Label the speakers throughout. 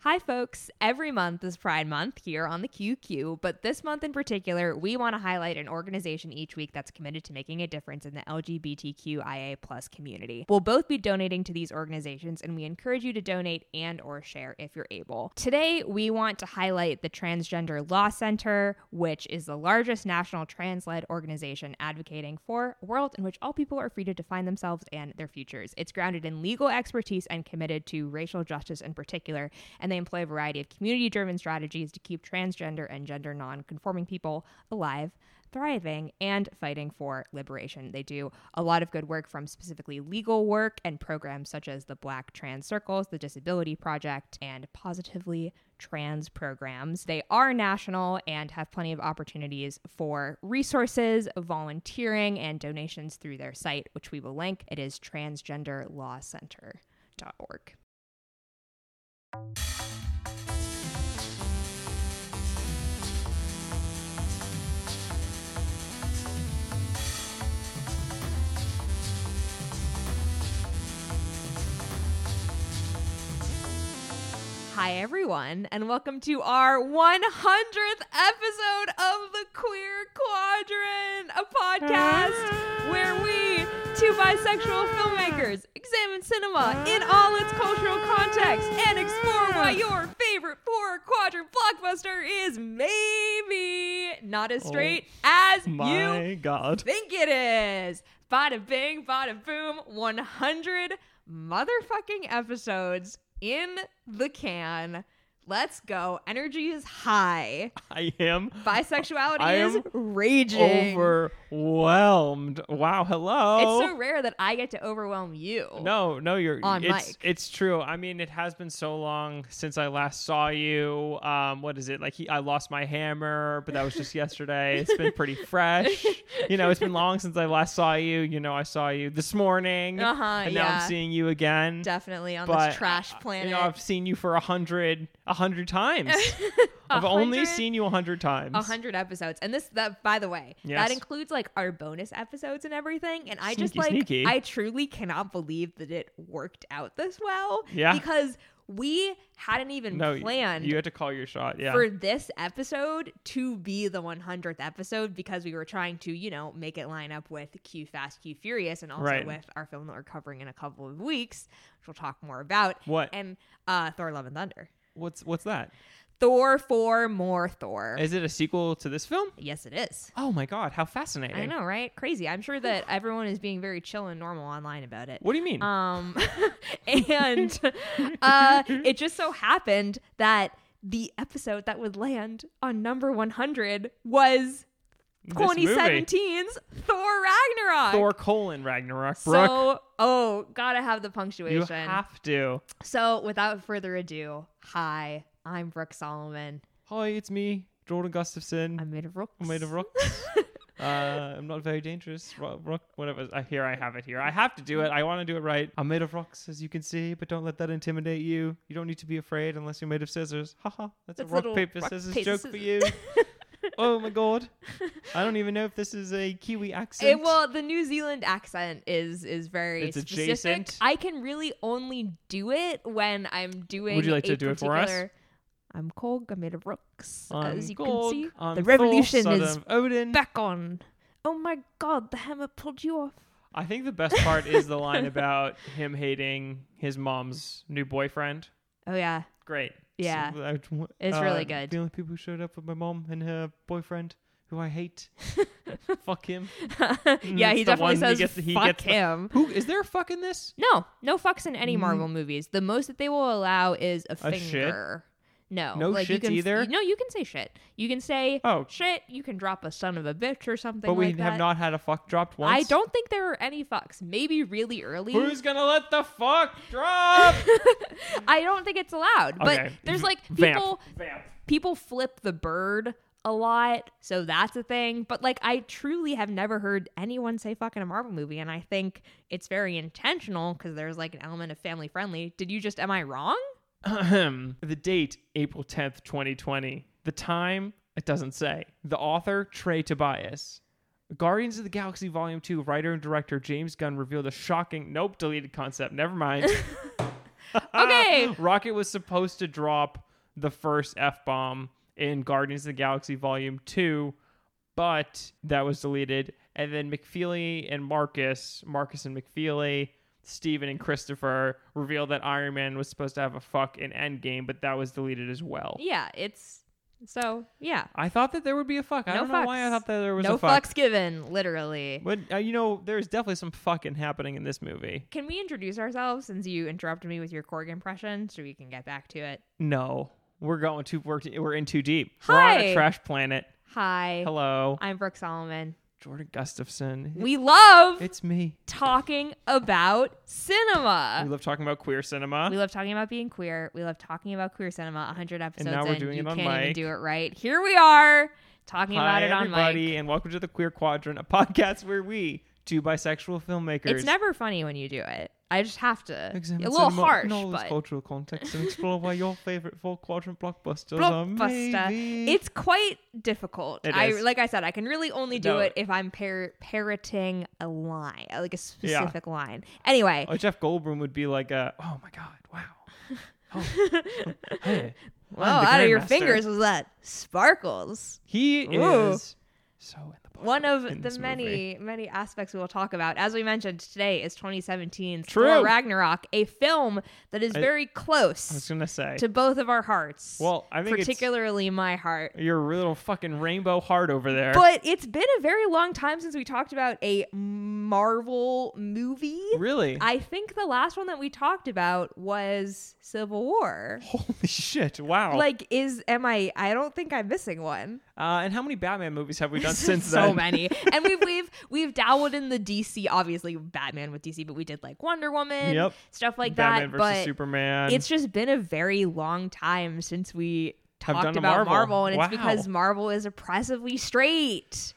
Speaker 1: Hi, folks. Every month is Pride Month here on the QQ, but this month in particular, we want to highlight an organization each week that's committed to making a difference in the LGBTQIA plus community. We'll both be donating to these organizations, and we encourage you to donate and or share if you're able. Today, we want to highlight the Transgender Law Center, which is the largest national trans-led organization advocating for a world in which all people are free to define themselves and their futures. It's grounded in legal expertise and committed to racial justice in particular, and they employ a variety of community driven strategies to keep transgender and gender non conforming people alive, thriving, and fighting for liberation. They do a lot of good work from specifically legal work and programs such as the Black Trans Circles, the Disability Project, and Positively Trans programs. They are national and have plenty of opportunities for resources, volunteering, and donations through their site, which we will link. It is transgenderlawcenter.org. Hi, everyone, and welcome to our 100th episode of the Queer Quadrant, a podcast where we, two bisexual filmmakers, examine cinema in all its cultural contexts and explore why your favorite four quadrant blockbuster is maybe not as straight as you
Speaker 2: My God.
Speaker 1: think it is. Bada bing, bada boom. 100 motherfucking episodes in the can. Let's go. Energy is high.
Speaker 2: I am
Speaker 1: Bisexuality
Speaker 2: I
Speaker 1: is
Speaker 2: am
Speaker 1: raging.
Speaker 2: overwhelmed. Wow. Hello.
Speaker 1: It's so rare that I get to overwhelm you.
Speaker 2: Oh. no, no, you're
Speaker 1: On
Speaker 2: it's
Speaker 1: mic.
Speaker 2: it's true. I mean, it has been so long since I last saw you. Um, what is it? Like he, I lost my hammer, but that was just yesterday. It's been pretty fresh. You know, it's been long since I last saw you. You know, I saw you this morning.
Speaker 1: Uh-huh,
Speaker 2: And now
Speaker 1: yeah.
Speaker 2: I'm seeing you again.
Speaker 1: Definitely on
Speaker 2: But
Speaker 1: this trash
Speaker 2: I- I-
Speaker 1: planet.
Speaker 2: You know, I've seen you for a hundred a hundred times. I've only
Speaker 1: 100?
Speaker 2: seen you a hundred times.
Speaker 1: A hundred episodes, and this that by the way,
Speaker 2: Yes.
Speaker 1: that includes like our bonus episodes and everything. And I just
Speaker 2: Sneaky,
Speaker 1: like
Speaker 2: sneaky.
Speaker 1: I truly cannot believe that it worked out this well.
Speaker 2: Yeah.
Speaker 1: because we hadn't even
Speaker 2: No, y-
Speaker 1: planned
Speaker 2: You had to call your shot. Yeah.
Speaker 1: for this episode to be the 100th episode because we were trying to, you know, make it line up with Q Fast, Q Furious, and also
Speaker 2: Right.
Speaker 1: with our film that we're covering in a couple of weeks, which we'll talk more about.
Speaker 2: What?
Speaker 1: And uh, Thor: Love and Thunder,
Speaker 2: what's what's that?
Speaker 1: Thor four more Thor.
Speaker 2: Is it a sequel to this film?
Speaker 1: yes, it is.
Speaker 2: Oh my god, how fascinating.
Speaker 1: I know, right? Crazy. I'm sure that everyone is being very chill and normal online about it.
Speaker 2: What do you mean?
Speaker 1: Um, and uh, it just so happened that the episode that would land on number 100 was
Speaker 2: This movie.
Speaker 1: 2017's Thor Ragnarok.
Speaker 2: Thor colon Ragnarok. Brooke,
Speaker 1: So, oh, gotta have the punctuation.
Speaker 2: you have to.
Speaker 1: so, without further ado, hi, I'm Brooke Solomon.
Speaker 2: Hi, it's me, Jordan Gustafson.
Speaker 1: I'm made of rocks.
Speaker 2: I'm made of rocks. uh, I'm not very dangerous. Rock, rock whatever. Uh, here, I have it. Here, I have to do it. I want to do it right. I'm made of rocks, as you can see, but don't let that intimidate you. You don't need to be afraid unless you're made of scissors. Haha, that's,
Speaker 1: That's
Speaker 2: a rock
Speaker 1: little
Speaker 2: paper
Speaker 1: rock,
Speaker 2: scissors
Speaker 1: paper,
Speaker 2: joke for you. oh my god, I don't even know if this is a Kiwi accent.
Speaker 1: It, Eh, well, the New Zealand accent is is very
Speaker 2: It's
Speaker 1: specific.
Speaker 2: adjacent.
Speaker 1: I can really only do it when I'm doing.
Speaker 2: like to
Speaker 1: a
Speaker 2: do it for us?
Speaker 1: particular- I'm Korg. I'm made of rocks.
Speaker 2: I'm
Speaker 1: as you
Speaker 2: Gorg,
Speaker 1: can see,
Speaker 2: I'm
Speaker 1: the
Speaker 2: Thor,
Speaker 1: revolution
Speaker 2: son
Speaker 1: is
Speaker 2: of Odin.
Speaker 1: back on. Oh my God! The hammer pulled you off.
Speaker 2: I think the best part is the line about him hating his mom's new boyfriend.
Speaker 1: Oh yeah,
Speaker 2: Great.
Speaker 1: Yeah.
Speaker 2: So, I w- uh,
Speaker 1: It's really good.
Speaker 2: The only people who showed up were my mom and her boyfriend, who I hate. Fuck him.
Speaker 1: yeah.
Speaker 2: Mm, it's
Speaker 1: He
Speaker 2: the one
Speaker 1: definitely
Speaker 2: he
Speaker 1: says
Speaker 2: gets- he
Speaker 1: fuck
Speaker 2: gets the-
Speaker 1: him.
Speaker 2: Who is there a fuck in this?
Speaker 1: No, no fucks in any Marvel movies. The most that they will allow is a,
Speaker 2: A shit?
Speaker 1: finger. No,
Speaker 2: No
Speaker 1: like you
Speaker 2: shits
Speaker 1: can,
Speaker 2: either?
Speaker 1: No, you can say shit. You can say
Speaker 2: Oh.
Speaker 1: shit. You can drop a son of a bitch or something.
Speaker 2: But we
Speaker 1: like
Speaker 2: have
Speaker 1: that.
Speaker 2: not had a fuck dropped once.
Speaker 1: I don't think there are any fucks. Maybe really early.
Speaker 2: Who's gonna let the fuck drop?
Speaker 1: I don't think it's allowed. But
Speaker 2: Okay.
Speaker 1: there's like
Speaker 2: Vamp.
Speaker 1: people people flip the bird a lot, so that's a thing. But like I truly have never heard anyone say fuck in a Marvel movie, and I think it's very intentional because there's like an element of family friendly. Did you just am I wrong?
Speaker 2: Ahem. the date, April 10th, 2020. The time, it doesn't say. The author, Trey Tobias. Guardians of the Galaxy Volume 2 writer and director James Gunn revealed a shocking, nope, deleted concept. Never mind.
Speaker 1: Okay.
Speaker 2: Rocket was supposed to drop the first F bomb in Guardians of the Galaxy Volume 2, but that was deleted. And then McFeely and Marcus, Marcus and McFeely, Steven and Christopher revealed that Iron Man was supposed to have a fuck in Endgame, but that was deleted as well.
Speaker 1: Yeah, it's so yeah.
Speaker 2: I thought that there would be a fuck. I
Speaker 1: No
Speaker 2: don't know why I
Speaker 1: fucks.
Speaker 2: thought that there was
Speaker 1: no
Speaker 2: a fuck.
Speaker 1: fucks given, literally.
Speaker 2: But uh, you know, there's definitely some fucking happening in this movie.
Speaker 1: Can we introduce ourselves since you interrupted me with your Korg impression so we can get back to it?
Speaker 2: No, we're going too. We're, we're in too deep. We're on
Speaker 1: Hi.
Speaker 2: a trash planet.
Speaker 1: Hi.
Speaker 2: Hello,
Speaker 1: I'm Brooke Solomon.
Speaker 2: Jordan Gustafson.
Speaker 1: We love
Speaker 2: It's me.
Speaker 1: talking about cinema.
Speaker 2: We love talking about queer cinema.
Speaker 1: Uh, We love talking about being queer. We love talking about queer cinema. 100 episodes
Speaker 2: now we're
Speaker 1: in,
Speaker 2: doing
Speaker 1: you
Speaker 2: it on
Speaker 1: can't even
Speaker 2: mic.
Speaker 1: do it right. Here we are talking
Speaker 2: Hi
Speaker 1: about it on
Speaker 2: everybody,
Speaker 1: mic.
Speaker 2: and welcome to the Queer Quadrant, a podcast where we, two bisexual filmmakers,
Speaker 1: It's never funny when you do it. I just have to. A
Speaker 2: examine
Speaker 1: little
Speaker 2: cinema
Speaker 1: harsh,
Speaker 2: in all its
Speaker 1: but
Speaker 2: cultural context and explore why your favorite four quadrant blockbusters are.
Speaker 1: blockbuster.
Speaker 2: maybe-
Speaker 1: It's quite difficult.
Speaker 2: It
Speaker 1: I
Speaker 2: is.
Speaker 1: like I said, I can really only do
Speaker 2: No.
Speaker 1: it if I'm par- parroting a line, like a
Speaker 2: Yeah.
Speaker 1: specific line. Anyway,
Speaker 2: Oh, Jeff Goldblum would be like, uh, "Oh my god, wow." Oh, hey, I'm
Speaker 1: well,
Speaker 2: the
Speaker 1: out of your
Speaker 2: Grandmaster.
Speaker 1: fingers was that sparkles.
Speaker 2: He
Speaker 1: Ooh.
Speaker 2: is so in the
Speaker 1: One
Speaker 2: in
Speaker 1: of the
Speaker 2: this
Speaker 1: many,
Speaker 2: movie.
Speaker 1: many aspects we will talk about. As we mentioned, today is 2017's
Speaker 2: True.
Speaker 1: Thor Ragnarok, a film that is
Speaker 2: I-
Speaker 1: very
Speaker 2: I was
Speaker 1: close
Speaker 2: gonna say.
Speaker 1: to both of our hearts.
Speaker 2: well, I think it's
Speaker 1: particularly my heart.
Speaker 2: your little fucking rainbow heart over there.
Speaker 1: But it's been a very long time since we talked about a Marvel movie.
Speaker 2: really?
Speaker 1: I think the last one that we talked about was Civil War.
Speaker 2: Holy shit! Wow.
Speaker 1: Like, is am I? I don't think I'm missing one.
Speaker 2: uh, and how many Batman movies have we done since
Speaker 1: so
Speaker 2: then?
Speaker 1: many, and we've we've we've dabbled in the DC, obviously Batman with DC, but we did like Wonder Woman,
Speaker 2: Yep.
Speaker 1: stuff like
Speaker 2: Batman
Speaker 1: that.
Speaker 2: versus
Speaker 1: But
Speaker 2: Superman.
Speaker 1: it's just been a very long time since we
Speaker 2: Have
Speaker 1: talked
Speaker 2: done a
Speaker 1: about Marvel.
Speaker 2: Marvel.
Speaker 1: and
Speaker 2: Wow.
Speaker 1: it's because Marvel is oppressively straight.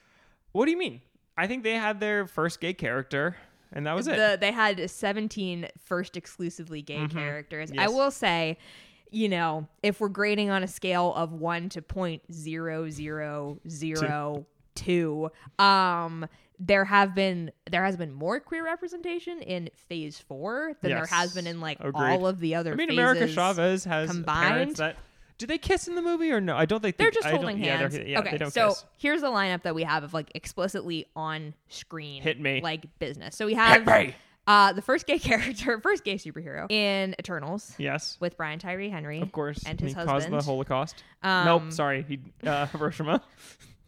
Speaker 2: what do you mean? I think they had their first gay character, and that was it. Mm-hmm.
Speaker 1: The, they had 17 first exclusively gay characters. I
Speaker 2: Yes.
Speaker 1: will say, you know, if we're grading on a scale of 1 to 0.0002, um there have been there has been more queer representation in phase 4 than there
Speaker 2: Yes.
Speaker 1: has been in like
Speaker 2: Agreed.
Speaker 1: all of the other
Speaker 2: I mean,
Speaker 1: phases.
Speaker 2: America Chavez has
Speaker 1: combined.
Speaker 2: parents that. Do they kiss in the movie or no? I don't think
Speaker 1: They're
Speaker 2: think-
Speaker 1: just
Speaker 2: I don't-
Speaker 1: holding
Speaker 2: yeah, they're-
Speaker 1: hands.
Speaker 2: Yeah,
Speaker 1: okay,
Speaker 2: they don't
Speaker 1: so
Speaker 2: kiss.
Speaker 1: here's the lineup that we have of like explicitly on screen
Speaker 2: Hit me.
Speaker 1: like business. So we have
Speaker 2: me.
Speaker 1: uh the first gay character, first gay superhero in Eternals
Speaker 2: Yes.
Speaker 1: with Brian Tyree Henry,
Speaker 2: Of course.
Speaker 1: and his
Speaker 2: he caused
Speaker 1: husband.
Speaker 2: the Holocaust.
Speaker 1: Um,
Speaker 2: nope, sorry. He uh, Hiroshima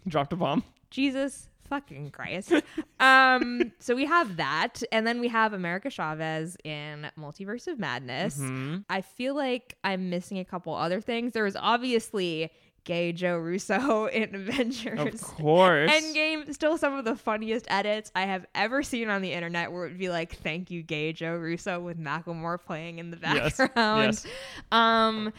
Speaker 2: He dropped a bomb.
Speaker 1: Jesus fucking Christ. um, so we have that, and then we have America Chavez in Multiverse of Madness.
Speaker 2: Mm-hmm.
Speaker 1: I feel like I'm missing a couple other things. There was obviously gay Joe Russo in Avengers.
Speaker 2: Of course.
Speaker 1: Endgame, still some of the funniest edits I have ever seen on the internet where it would be like, thank you, gay Joe Russo with Macklemore playing in the
Speaker 2: Yes,
Speaker 1: background.
Speaker 2: yes.
Speaker 1: Um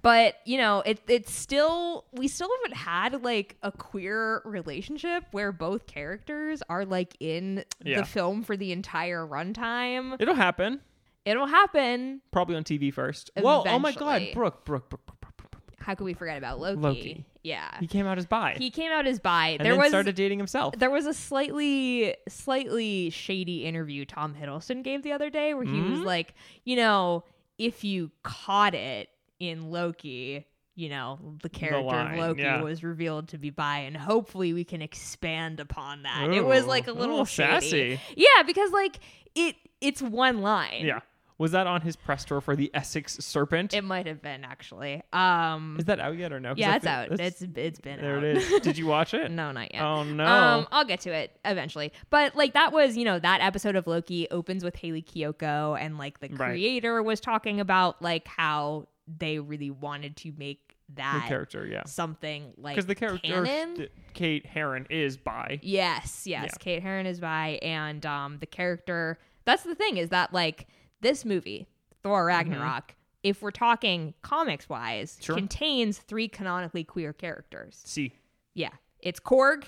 Speaker 1: but you know, it it's still we still haven't had like a queer relationship where both characters are like in
Speaker 2: Yeah.
Speaker 1: the film for the entire runtime.
Speaker 2: It'll happen.
Speaker 1: It'll happen.
Speaker 2: Probably on TV first. Whoa, oh my god.
Speaker 1: Eventually.
Speaker 2: Brooke, Brooke, Brooke, Brooke, Brooke, Brooke. Brooke.
Speaker 1: How could we forget about Loki?
Speaker 2: Loki.
Speaker 1: Yeah.
Speaker 2: He came out as bi.
Speaker 1: He came out as bi.
Speaker 2: and
Speaker 1: there
Speaker 2: then
Speaker 1: was
Speaker 2: started dating himself.
Speaker 1: There was a slightly slightly shady interview Tom Hiddleston gave the other day where he was
Speaker 2: Mm-hmm.
Speaker 1: like, you know, if you caught it in Loki, you know, the character
Speaker 2: line,
Speaker 1: of Loki
Speaker 2: yeah.
Speaker 1: was revealed to be bi and hopefully we can expand upon that. it was
Speaker 2: Ooh, Oh,
Speaker 1: like a little shady.
Speaker 2: sassy.
Speaker 1: Yeah, because like it it's one line.
Speaker 2: Yeah. Was that on his press tour for the Essex Serpent?
Speaker 1: It might have been actually. Um
Speaker 2: Is that out yet or no? 'Cause I
Speaker 1: yeah, it's
Speaker 2: feel-
Speaker 1: out.
Speaker 2: that's-
Speaker 1: It's it's been
Speaker 2: there
Speaker 1: out.
Speaker 2: it is. Did you watch it?
Speaker 1: No, not yet.
Speaker 2: Oh no.
Speaker 1: Um, I'll get to it eventually. But like that was, you know, that episode of Loki opens with Haley Kyoko and like the
Speaker 2: Right.
Speaker 1: creator was talking about like how they really wanted to make
Speaker 2: the
Speaker 1: that
Speaker 2: character, yeah.
Speaker 1: something like
Speaker 2: Because the character
Speaker 1: canon.
Speaker 2: th- Kate Heron is bi.
Speaker 1: Yes, yes.
Speaker 2: Yeah.
Speaker 1: Kate Herron is by, and um, the character. That's the thing is that like this movie, Thor Ragnarok, if we're talking comics wise,
Speaker 2: Mm-hmm. Sure.
Speaker 1: contains three canonically queer characters.
Speaker 2: See,
Speaker 1: Yeah, it's Korg,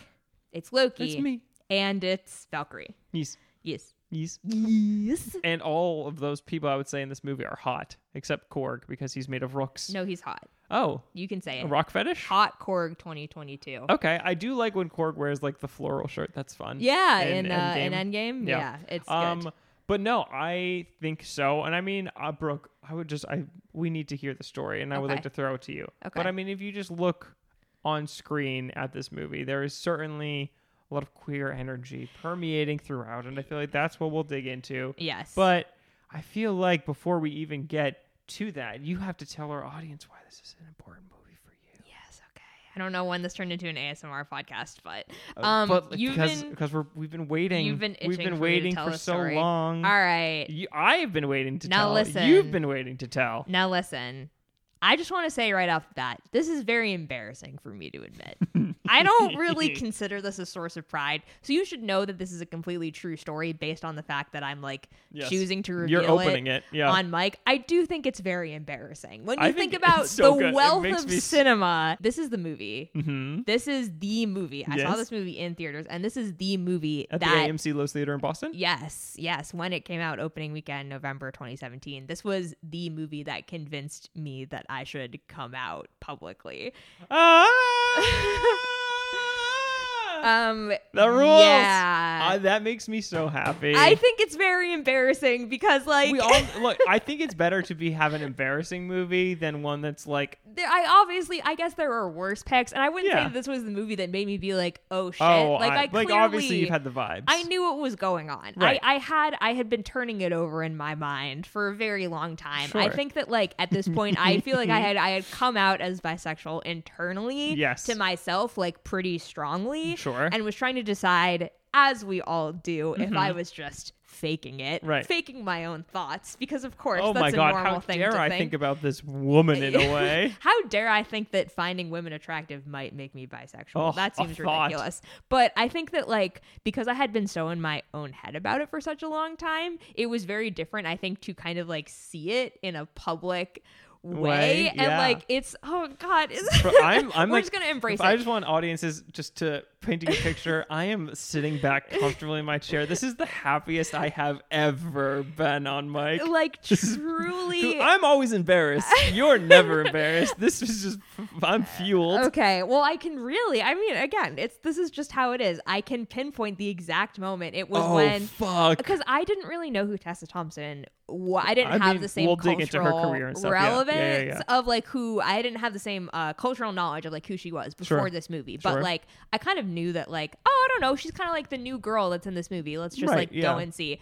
Speaker 1: it's Loki,
Speaker 2: it's me.
Speaker 1: and it's Valkyrie.
Speaker 2: Yes,
Speaker 1: Yes,
Speaker 2: yes.
Speaker 1: yes.
Speaker 2: And all of those people I would say in this movie are hot, except Korg because he's made of rooks.
Speaker 1: No, he's hot.
Speaker 2: Oh,
Speaker 1: You can say
Speaker 2: a
Speaker 1: it.
Speaker 2: rock fetish.
Speaker 1: Hot Korg 2022.
Speaker 2: Okay, I do like when Korg wears like the floral shirt. That's fun.
Speaker 1: Yeah,
Speaker 2: In
Speaker 1: in, uh, in
Speaker 2: Endgame.
Speaker 1: Endgame. Yeah,
Speaker 2: Yeah.
Speaker 1: it's
Speaker 2: Um,
Speaker 1: good.
Speaker 2: But no, I think so. And I mean, uh, Brooke, I would just I we need to hear the story, and I would
Speaker 1: Okay.
Speaker 2: like to throw it to you.
Speaker 1: Okay.
Speaker 2: But I mean, if you just look on screen at this movie, there is certainly a lot of queer energy permeating throughout, and I feel like that's what we'll dig into.
Speaker 1: Yes.
Speaker 2: But I feel like before we even get to that, you have to tell our audience why this is an important movie for you.
Speaker 1: yes, okay. I don't know when this turned into an ASMR podcast, but
Speaker 2: Uh,
Speaker 1: um,
Speaker 2: but
Speaker 1: you've
Speaker 2: because
Speaker 1: been
Speaker 2: because we're, we've been waiting,
Speaker 1: you've been
Speaker 2: we've
Speaker 1: itching for me
Speaker 2: been
Speaker 1: to
Speaker 2: waiting
Speaker 1: tell
Speaker 2: for
Speaker 1: the
Speaker 2: so
Speaker 1: story.
Speaker 2: long.
Speaker 1: all right.
Speaker 2: You, I've been waiting to
Speaker 1: Now
Speaker 2: tell.
Speaker 1: listen.
Speaker 2: You've been waiting to tell.
Speaker 1: Now listen, I just want to say right off the bat, this is very embarrassing for me to admit. I don't really consider this a source of pride, so you should know that this is a completely true story based on the fact that I'm like
Speaker 2: Yes.
Speaker 1: choosing to reveal
Speaker 2: You're opening it. Yeah.
Speaker 1: on mic. I do think it's very embarrassing when you
Speaker 2: I
Speaker 1: think,
Speaker 2: think
Speaker 1: about
Speaker 2: it's so
Speaker 1: the
Speaker 2: good. It
Speaker 1: wealth
Speaker 2: makes
Speaker 1: of
Speaker 2: me s-
Speaker 1: cinema. This is the movie.
Speaker 2: hmm
Speaker 1: This is the movie. I saw
Speaker 2: Yes.
Speaker 1: this movie in theaters, and this is the movie
Speaker 2: At
Speaker 1: that
Speaker 2: the AMC Lowe's Theater in Boston.
Speaker 1: Yes, yes. When it came out opening weekend, November 2017, this was the movie that convinced me that I should come out publicly.
Speaker 2: Ah!
Speaker 1: Um,
Speaker 2: the rules. Ah,
Speaker 1: Yeah.
Speaker 2: that makes me so happy.
Speaker 1: I think it's very embarrassing because, like,
Speaker 2: we all look. I think it's better to be have an embarrassing movie than one that's like,
Speaker 1: there, I obviously, I guess there are worse picks, and I wouldn't say
Speaker 2: Yeah.
Speaker 1: that this was the movie that made me be like, oh shit.
Speaker 2: oh,
Speaker 1: like, I,
Speaker 2: I- like
Speaker 1: clearly,
Speaker 2: obviously you've had the vibes.
Speaker 1: I knew what was going on.
Speaker 2: Right.
Speaker 1: I, I had I had been turning it over in my mind for a very long time. I
Speaker 2: Sure.
Speaker 1: think that like at this point I feel like I had I had come out as bisexual internally
Speaker 2: Yes.
Speaker 1: to myself like pretty strongly
Speaker 2: Sure.
Speaker 1: and was trying to decide as we all do if I was just faking it,
Speaker 2: Mm-hmm. Right.
Speaker 1: faking my own thoughts because of course
Speaker 2: oh
Speaker 1: that's
Speaker 2: my
Speaker 1: a
Speaker 2: god!
Speaker 1: normal
Speaker 2: How
Speaker 1: thing
Speaker 2: dare
Speaker 1: to
Speaker 2: I think about this woman in a way?
Speaker 1: How dare I think that finding women attractive might make me bisexual?
Speaker 2: Oh,
Speaker 1: that
Speaker 2: a
Speaker 1: seems
Speaker 2: thought.
Speaker 1: ridiculous. But I think that like because I had been so in my own head about it for such a long time, it was very different I think to kind of like see it in a public way,
Speaker 2: Way,
Speaker 1: and
Speaker 2: yeah.
Speaker 1: like it's oh god, it's,
Speaker 2: Bro, I'm, I'm
Speaker 1: we're
Speaker 2: like,
Speaker 1: just gonna embrace
Speaker 2: I
Speaker 1: it.
Speaker 2: just want audiences just to painting a picture. I am sitting back comfortably in my chair. This is the happiest I have ever been on mic.
Speaker 1: like
Speaker 2: This is-
Speaker 1: truly.
Speaker 2: I'm always embarrassed. You're never embarrassed. This is just I'm fueled.
Speaker 1: Okay, well, I can really. I mean, again, it's this is just how it is. I can pinpoint the exact moment. It was
Speaker 2: oh
Speaker 1: when
Speaker 2: fuck!
Speaker 1: because I didn't really know who Tessa Thompson. wa I didn't
Speaker 2: I
Speaker 1: have
Speaker 2: mean,
Speaker 1: the same
Speaker 2: we'll dig
Speaker 1: cultural
Speaker 2: into her career and stuff, yeah. Yeah,
Speaker 1: relevance
Speaker 2: yeah,
Speaker 1: of like who I didn't have the same uh, cultural knowledge of like who she was before
Speaker 2: Sure.
Speaker 1: this movie. But
Speaker 2: Sure.
Speaker 1: like I kind of knew that like oh I don't know she's kind of like the new girl that's in this movie. Let's just
Speaker 2: Right,
Speaker 1: like
Speaker 2: yeah.
Speaker 1: go and see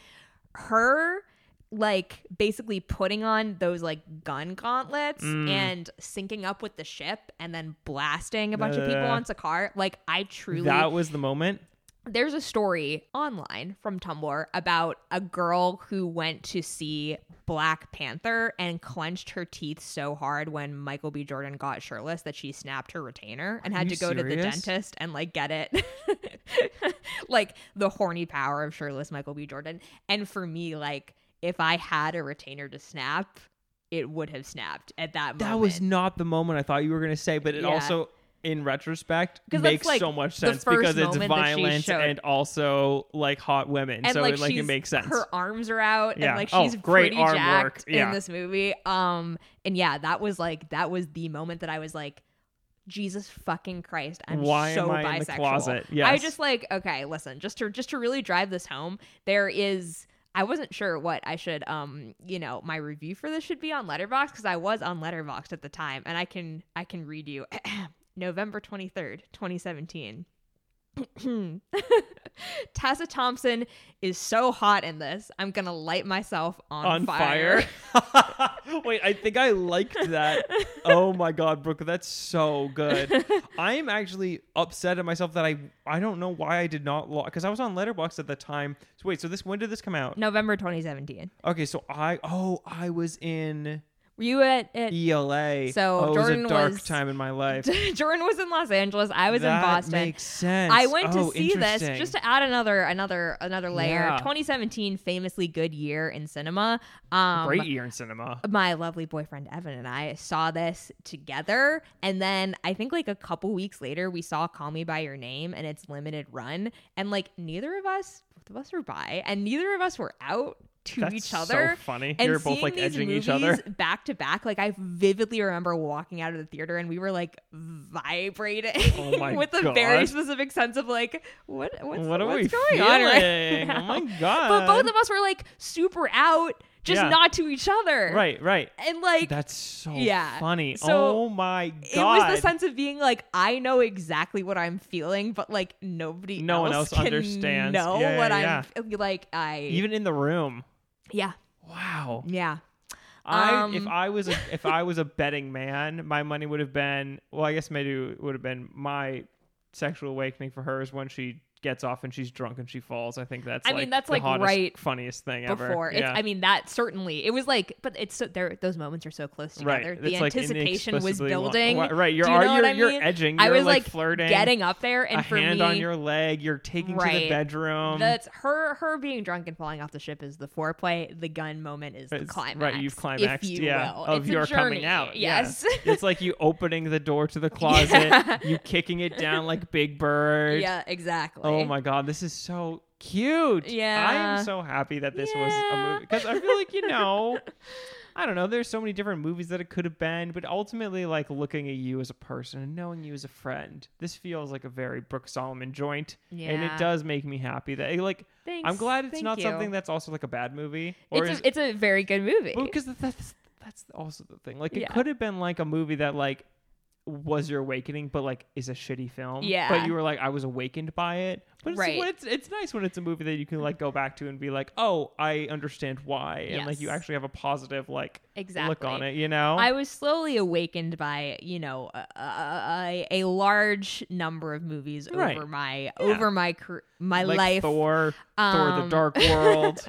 Speaker 1: her like basically putting on those like gun gauntlets
Speaker 2: Mm.
Speaker 1: and syncing up with the ship and then blasting a bunch of people
Speaker 2: Uh,
Speaker 1: on Sakar. Like I truly
Speaker 2: That was the moment.
Speaker 1: there's a story online from Tumblr about a girl who went to see Black Panther and clenched her teeth so hard when Michael B. Jordan got shirtless that she snapped her retainer and had
Speaker 2: you
Speaker 1: to go to the
Speaker 2: serious?
Speaker 1: dentist and like get it. like the horny power of shirtless Michael B. Jordan. And for me, like if I had a retainer to snap, it would have snapped at that moment.
Speaker 2: That was not the moment I thought you were gonna say, but it
Speaker 1: Yeah.
Speaker 2: also, in retrospect,
Speaker 1: 'Cause that's,
Speaker 2: makes
Speaker 1: like,
Speaker 2: so much
Speaker 1: the
Speaker 2: sense
Speaker 1: first
Speaker 2: because it's
Speaker 1: moment that she
Speaker 2: violent
Speaker 1: showed-
Speaker 2: and also like hot women.
Speaker 1: and
Speaker 2: so
Speaker 1: like,
Speaker 2: it like it
Speaker 1: she's-
Speaker 2: makes sense.
Speaker 1: Her arms are out, and
Speaker 2: Yeah.
Speaker 1: like
Speaker 2: Oh,
Speaker 1: she's
Speaker 2: great
Speaker 1: pretty
Speaker 2: arm
Speaker 1: jacked
Speaker 2: work. Yeah.
Speaker 1: in this movie. Um, and yeah, that was like that was the moment that I was like, Jesus fucking Christ, I'm
Speaker 2: Why am
Speaker 1: so
Speaker 2: I
Speaker 1: bisexual.
Speaker 2: in the closet?
Speaker 1: I
Speaker 2: Yes.
Speaker 1: just like okay, listen, just to just to really drive this home, there is. I wasn't sure what I should, um, you know, my review for this should be on Letterbox because I was on Letterboxd at the time, and I can I can read you November twenty third, twenty seventeen. Tessa Thompson is so hot in this. I'm gonna light myself on,
Speaker 2: on fire. Wait, I think I liked that. oh my god, Brooke, that's so good. I am actually upset at myself that I I don't know why I did not log because I was on Letterbox at the time. So wait, so this when did this come out?
Speaker 1: November 2017.
Speaker 2: Okay, so I oh I was in
Speaker 1: Were you at? at
Speaker 2: ELA.
Speaker 1: So
Speaker 2: oh, it
Speaker 1: Jordan
Speaker 2: was a dark
Speaker 1: was-
Speaker 2: time in my life.
Speaker 1: Jordan was in Los Angeles. I was
Speaker 2: That
Speaker 1: in Boston.
Speaker 2: Makes sense.
Speaker 1: I went
Speaker 2: Oh,
Speaker 1: to see this
Speaker 2: interesting.
Speaker 1: just to add another another another layer.
Speaker 2: Yeah.
Speaker 1: 2017, famously good year in cinema. Um,
Speaker 2: great year in cinema.
Speaker 1: my lovely boyfriend Evan and I saw this together. And then I think like a couple weeks later, we saw Call Me By Your Name and its limited run. And like neither of us, both of us were by, and neither of us were out. to
Speaker 2: That's
Speaker 1: each
Speaker 2: so
Speaker 1: other.
Speaker 2: funny.
Speaker 1: And
Speaker 2: You're both,
Speaker 1: seeing
Speaker 2: like,
Speaker 1: these
Speaker 2: edging each
Speaker 1: movies
Speaker 2: other.
Speaker 1: back to back. Like I vividly remember walking out of the theater and we were like vibrating
Speaker 2: Oh my
Speaker 1: with a
Speaker 2: God.
Speaker 1: very specific sense of like what what's,
Speaker 2: what are
Speaker 1: what's
Speaker 2: we
Speaker 1: going
Speaker 2: feeling?
Speaker 1: on right
Speaker 2: oh
Speaker 1: now?
Speaker 2: my god!
Speaker 1: But both of us were like super out, just
Speaker 2: Yeah.
Speaker 1: not to each other.
Speaker 2: right, right.
Speaker 1: And like
Speaker 2: That's so
Speaker 1: yeah.
Speaker 2: funny.
Speaker 1: So,
Speaker 2: oh my god!
Speaker 1: it was the sense of being like, I know exactly what I'm feeling, but like nobody
Speaker 2: No one else
Speaker 1: can
Speaker 2: understands.
Speaker 1: know
Speaker 2: Yeah,
Speaker 1: what
Speaker 2: yeah,
Speaker 1: I'm like I
Speaker 2: even in the room.
Speaker 1: Yeah.
Speaker 2: Wow.
Speaker 1: Yeah.
Speaker 2: I
Speaker 1: Um,
Speaker 2: if I was a, if I was a betting man, my money would have been well. I guess maybe it would have been my sexual awakening for her is when she gets off and she's drunk and she falls. I think that's
Speaker 1: I
Speaker 2: like,
Speaker 1: mean, that's,
Speaker 2: the
Speaker 1: like,
Speaker 2: hottest,
Speaker 1: right
Speaker 2: funniest thing ever.
Speaker 1: Before
Speaker 2: yeah.
Speaker 1: it's, I mean, that certainly it was like, but it's so there. Those moments are so close
Speaker 2: right.
Speaker 1: together.
Speaker 2: It's
Speaker 1: The
Speaker 2: like
Speaker 1: anticipation was
Speaker 2: inexplicably long-
Speaker 1: building.
Speaker 2: Wha- right, you're
Speaker 1: Do you know
Speaker 2: you're,
Speaker 1: what I
Speaker 2: you're
Speaker 1: mean?
Speaker 2: edging.
Speaker 1: I
Speaker 2: You're,
Speaker 1: was
Speaker 2: like,
Speaker 1: like,
Speaker 2: flirting,
Speaker 1: getting up there, and
Speaker 2: a
Speaker 1: for
Speaker 2: hand
Speaker 1: me,
Speaker 2: on your leg. You're taking to the
Speaker 1: Right.
Speaker 2: bedroom.
Speaker 1: That's her. Her being drunk and falling off the ship is the foreplay. The gun moment is the
Speaker 2: It's-
Speaker 1: climax.
Speaker 2: Right, you've climaxed,
Speaker 1: if you
Speaker 2: yeah,
Speaker 1: will.
Speaker 2: of
Speaker 1: It's a
Speaker 2: your coming
Speaker 1: journey,
Speaker 2: out. yeah.
Speaker 1: Yes.
Speaker 2: it's like you opening the door to the closet,
Speaker 1: Yeah.
Speaker 2: you kicking it down like Big Bird.
Speaker 1: yeah. Exactly.
Speaker 2: Oh my God, this is so cute. I
Speaker 1: Yeah.
Speaker 2: am so happy that this was a
Speaker 1: Yeah.
Speaker 2: movie because I feel like you know, I don't know. There's so many different movies that it could have been, but ultimately, like looking at you as a person and knowing you as a friend, this feels like a very Brooke Solomon joint, and it
Speaker 1: Yeah.
Speaker 2: does make me happy that it, like
Speaker 1: Thanks.
Speaker 2: I'm glad it's
Speaker 1: Thank
Speaker 2: not
Speaker 1: you.
Speaker 2: something that's also like a bad movie or is-
Speaker 1: It's a, it's a very good movie.
Speaker 2: well, because that- that's that's also the thing. Like, it
Speaker 1: Yeah.
Speaker 2: could have been like a movie that like was your awakening, but like is a shitty film. But
Speaker 1: Yeah.
Speaker 2: you were like, I was awakened by it. But it's,
Speaker 1: Right.
Speaker 2: when it's it's nice when it's a movie that you can like go back to and be like, oh, I understand why, and like you
Speaker 1: Yes.
Speaker 2: actually have a positive like
Speaker 1: exactly.
Speaker 2: look on it. You know.
Speaker 1: I was slowly awakened by you know a, a, a a large number of movies
Speaker 2: Right.
Speaker 1: over my over my car- my
Speaker 2: like
Speaker 1: life.
Speaker 2: Thor, Thor: The
Speaker 1: Um,
Speaker 2: Dark World.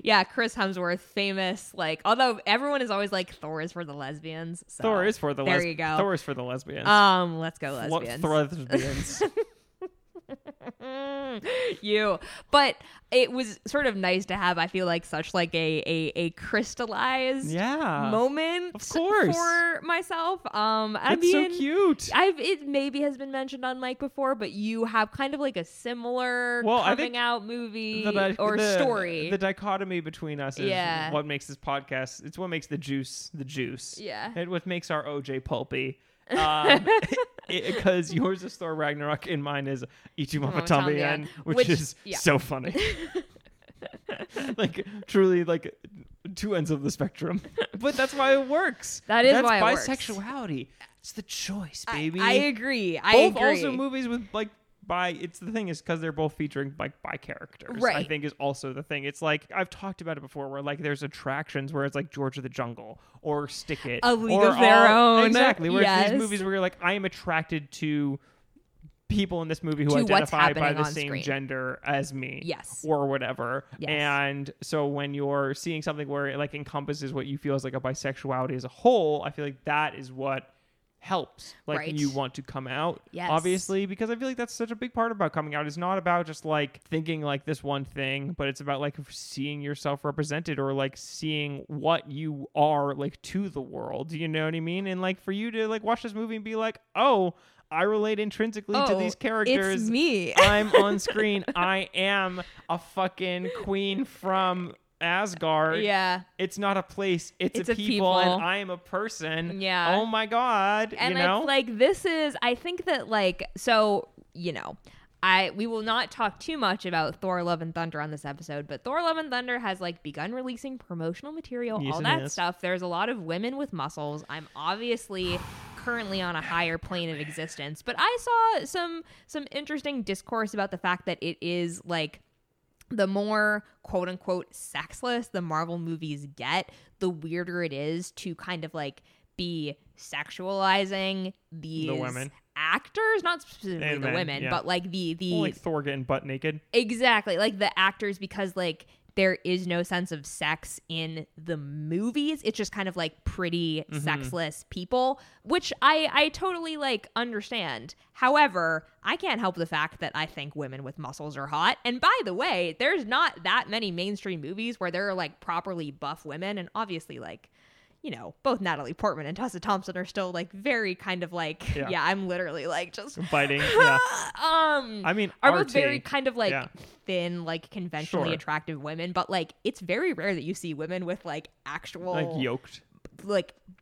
Speaker 1: Yeah, Chris Hemsworth, famous. Like, although everyone is always like Thor is for the lesbians. So.
Speaker 2: Thor is for the
Speaker 1: there
Speaker 2: les-
Speaker 1: you go.
Speaker 2: Thor is for the lesbians.
Speaker 1: Um, let's go
Speaker 2: Flo-
Speaker 1: lesbians.
Speaker 2: Thrusbians.
Speaker 1: Mm, you but it was sort of nice to have i feel like such like a a, a crystallized
Speaker 2: yeah.
Speaker 1: moment
Speaker 2: Of course.
Speaker 1: for myself um i
Speaker 2: That's
Speaker 1: mean
Speaker 2: so cute.
Speaker 1: I've it maybe has been mentioned on Mike before, but you have kind of like a similar
Speaker 2: Well, I
Speaker 1: coming
Speaker 2: think
Speaker 1: out movie
Speaker 2: the di-
Speaker 1: or
Speaker 2: the-
Speaker 1: story.
Speaker 2: The dichotomy between us is
Speaker 1: Yeah.
Speaker 2: what makes this podcast. It's what makes the juice the juice.
Speaker 1: Yeah.
Speaker 2: It what makes our OJ pulpy. Because yours is Thor Ragnarok and mine is Ichimama
Speaker 1: Ichimama
Speaker 2: También,
Speaker 1: También,
Speaker 2: which,
Speaker 1: which-
Speaker 2: is
Speaker 1: yeah.
Speaker 2: so funny. like truly, like two ends of the spectrum. But that's why it works.
Speaker 1: That is
Speaker 2: that's
Speaker 1: why it works.
Speaker 2: bisexuality. It's the choice,
Speaker 1: I-
Speaker 2: baby.
Speaker 1: I, agree. I
Speaker 2: both
Speaker 1: agree.
Speaker 2: also movies with like by it's the thing is because they're both featuring like by characters i
Speaker 1: Right.
Speaker 2: think is also the thing it's like i've talked about it before where like there's attractions where it's like george of the jungle or stick it
Speaker 1: A League
Speaker 2: or
Speaker 1: of Their
Speaker 2: all-
Speaker 1: Own.
Speaker 2: exactly where it's these
Speaker 1: Yes.
Speaker 2: movies where you're like i am attracted to people in this movie who
Speaker 1: To what's
Speaker 2: identify by
Speaker 1: happening
Speaker 2: the
Speaker 1: on
Speaker 2: same
Speaker 1: screen.
Speaker 2: gender as me
Speaker 1: Yes.
Speaker 2: or whatever
Speaker 1: Yes.
Speaker 2: and so when you're seeing something where it like encompasses what you feel is like a bisexuality as a whole i feel like that is what helps like
Speaker 1: Right.
Speaker 2: you want to come out
Speaker 1: Yes.
Speaker 2: obviously because i feel like that's such a big part about coming out it's not about just like thinking like this one thing but it's about like seeing yourself represented or like seeing what you are like to the world you know what i mean and like for you to like watch this movie and be like oh i relate intrinsically to
Speaker 1: Oh,
Speaker 2: these characters
Speaker 1: It's me.
Speaker 2: i'm on screen i am a fucking queen from asgard
Speaker 1: yeah.
Speaker 2: it's not a place it's,
Speaker 1: It's
Speaker 2: a,
Speaker 1: a
Speaker 2: people,
Speaker 1: people.
Speaker 2: and i am a person
Speaker 1: Yeah.
Speaker 2: oh my god
Speaker 1: and
Speaker 2: you know
Speaker 1: it's like this is i think that like so you know i we will not talk too much about thor love and thunder on this episode but thor love and thunder has like begun releasing promotional material
Speaker 2: Yes,
Speaker 1: all
Speaker 2: it
Speaker 1: that
Speaker 2: has.
Speaker 1: stuff there's a lot of women with muscles i'm obviously currently on a higher plane of existence but i saw some some interesting discourse about the fact that it is like the more quote unquote sexless the Marvel movies get, the weirder it is to kind of like be sexualizing these
Speaker 2: women.
Speaker 1: actors, not specifically
Speaker 2: And
Speaker 1: the
Speaker 2: men,
Speaker 1: women,
Speaker 2: yeah.
Speaker 1: but like the the
Speaker 2: Well, like Thor getting butt naked.
Speaker 1: exactly like the actors because like there is no sense of sex in the movies it's just kind of like pretty sexless people which i i totally like understand however i can't help the fact that i think women with muscles are hot and by the way there's not that many mainstream movies where there are like properly buff women and obviously like you know, both Natalie Portman and Tessa Thompson are still like very kind of like,
Speaker 2: Yeah.
Speaker 1: yeah, I'm literally like just
Speaker 2: biting. Yeah.
Speaker 1: um
Speaker 2: I mean,
Speaker 1: are
Speaker 2: RT,
Speaker 1: both very kind of like
Speaker 2: Yeah.
Speaker 1: thin, like conventionally
Speaker 2: Sure.
Speaker 1: attractive women, but like it's very rare that you see women with like actual
Speaker 2: like
Speaker 1: like,
Speaker 2: yoked.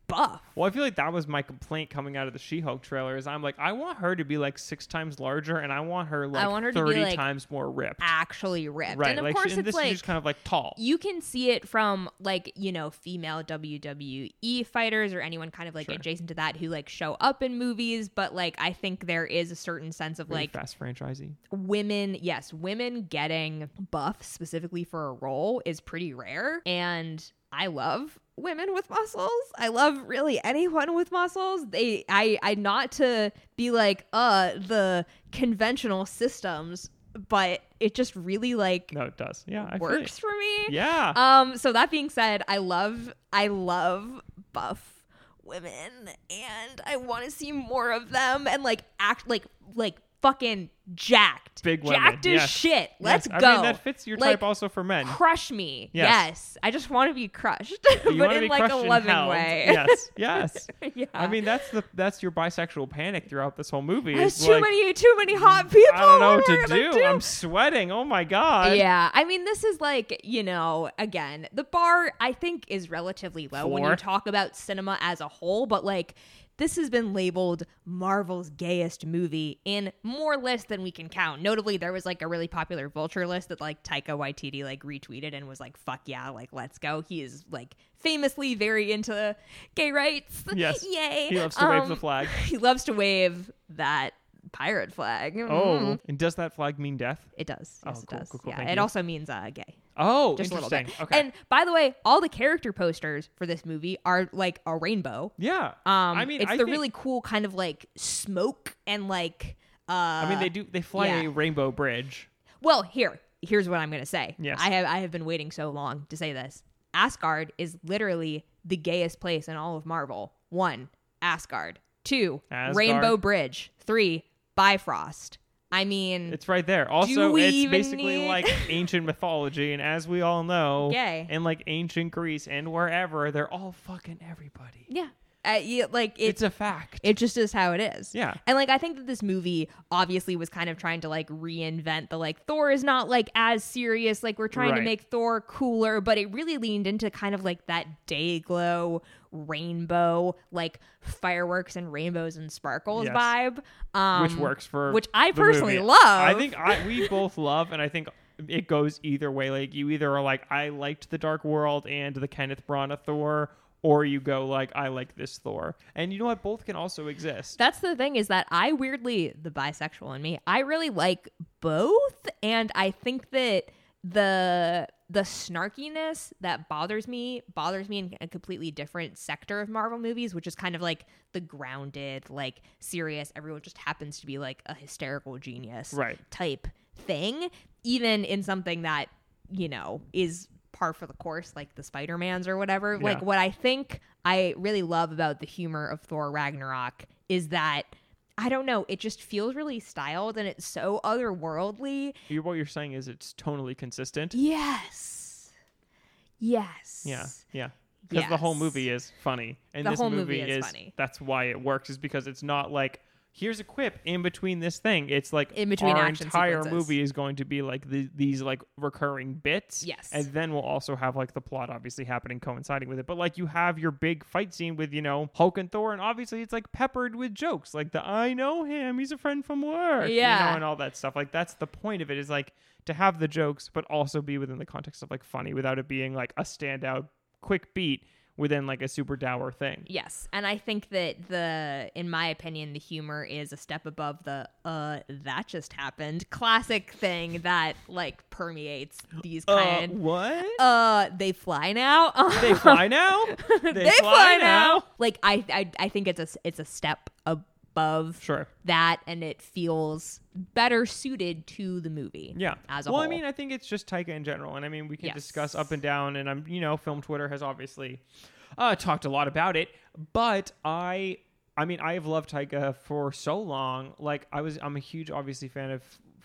Speaker 1: buff.
Speaker 2: Well, I feel like that was my complaint coming out of the She-Hulk trailer. Is I'm like, I want her to be like six times larger, and I want her like
Speaker 1: want her to be,
Speaker 2: thirty
Speaker 1: like,
Speaker 2: times more ripped.
Speaker 1: Actually ripped.
Speaker 2: right.
Speaker 1: And of
Speaker 2: like,
Speaker 1: course
Speaker 2: she, and
Speaker 1: it's
Speaker 2: this
Speaker 1: like
Speaker 2: is just kind of like tall.
Speaker 1: you can see it from like you know female WWE fighters or anyone kind of like
Speaker 2: Sure.
Speaker 1: adjacent to that who like show up in movies, but like I think there is a certain sense of
Speaker 2: Very
Speaker 1: like
Speaker 2: fast franchisee.
Speaker 1: women, yes, women getting buff specifically for a role is pretty rare and I love women with muscles. I love really anyone with muscles. They I I not to be like uh the conventional systems, but it just really like
Speaker 2: No, it does. Yeah, I feel you.
Speaker 1: works for me.
Speaker 2: Yeah.
Speaker 1: Um, so that being said, I love I love buff women and I want to see more of them and like act like like fucking jacked.
Speaker 2: Big women,
Speaker 1: jacked as
Speaker 2: yes.
Speaker 1: shit.
Speaker 2: Yes,
Speaker 1: Let's
Speaker 2: I
Speaker 1: go.
Speaker 2: mean, that fits your
Speaker 1: Like,
Speaker 2: type also for men.
Speaker 1: Crush me.
Speaker 2: Yes.
Speaker 1: Yes. I just want to be crushed.
Speaker 2: You
Speaker 1: but
Speaker 2: wanna
Speaker 1: in
Speaker 2: be
Speaker 1: like
Speaker 2: crushed
Speaker 1: a
Speaker 2: and
Speaker 1: loving
Speaker 2: held.
Speaker 1: way.
Speaker 2: Yes. Yes.
Speaker 1: yeah.
Speaker 2: I mean, that's the that's your bisexual panic throughout this whole movie.
Speaker 1: there's
Speaker 2: is
Speaker 1: too
Speaker 2: like,
Speaker 1: many too many hot people.
Speaker 2: I don't know what
Speaker 1: am I
Speaker 2: to
Speaker 1: gonna
Speaker 2: do. I'm sweating. Oh my god.
Speaker 1: Yeah, I mean, this is like you know, again, the bar I think is relatively low when
Speaker 2: Four.
Speaker 1: you talk about cinema as a whole, but like this has been labeled Marvel's gayest movie in more lists than we can count. Notably, there was like a really popular Vulture list that like Taika Waititi like retweeted and was like, "Fuck yeah, like let's go." He is like famously very into gay rights.
Speaker 2: Yes.
Speaker 1: yay!
Speaker 2: He loves to wave the
Speaker 1: Um,
Speaker 2: flag.
Speaker 1: He loves to wave that pirate flag.
Speaker 2: Oh,
Speaker 1: Mm-hmm.
Speaker 2: and does that flag mean death?
Speaker 1: It does.
Speaker 2: Oh,
Speaker 1: Yes, it
Speaker 2: cool,
Speaker 1: does.
Speaker 2: cool, cool.
Speaker 1: yeah,
Speaker 2: Thank
Speaker 1: it
Speaker 2: you.
Speaker 1: also means uh, gay.
Speaker 2: Oh,
Speaker 1: Just a little
Speaker 2: interesting.
Speaker 1: bit.
Speaker 2: Okay.
Speaker 1: And by the way, all the character posters for this movie are like a rainbow.
Speaker 2: yeah.
Speaker 1: Um,
Speaker 2: I mean,
Speaker 1: it's
Speaker 2: I
Speaker 1: the
Speaker 2: think-
Speaker 1: really cool kind of like smoke and like. Uh,
Speaker 2: I mean, they do. They fly
Speaker 1: yeah.
Speaker 2: a rainbow bridge.
Speaker 1: Well, here, here's what I'm gonna say.
Speaker 2: Yes.
Speaker 1: I have I have been waiting so long to say this. Asgard is literally the gayest place in all of Marvel. One, Asgard. Two,
Speaker 2: Asgard.
Speaker 1: Rainbow Bridge. Three, Bifrost. I mean,
Speaker 2: It's right there. Also,
Speaker 1: Mm. we
Speaker 2: it's
Speaker 1: even
Speaker 2: basically
Speaker 1: need-
Speaker 2: like ancient mythology, and as we all know,
Speaker 1: Gay.
Speaker 2: and like ancient Greece and wherever, they're all fucking everybody.
Speaker 1: yeah, uh, yeah like it,
Speaker 2: it's a fact.
Speaker 1: It just is how it is.
Speaker 2: Yeah.
Speaker 1: And like I think that this movie obviously was kind of trying to like reinvent the like Thor is not like as serious like we're trying
Speaker 2: Right.
Speaker 1: to make Thor cooler, but it really leaned into kind of like that day glow rainbow like fireworks and rainbows and sparkles
Speaker 2: Yes.
Speaker 1: vibe. Um
Speaker 2: which works for
Speaker 1: which I
Speaker 2: the
Speaker 1: personally
Speaker 2: movie.
Speaker 1: love.
Speaker 2: I think I, we both love, and I think it goes either way. Like you either are like I liked the Dark World and the Kenneth Branagh Thor, or you go like I like this Thor, and you know what? Both can also exist.
Speaker 1: That's the thing is that I weirdly, the bisexual in me, I really like both, and I think that the the snarkiness that bothers me bothers me in a completely different sector of Marvel movies, which is kind of like the grounded, like serious. Everyone just happens to be like a hysterical genius,
Speaker 2: Right.
Speaker 1: Type thing, even in something that you know is par for the course, like the Spider Mans or whatever.
Speaker 2: Yeah.
Speaker 1: Like what I think I really love about the humor of Thor Ragnarok is that I don't know, it just feels really styled and it's so otherworldly.
Speaker 2: You- what you're saying is it's tonally consistent.
Speaker 1: Yes. Yes.
Speaker 2: Yeah, yeah. Because the whole
Speaker 1: Yes.
Speaker 2: movie is funny, and
Speaker 1: The
Speaker 2: this
Speaker 1: whole movie is
Speaker 2: is
Speaker 1: funny.
Speaker 2: that's why it works. Is because it's not like here's a quip in between this thing. It's like
Speaker 1: In between
Speaker 2: our
Speaker 1: action
Speaker 2: entire
Speaker 1: sequences.
Speaker 2: movie is going to be like the, these like recurring bits.
Speaker 1: Yes.
Speaker 2: and then we'll also have like the plot obviously happening coinciding with it. But like you have your big fight scene with you know Hulk and Thor, and obviously it's like peppered with jokes like the I know him, he's a friend from work, you know,
Speaker 1: Yeah.
Speaker 2: and all that stuff. Like that's the point of it is like to have the jokes, but also be within the context of like funny without it being like a standout quick beat within like a super dour thing.
Speaker 1: Yes. And I think that the in my opinion, the humor is a step above the uh that just happened classic thing that like permeates these kind
Speaker 2: Uh, what?
Speaker 1: uh, they fly now.
Speaker 2: they fly now. They, fly, now.
Speaker 1: Like I, I, I think it's a, it's a step above
Speaker 2: Sure.
Speaker 1: that, and it feels better suited to the movie.
Speaker 2: Yeah.
Speaker 1: as a
Speaker 2: well,
Speaker 1: whole.
Speaker 2: I mean, I think it's just Taika in general, and I mean, we can
Speaker 1: Yes.
Speaker 2: discuss up and down, and I'm, you know, film Twitter has obviously uh, talked a lot about it, but I, I mean, I have loved Taika for so long. Like, I was, I'm a huge, obviously, fan of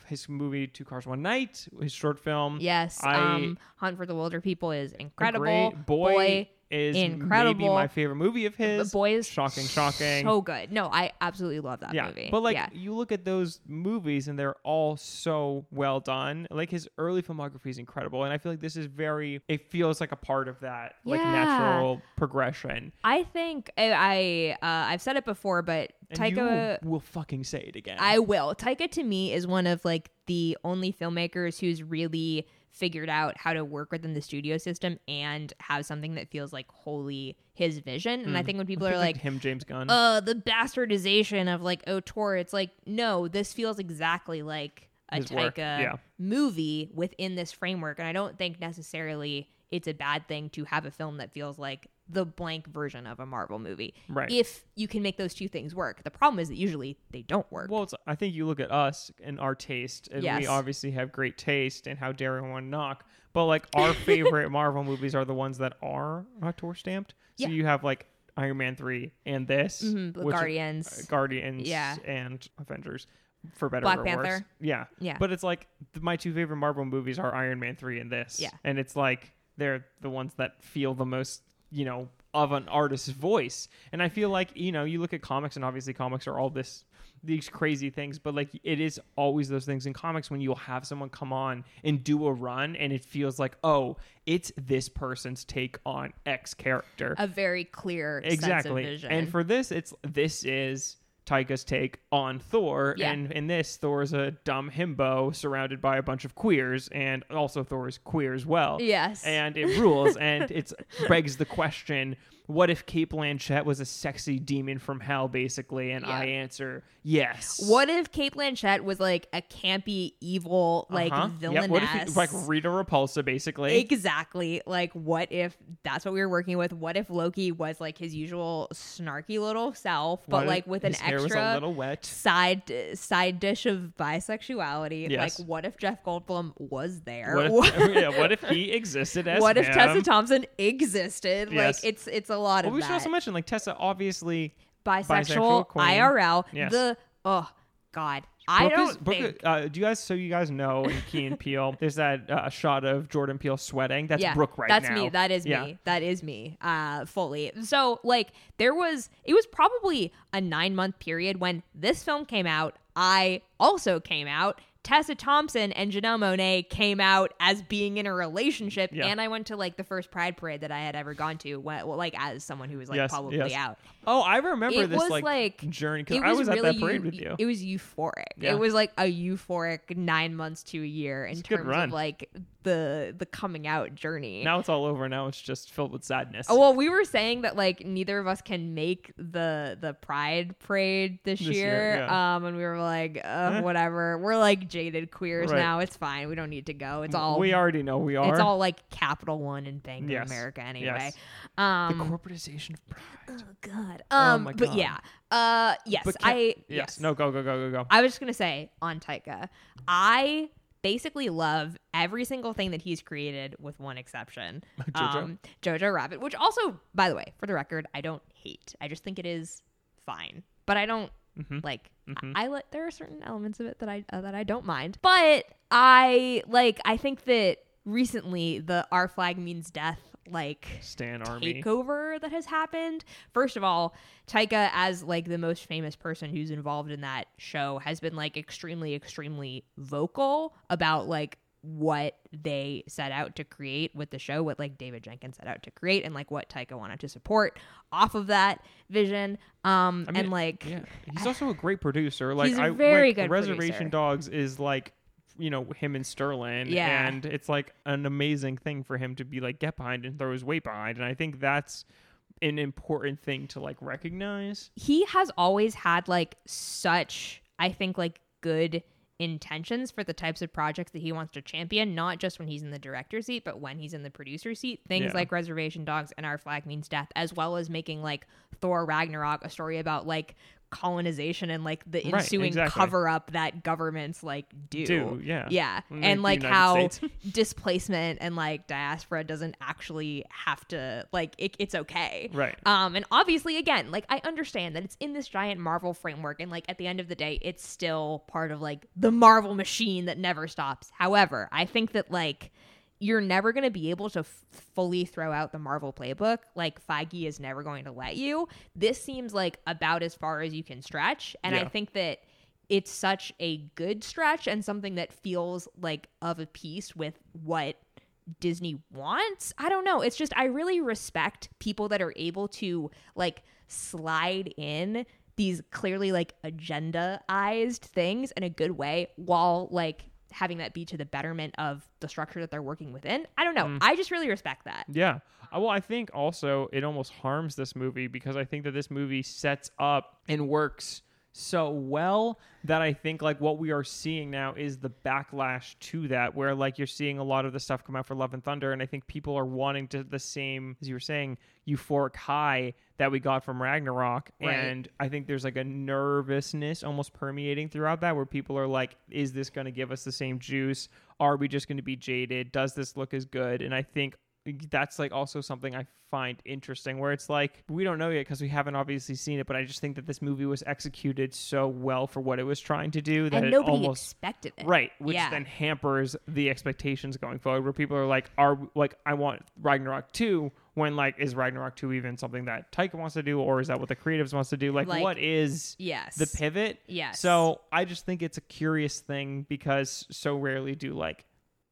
Speaker 2: his movie Two Cars One Night, his short film.
Speaker 1: Yes.
Speaker 2: I-
Speaker 1: um, Hunt for the Wilder People is incredible.
Speaker 2: Great boy, is maybe
Speaker 1: incredible.
Speaker 2: my favorite movie of
Speaker 1: the
Speaker 2: his.
Speaker 1: boy is
Speaker 2: shocking, shocking.
Speaker 1: so good. No, I absolutely love that
Speaker 2: yeah,
Speaker 1: movie.
Speaker 2: but like
Speaker 1: yeah.
Speaker 2: you look at those movies and they're all so well done. Like his early filmography is incredible, and I feel like this is very. It feels like a part of that, like
Speaker 1: Yeah.
Speaker 2: natural progression.
Speaker 1: I think I, I uh, I've said it before, but
Speaker 2: And
Speaker 1: Taika.
Speaker 2: you will fucking say it again.
Speaker 1: I will. Taika to me is one of like the only filmmakers who's really figured out how to work within the studio system and have something that feels like wholly his vision. And I think when people
Speaker 2: Mm. Think
Speaker 1: are like,
Speaker 2: him, James Gunn.
Speaker 1: uh the bastardization of like Otor. It's like no, this feels exactly like a
Speaker 2: His
Speaker 1: Taika
Speaker 2: work, yeah.
Speaker 1: movie within this framework, and I don't think necessarily it's a bad thing to have a film that feels like the blank version of a Marvel movie,
Speaker 2: Right.
Speaker 1: If you can make those two things work. The problem is that usually they don't work.
Speaker 2: Well, it's, I think you look at us and our taste, and we
Speaker 1: Yes.
Speaker 2: obviously have great taste. And how dare anyone knock? But like our favorite Marvel movies are the ones that are tour stamped.
Speaker 1: Yeah.
Speaker 2: So you have like Iron Man three and this,
Speaker 1: Mhm, the
Speaker 2: which-
Speaker 1: Guardians.
Speaker 2: uh, Guardians,
Speaker 1: Yeah.
Speaker 2: and Avengers, for better
Speaker 1: Black
Speaker 2: or worse.
Speaker 1: Panther.
Speaker 2: Yeah,
Speaker 1: Yeah.
Speaker 2: But it's like th- my two favorite Marvel movies are Iron Man three and this.
Speaker 1: Yeah.
Speaker 2: and it's like they're the ones that feel the most, you know. Of an artist's voice, and I feel like you know, you look at comics, and obviously comics are all this these crazy things, but like it is always those things in comics when you'll have someone come on and do a run and it feels like, oh, it's this person's take on X character.
Speaker 1: a very clear
Speaker 2: exactly.
Speaker 1: sense of vision.
Speaker 2: And for this, it's this is Taika's take on Thor.
Speaker 1: Yeah.
Speaker 2: And in this, Thor is a dumb himbo surrounded by a bunch of queers, and also Thor is queer as well.
Speaker 1: Yes.
Speaker 2: And it rules, and it begs the question. What if Kate Blanchett was a sexy demon from hell, basically? And
Speaker 1: Yeah.
Speaker 2: I answer yes.
Speaker 1: what if Kate Blanchett was like a campy, evil, like
Speaker 2: Uh-huh.
Speaker 1: villainess?
Speaker 2: Yeah, what if you- like Rita Repulsa, basically.
Speaker 1: Exactly. Like, what if that's what we were working with? What if Loki was like his usual snarky little self,
Speaker 2: What
Speaker 1: but
Speaker 2: if
Speaker 1: like with an
Speaker 2: his hair was a
Speaker 1: extra
Speaker 2: little wet.
Speaker 1: side side dish of bisexuality?
Speaker 2: Yes.
Speaker 1: Like, what if Jeff Goldblum was there?
Speaker 2: What if, yeah, what if he existed as
Speaker 1: what if
Speaker 2: him?
Speaker 1: Tessa Thompson existed?
Speaker 2: Yes.
Speaker 1: Like, it's it's a lot
Speaker 2: Well,
Speaker 1: of
Speaker 2: we should
Speaker 1: that.
Speaker 2: also mention, like Tessa, obviously. bisexual
Speaker 1: bisexual,
Speaker 2: queen.
Speaker 1: IRL.
Speaker 2: Yes.
Speaker 1: The oh god, I
Speaker 2: Brooke
Speaker 1: don't
Speaker 2: is- Brooke-
Speaker 1: think
Speaker 2: uh, do you guys? So you guys know in Key and Peele, there's that uh, shot of Jordan Peele sweating. That's
Speaker 1: yeah,
Speaker 2: Brooke right
Speaker 1: that's
Speaker 2: now.
Speaker 1: me. That is
Speaker 2: Yeah.
Speaker 1: me. That is me. Uh, fully. So like there was, it was probably a nine month period when this film came out. I also came out. Tessa Thompson and Janelle Monet came out as being in a relationship,
Speaker 2: Yeah.
Speaker 1: and I went to like the first Pride parade that I had ever gone to, when, well, like as someone who was like
Speaker 2: Yes,
Speaker 1: publicly
Speaker 2: yes.
Speaker 1: out.
Speaker 2: Oh, I remember
Speaker 1: It
Speaker 2: this
Speaker 1: was,
Speaker 2: like,
Speaker 1: like-
Speaker 2: journey because
Speaker 1: It
Speaker 2: I was
Speaker 1: really
Speaker 2: at that parade
Speaker 1: eu-
Speaker 2: with you.
Speaker 1: It was euphoric.
Speaker 2: Yeah.
Speaker 1: It was like a euphoric nine months to a year in
Speaker 2: It's a good
Speaker 1: terms
Speaker 2: run.
Speaker 1: of like the the coming out journey.
Speaker 2: now it's all over. Now it's just filled with sadness.
Speaker 1: Oh, well, we were saying that like neither of us can make the the Pride Parade this,
Speaker 2: This year,
Speaker 1: year,
Speaker 2: yeah.
Speaker 1: um, and we were like, uh,
Speaker 2: Eh.
Speaker 1: whatever. We're like jaded queers
Speaker 2: Right.
Speaker 1: now. It's fine. We don't need to go. It's all
Speaker 2: we already know we are.
Speaker 1: It's all like Capital One and Bank
Speaker 2: Yes.
Speaker 1: of America anyway.
Speaker 2: Yes. the
Speaker 1: Um,
Speaker 2: corporatization of pride.
Speaker 1: oh God.
Speaker 2: Oh,
Speaker 1: Um,
Speaker 2: my
Speaker 1: but
Speaker 2: God.
Speaker 1: yeah. Uh, yes,
Speaker 2: But can-
Speaker 1: I
Speaker 2: yes. No. Go. Go. Go. Go. Go.
Speaker 1: I was just gonna say on Taika, I basically love every single thing that he's created with one exception. Um,
Speaker 2: Jojo?
Speaker 1: Jojo Rabbit, which also, by the way, for the record, I don't hate. I just think it is fine, but I don't
Speaker 2: Mhm.
Speaker 1: like. I-
Speaker 2: Mhm.
Speaker 1: I, like there are certain elements of it that I uh, that I don't mind, but I like. I think that recently the Our Flag Means Death like
Speaker 2: Stan Army.
Speaker 1: takeover that has happened. First of all, Taika, as like the most famous person who's involved in that show, has been like extremely, extremely vocal about like what they set out to create with the show, what like David Jenkins set out to create, and like what Taika wanted to support off of that vision. Um,
Speaker 2: I mean,
Speaker 1: and like,
Speaker 2: yeah, he's also a great producer. Like
Speaker 1: He's a
Speaker 2: I
Speaker 1: very
Speaker 2: like,
Speaker 1: good
Speaker 2: Reservation
Speaker 1: producer.
Speaker 2: Dogs is like you know him and Sterling,
Speaker 1: Yeah.
Speaker 2: and it's like an amazing thing for him to be like get behind and throw his weight behind, and I think that's an important thing to like recognize.
Speaker 1: he has always had like such i think like good intentions for the types of projects that he wants to champion not just when he's in the director seat but when he's in the producer seat things
Speaker 2: Yeah.
Speaker 1: like reservation dogs and our flag means death as well as making like thor ragnarok a story about like colonization and like the
Speaker 2: Right,
Speaker 1: ensuing
Speaker 2: exactly.
Speaker 1: cover up that governments like do.
Speaker 2: Do, yeah.
Speaker 1: Yeah.
Speaker 2: In the
Speaker 1: and like
Speaker 2: United
Speaker 1: how
Speaker 2: States.
Speaker 1: displacement and like diaspora doesn't actually have to like it, it's okay.
Speaker 2: Right.
Speaker 1: Um and obviously again, like I understand that it's in this giant Marvel framework and like at the end of the day it's still part of like the Marvel machine that never stops. However, I think that like you're never going to be able to f- fully throw out the Marvel playbook. Like Feige is never going to let you. This seems like about as far as you can stretch, and I
Speaker 2: Yeah.
Speaker 1: think that it's such a good stretch and something that feels like of a piece with what Disney wants. I don't know. It's just I really respect people that are able to like slide in these clearly like agendaized things in a good way while like having that be to the betterment of the structure that they're working within. I don't know.
Speaker 2: Mm.
Speaker 1: I just really respect that.
Speaker 2: Yeah. Uh, Well, I think also it almost harms this movie because I think that this movie sets up and works so well that I think like what we are seeing now is the backlash to that where like you're seeing a lot of the stuff come out for Love and Thunder and I think people are wanting to the same as you were saying euphoric high that we got from Ragnarok
Speaker 1: Right.
Speaker 2: and I think there's like a nervousness almost permeating throughout that where people are like is this going to give us the same juice are we just going to be jaded does this look as good and I think that's like also something I find interesting where it's like we don't know yet because we haven't obviously seen it, but I just think that this movie was executed so well for what it was trying to do that
Speaker 1: And
Speaker 2: it
Speaker 1: nobody
Speaker 2: almost
Speaker 1: expected it.
Speaker 2: right, which
Speaker 1: Yeah.
Speaker 2: then hampers the expectations going forward where people are like, are like I want Ragnarok two when like is Ragnarok two even something that Taika wants to do or is that what the creatives wants to do? Like,
Speaker 1: Like,
Speaker 2: what is
Speaker 1: Yes.
Speaker 2: the pivot?
Speaker 1: Yes.
Speaker 2: So I just think it's a curious thing because so rarely do like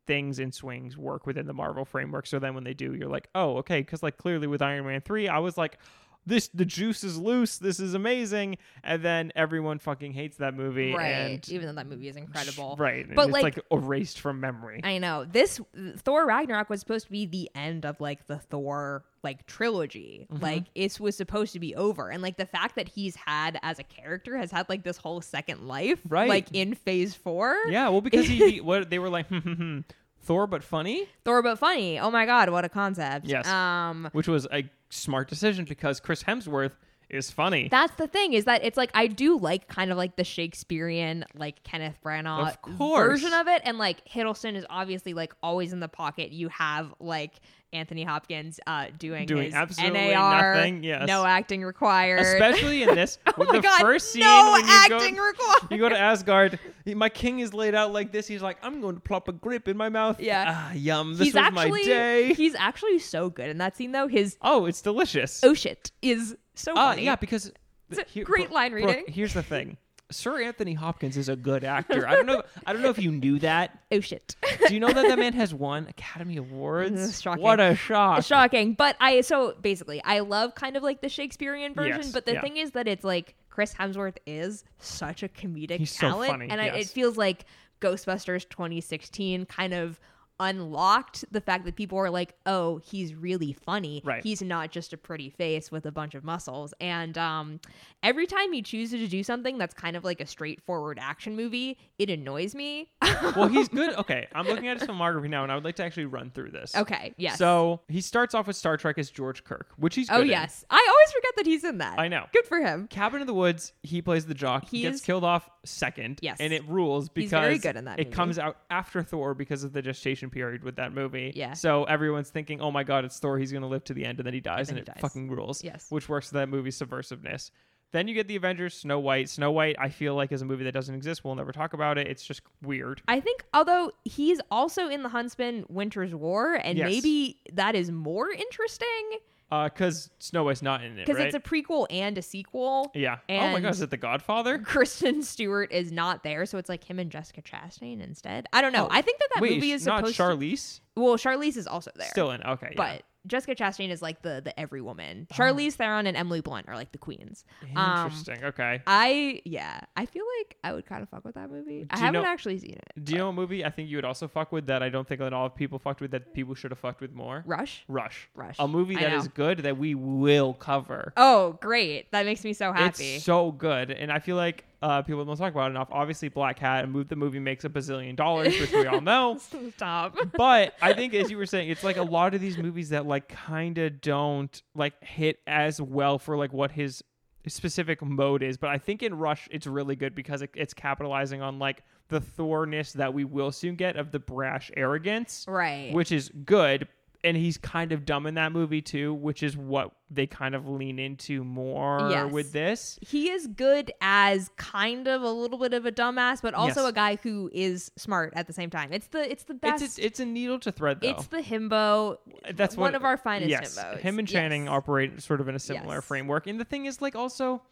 Speaker 2: things and swings work within the Marvel framework. So then when they do, you're like, oh, okay. Because like clearly with Iron Man 3, I was like, this, the juice is loose. This is amazing. And then everyone fucking hates that movie.
Speaker 1: right.
Speaker 2: And
Speaker 1: Even though that movie is incredible.
Speaker 2: Right. and
Speaker 1: But,
Speaker 2: it's
Speaker 1: like-
Speaker 2: like erased from memory.
Speaker 1: I know. This Thor Ragnarok was supposed to be the end of like the Thor like trilogy.
Speaker 2: Mm-hmm.
Speaker 1: Like it was supposed to be over. And like the fact that he's had as a character has had like this whole second life
Speaker 2: Right.
Speaker 1: like in phase 4.
Speaker 2: yeah. Well, because he, what they were like, hmm, hmm, hmm, Thor, but funny,
Speaker 1: Thor but funny. Oh my god, what a concept.
Speaker 2: Yes.
Speaker 1: Um
Speaker 2: which was a smart decision because Chris Hemsworth is funny.
Speaker 1: that's the thing is that it's like I do like kind of like the Shakespearean like Kenneth Branagh
Speaker 2: Of course.
Speaker 1: version of it, and like Hiddleston is obviously like always in the pocket. You have like Anthony Hopkins uh, doing
Speaker 2: Doing
Speaker 1: his
Speaker 2: absolutely
Speaker 1: NAR,
Speaker 2: nothing, yes.
Speaker 1: no acting required.
Speaker 2: Especially in this,
Speaker 1: oh
Speaker 2: with
Speaker 1: my
Speaker 2: the
Speaker 1: god,
Speaker 2: first scene
Speaker 1: no
Speaker 2: when you go-
Speaker 1: acting required.
Speaker 2: You go to Asgard. My king is laid out like this. He's like, I'm going to plop a grip in my mouth.
Speaker 1: Yeah.
Speaker 2: Ah, yum. This
Speaker 1: he's
Speaker 2: was
Speaker 1: actually
Speaker 2: my day.
Speaker 1: he's actually so good in that scene though. His
Speaker 2: oh, it's delicious.
Speaker 1: oh shit is so
Speaker 2: Ah,
Speaker 1: funny.
Speaker 2: yeah, because
Speaker 1: It's a great line reading.
Speaker 2: here's the thing. Sir Anthony Hopkins is a good actor. I don't know. I don't know if you knew that.
Speaker 1: Oh shit.
Speaker 2: Do you know that that man has won Academy Awards?
Speaker 1: That's Mm, shocking.
Speaker 2: What a shock!
Speaker 1: It's shocking. But I so basically I love kind of like the Shakespearean version,
Speaker 2: Yes,
Speaker 1: but the
Speaker 2: yeah.
Speaker 1: thing is that it's like Chris Hemsworth is such a comedic
Speaker 2: He's so
Speaker 1: talent,
Speaker 2: funny,
Speaker 1: and I, it
Speaker 2: yes.
Speaker 1: feels like Ghostbusters 2016 kind of unlocked the fact that people are like, "Oh, he's really funny.
Speaker 2: Right.
Speaker 1: He's not just a pretty face with a bunch of muscles." And um, every time he chooses to do something that's kind of like a straightforward action movie, it annoys me.
Speaker 2: well, he's good. Okay, I'm looking at his filmography now, and I would like to actually run through this.
Speaker 1: okay, yes.
Speaker 2: So he starts off with Star Trek as George Kirk, which he's
Speaker 1: oh
Speaker 2: good in.
Speaker 1: yes, I always forget that he's in that.
Speaker 2: I know.
Speaker 1: Good for him.
Speaker 2: Cabin in the Woods, he plays the jock. He
Speaker 1: He
Speaker 2: gets
Speaker 1: is-
Speaker 2: killed off second.
Speaker 1: Yes.
Speaker 2: And it rules because
Speaker 1: He's very good in that
Speaker 2: it
Speaker 1: movie.
Speaker 2: comes out after Thor because of the gestation period with that movie.
Speaker 1: Yeah.
Speaker 2: So everyone's thinking, oh my God, it's Thor. He's going to live to the end. And then he dies
Speaker 1: then
Speaker 2: and,
Speaker 1: he
Speaker 2: it
Speaker 1: dies.
Speaker 2: fucking rules.
Speaker 1: Yes.
Speaker 2: Which works to that movie's subversiveness. Then you get the Avengers, Snow White. Snow White, I feel like, is a movie that doesn't exist. We'll never talk about it. It's just weird.
Speaker 1: I think, although he's also in the Huntsman Winter's War, and
Speaker 2: Yes.
Speaker 1: maybe that is more interesting
Speaker 2: Because uh, Snow White's not in it,
Speaker 1: because
Speaker 2: right?
Speaker 1: it's a prequel and a sequel.
Speaker 2: yeah. oh my
Speaker 1: and-
Speaker 2: God, is it The Godfather?
Speaker 1: Kristen Stewart is not there, so it's like him and Jessica Chastain instead. I don't know.
Speaker 2: Oh,
Speaker 1: I think that that
Speaker 2: Wait,
Speaker 1: movie is
Speaker 2: not
Speaker 1: supposed.
Speaker 2: Charlize?
Speaker 1: to, well, Charlize is also there,
Speaker 2: Still in. Okay. yeah.
Speaker 1: but Jessica Chastain is like the the every woman. Charlize Theron and Emily Blunt are like the queens. Um,
Speaker 2: Interesting. okay.
Speaker 1: I yeah, I feel like I would kind of fuck with that movie. I
Speaker 2: Do you
Speaker 1: haven't
Speaker 2: know-
Speaker 1: actually seen it.
Speaker 2: Do you know a movie I think you would also fuck with that I don't think that all people fucked with that people should have fucked with more?
Speaker 1: Rush.
Speaker 2: Rush.
Speaker 1: Rush.
Speaker 2: A movie
Speaker 1: I
Speaker 2: that
Speaker 1: know.
Speaker 2: is good that we will cover.
Speaker 1: Oh, great! That makes me so happy.
Speaker 2: It's so good, and I feel like uh, people don't talk about it enough. Obviously, Black Hat, a move the movie makes a bazillion dollars, which we all know.
Speaker 1: Stop.
Speaker 2: But I think, as you were saying, it's like a lot of these movies that like kind of don't like hit as well for like what his specific mode is, but I think in Rush it's really good because it, it's capitalizing on like the thorness that we will soon get of the brash arrogance,
Speaker 1: Right.
Speaker 2: which is good. And he's kind of dumb in that movie too, which is what they kind of lean into more
Speaker 1: Yes.
Speaker 2: with this.
Speaker 1: he is good as kind of a little bit of a dumbass, but also
Speaker 2: Yes.
Speaker 1: a guy who is smart at the same time. It's the it's the best.
Speaker 2: It's a, it's a needle to thread though.
Speaker 1: It's the himbo.
Speaker 2: That's
Speaker 1: one
Speaker 2: what-
Speaker 1: of our finest
Speaker 2: yes,
Speaker 1: himbos.
Speaker 2: Him and Channing
Speaker 1: Yes.
Speaker 2: operate sort of in a similar
Speaker 1: Yes.
Speaker 2: framework. And the thing is, like, also,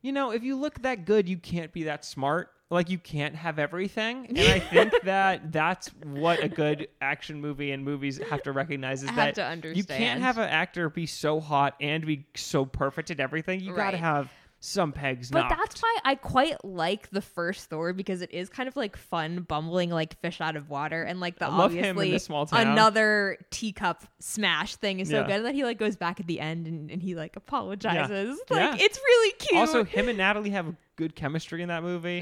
Speaker 2: you know, if you look that good, you can't be that smart. Like, you can't have everything. And I think that that's what a good action movie and movies have to recognize is
Speaker 1: Have
Speaker 2: that
Speaker 1: to
Speaker 2: you
Speaker 1: understand.
Speaker 2: can't have an actor be so hot and be so perfect at everything. You got to
Speaker 1: Right.
Speaker 2: have some pegs
Speaker 1: But
Speaker 2: knocked.
Speaker 1: that's why I quite like the first Thor because it is kind of like fun, bumbling like fish out of water, and like the
Speaker 2: I love him in
Speaker 1: obviously
Speaker 2: the small town.
Speaker 1: another teacup smash thing is so
Speaker 2: Yeah.
Speaker 1: good that he like goes back at the end and, and he like apologizes.
Speaker 2: Yeah.
Speaker 1: Like it's really cute.
Speaker 2: also, him and Natalie have good chemistry in that movie.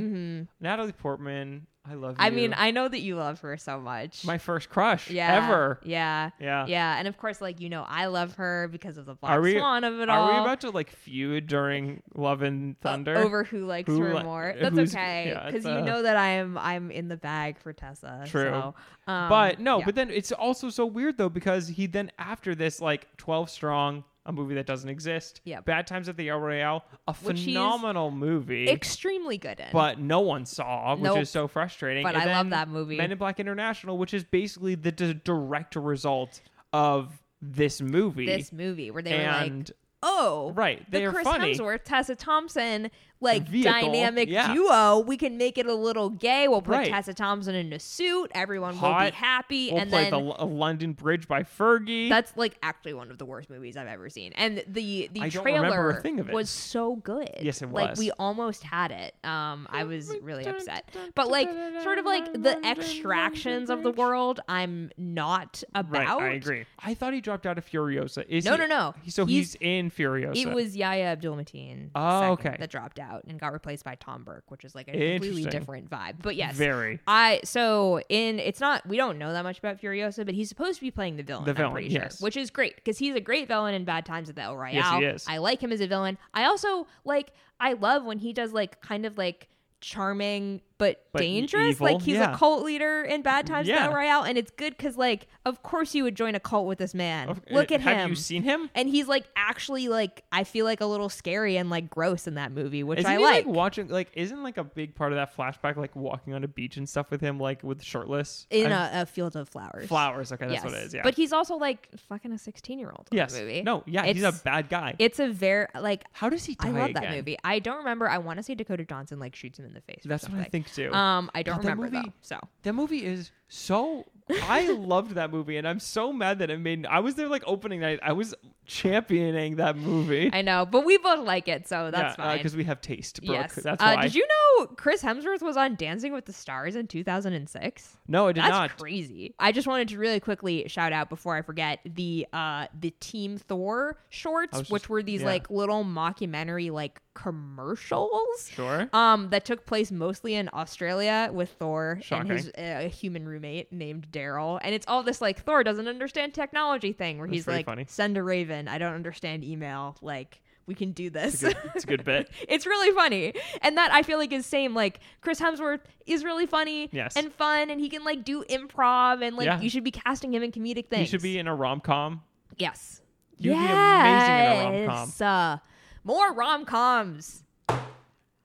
Speaker 2: Natalie Portman, I love you.
Speaker 1: Mm-hmm. I mean, I know that you love her so much.
Speaker 2: my first crush
Speaker 1: yeah,
Speaker 2: ever.
Speaker 1: Yeah,
Speaker 2: Yeah.
Speaker 1: yeah, and of course, like you know, I love her because of the Black
Speaker 2: Are we-
Speaker 1: Swan of it all. Uh,
Speaker 2: Are we about to like feud during Love and Thunder?
Speaker 1: over who likes
Speaker 2: Who
Speaker 1: her
Speaker 2: li-
Speaker 1: more. That's
Speaker 2: who's-
Speaker 1: okay
Speaker 2: yeah, it's,
Speaker 1: because
Speaker 2: uh,
Speaker 1: you know that I'm I'm in the bag for Tessa.
Speaker 2: True.
Speaker 1: so, um,
Speaker 2: but no,
Speaker 1: yeah.
Speaker 2: but then it's also so weird though because he then after this like Twelve Strong, a movie that doesn't exist,
Speaker 1: Yep.
Speaker 2: Bad Times at the El Royale, a
Speaker 1: Which he's
Speaker 2: phenomenal movie,
Speaker 1: extremely good in.
Speaker 2: but no one saw, which
Speaker 1: Nope.
Speaker 2: is so frustrating.
Speaker 1: But
Speaker 2: And
Speaker 1: I love
Speaker 2: then
Speaker 1: that movie.
Speaker 2: Men in Black International, which is basically the d- direct result of this movie.
Speaker 1: this movie where they were
Speaker 2: and
Speaker 1: like, oh,
Speaker 2: right, they
Speaker 1: the
Speaker 2: are
Speaker 1: Chris
Speaker 2: funny.
Speaker 1: Hemsworth, Tessa Thompson, like
Speaker 2: Vehicle,
Speaker 1: dynamic
Speaker 2: yeah.
Speaker 1: duo. We can make it a little gay. We'll put
Speaker 2: Right.
Speaker 1: Tessa Thompson in a suit. Everyone will
Speaker 2: Hot.
Speaker 1: be happy,
Speaker 2: we'll
Speaker 1: and
Speaker 2: play
Speaker 1: then.
Speaker 2: the L- uh, London Bridge by Fergie.
Speaker 1: that's like actually one of the worst movies I've ever seen, and the the
Speaker 2: I don't remember a
Speaker 1: trailer
Speaker 2: thing of it.
Speaker 1: was so good.
Speaker 2: Yes, it
Speaker 1: Like
Speaker 2: was.
Speaker 1: we almost had it. Um, I was really upset, but like sort of like the extractions of the world, I'm not
Speaker 2: Right,
Speaker 1: about.
Speaker 2: I agree. I thought he dropped out of Furiosa. Is
Speaker 1: No,
Speaker 2: he-
Speaker 1: no, no.
Speaker 2: he- So
Speaker 1: He's-
Speaker 2: he's, in Furiosa.
Speaker 1: It was Yaya Abdul Mateen
Speaker 2: Oh, okay.
Speaker 1: that dropped out and got replaced by Tom Burke, which is like a completely
Speaker 2: Interesting.
Speaker 1: different vibe. But yes,
Speaker 2: very.
Speaker 1: I so in it's not we don't know that much about Furiosa, but he's supposed to be playing the villain.
Speaker 2: The
Speaker 1: I'm
Speaker 2: villain,
Speaker 1: pretty
Speaker 2: yes.
Speaker 1: sure, which is great because he's a great villain in Bad Times at the El Royale.
Speaker 2: Yes, he is.
Speaker 1: I like him as a villain. I also like I love when he does like kind of like charming but,
Speaker 2: But e-,
Speaker 1: dangerous.
Speaker 2: evil,
Speaker 1: Like he's
Speaker 2: yeah.
Speaker 1: a cult leader in Bad Times at
Speaker 2: Yeah.
Speaker 1: the El Royale, and it's good because like of course you would join a cult with this man.
Speaker 2: Of- uh,
Speaker 1: Look at
Speaker 2: have
Speaker 1: him.
Speaker 2: you seen him?
Speaker 1: and he's like actually like I feel like a little scary and like gross in that movie, which
Speaker 2: Isn't
Speaker 1: I
Speaker 2: he,
Speaker 1: like.
Speaker 2: watching like isn't like a big part of that flashback like walking on a beach and stuff with him like with shirtless
Speaker 1: in
Speaker 2: I-
Speaker 1: a, a field of flowers.
Speaker 2: flowers. Okay, that's what it is. Yeah.
Speaker 1: But he's also like fucking a 16 year old in
Speaker 2: yes.
Speaker 1: the movie.
Speaker 2: No. Yeah. he's a
Speaker 1: It's-
Speaker 2: bad guy.
Speaker 1: It's a very, like,
Speaker 2: How does he die
Speaker 1: I love
Speaker 2: again?
Speaker 1: that movie. I don't remember. I want to say Dakota Johnson, like, shoots him in the face. or
Speaker 2: That's what I
Speaker 1: something.
Speaker 2: think too.
Speaker 1: Um, I don't
Speaker 2: God, that
Speaker 1: remember,
Speaker 2: movie-
Speaker 1: though. So,
Speaker 2: That movie is so. I loved that movie, and I'm so mad that it made. I was there like opening night. I was championing that movie.
Speaker 1: I know. But we both like it, so that's
Speaker 2: yeah, uh,
Speaker 1: fine.
Speaker 2: because we have taste. Brooke.
Speaker 1: yes.
Speaker 2: That's
Speaker 1: uh,
Speaker 2: why.
Speaker 1: Did you know Chris Hemsworth was on Dancing with the Stars in 2006?
Speaker 2: No, I did
Speaker 1: That's
Speaker 2: not.
Speaker 1: crazy. I just wanted to really quickly shout out before I forget the uh the Team Thor shorts,
Speaker 2: was
Speaker 1: which
Speaker 2: just-
Speaker 1: were these
Speaker 2: yeah.
Speaker 1: like little mockumentary like commercials.
Speaker 2: Sure.
Speaker 1: Um, that took place mostly in Australia with Thor and his
Speaker 2: Shocking.
Speaker 1: uh, human roommate named Daryl, and it's all this like Thor doesn't understand technology thing where
Speaker 2: That's
Speaker 1: he's
Speaker 2: pretty
Speaker 1: like,
Speaker 2: funny.
Speaker 1: "Send a raven. I don't understand email. Like, we can do this."
Speaker 2: It's a good- it's a good bit.
Speaker 1: it's really funny and that i feel like is same like chris hemsworth is really funny
Speaker 2: Yes.
Speaker 1: and fun and he can like do improv and like
Speaker 2: Yeah.
Speaker 1: you should be casting him in comedic things
Speaker 2: You should be in a rom com.
Speaker 1: yes
Speaker 2: You'd
Speaker 1: yes.
Speaker 2: be amazing in a rom com.
Speaker 1: uh, more rom-coms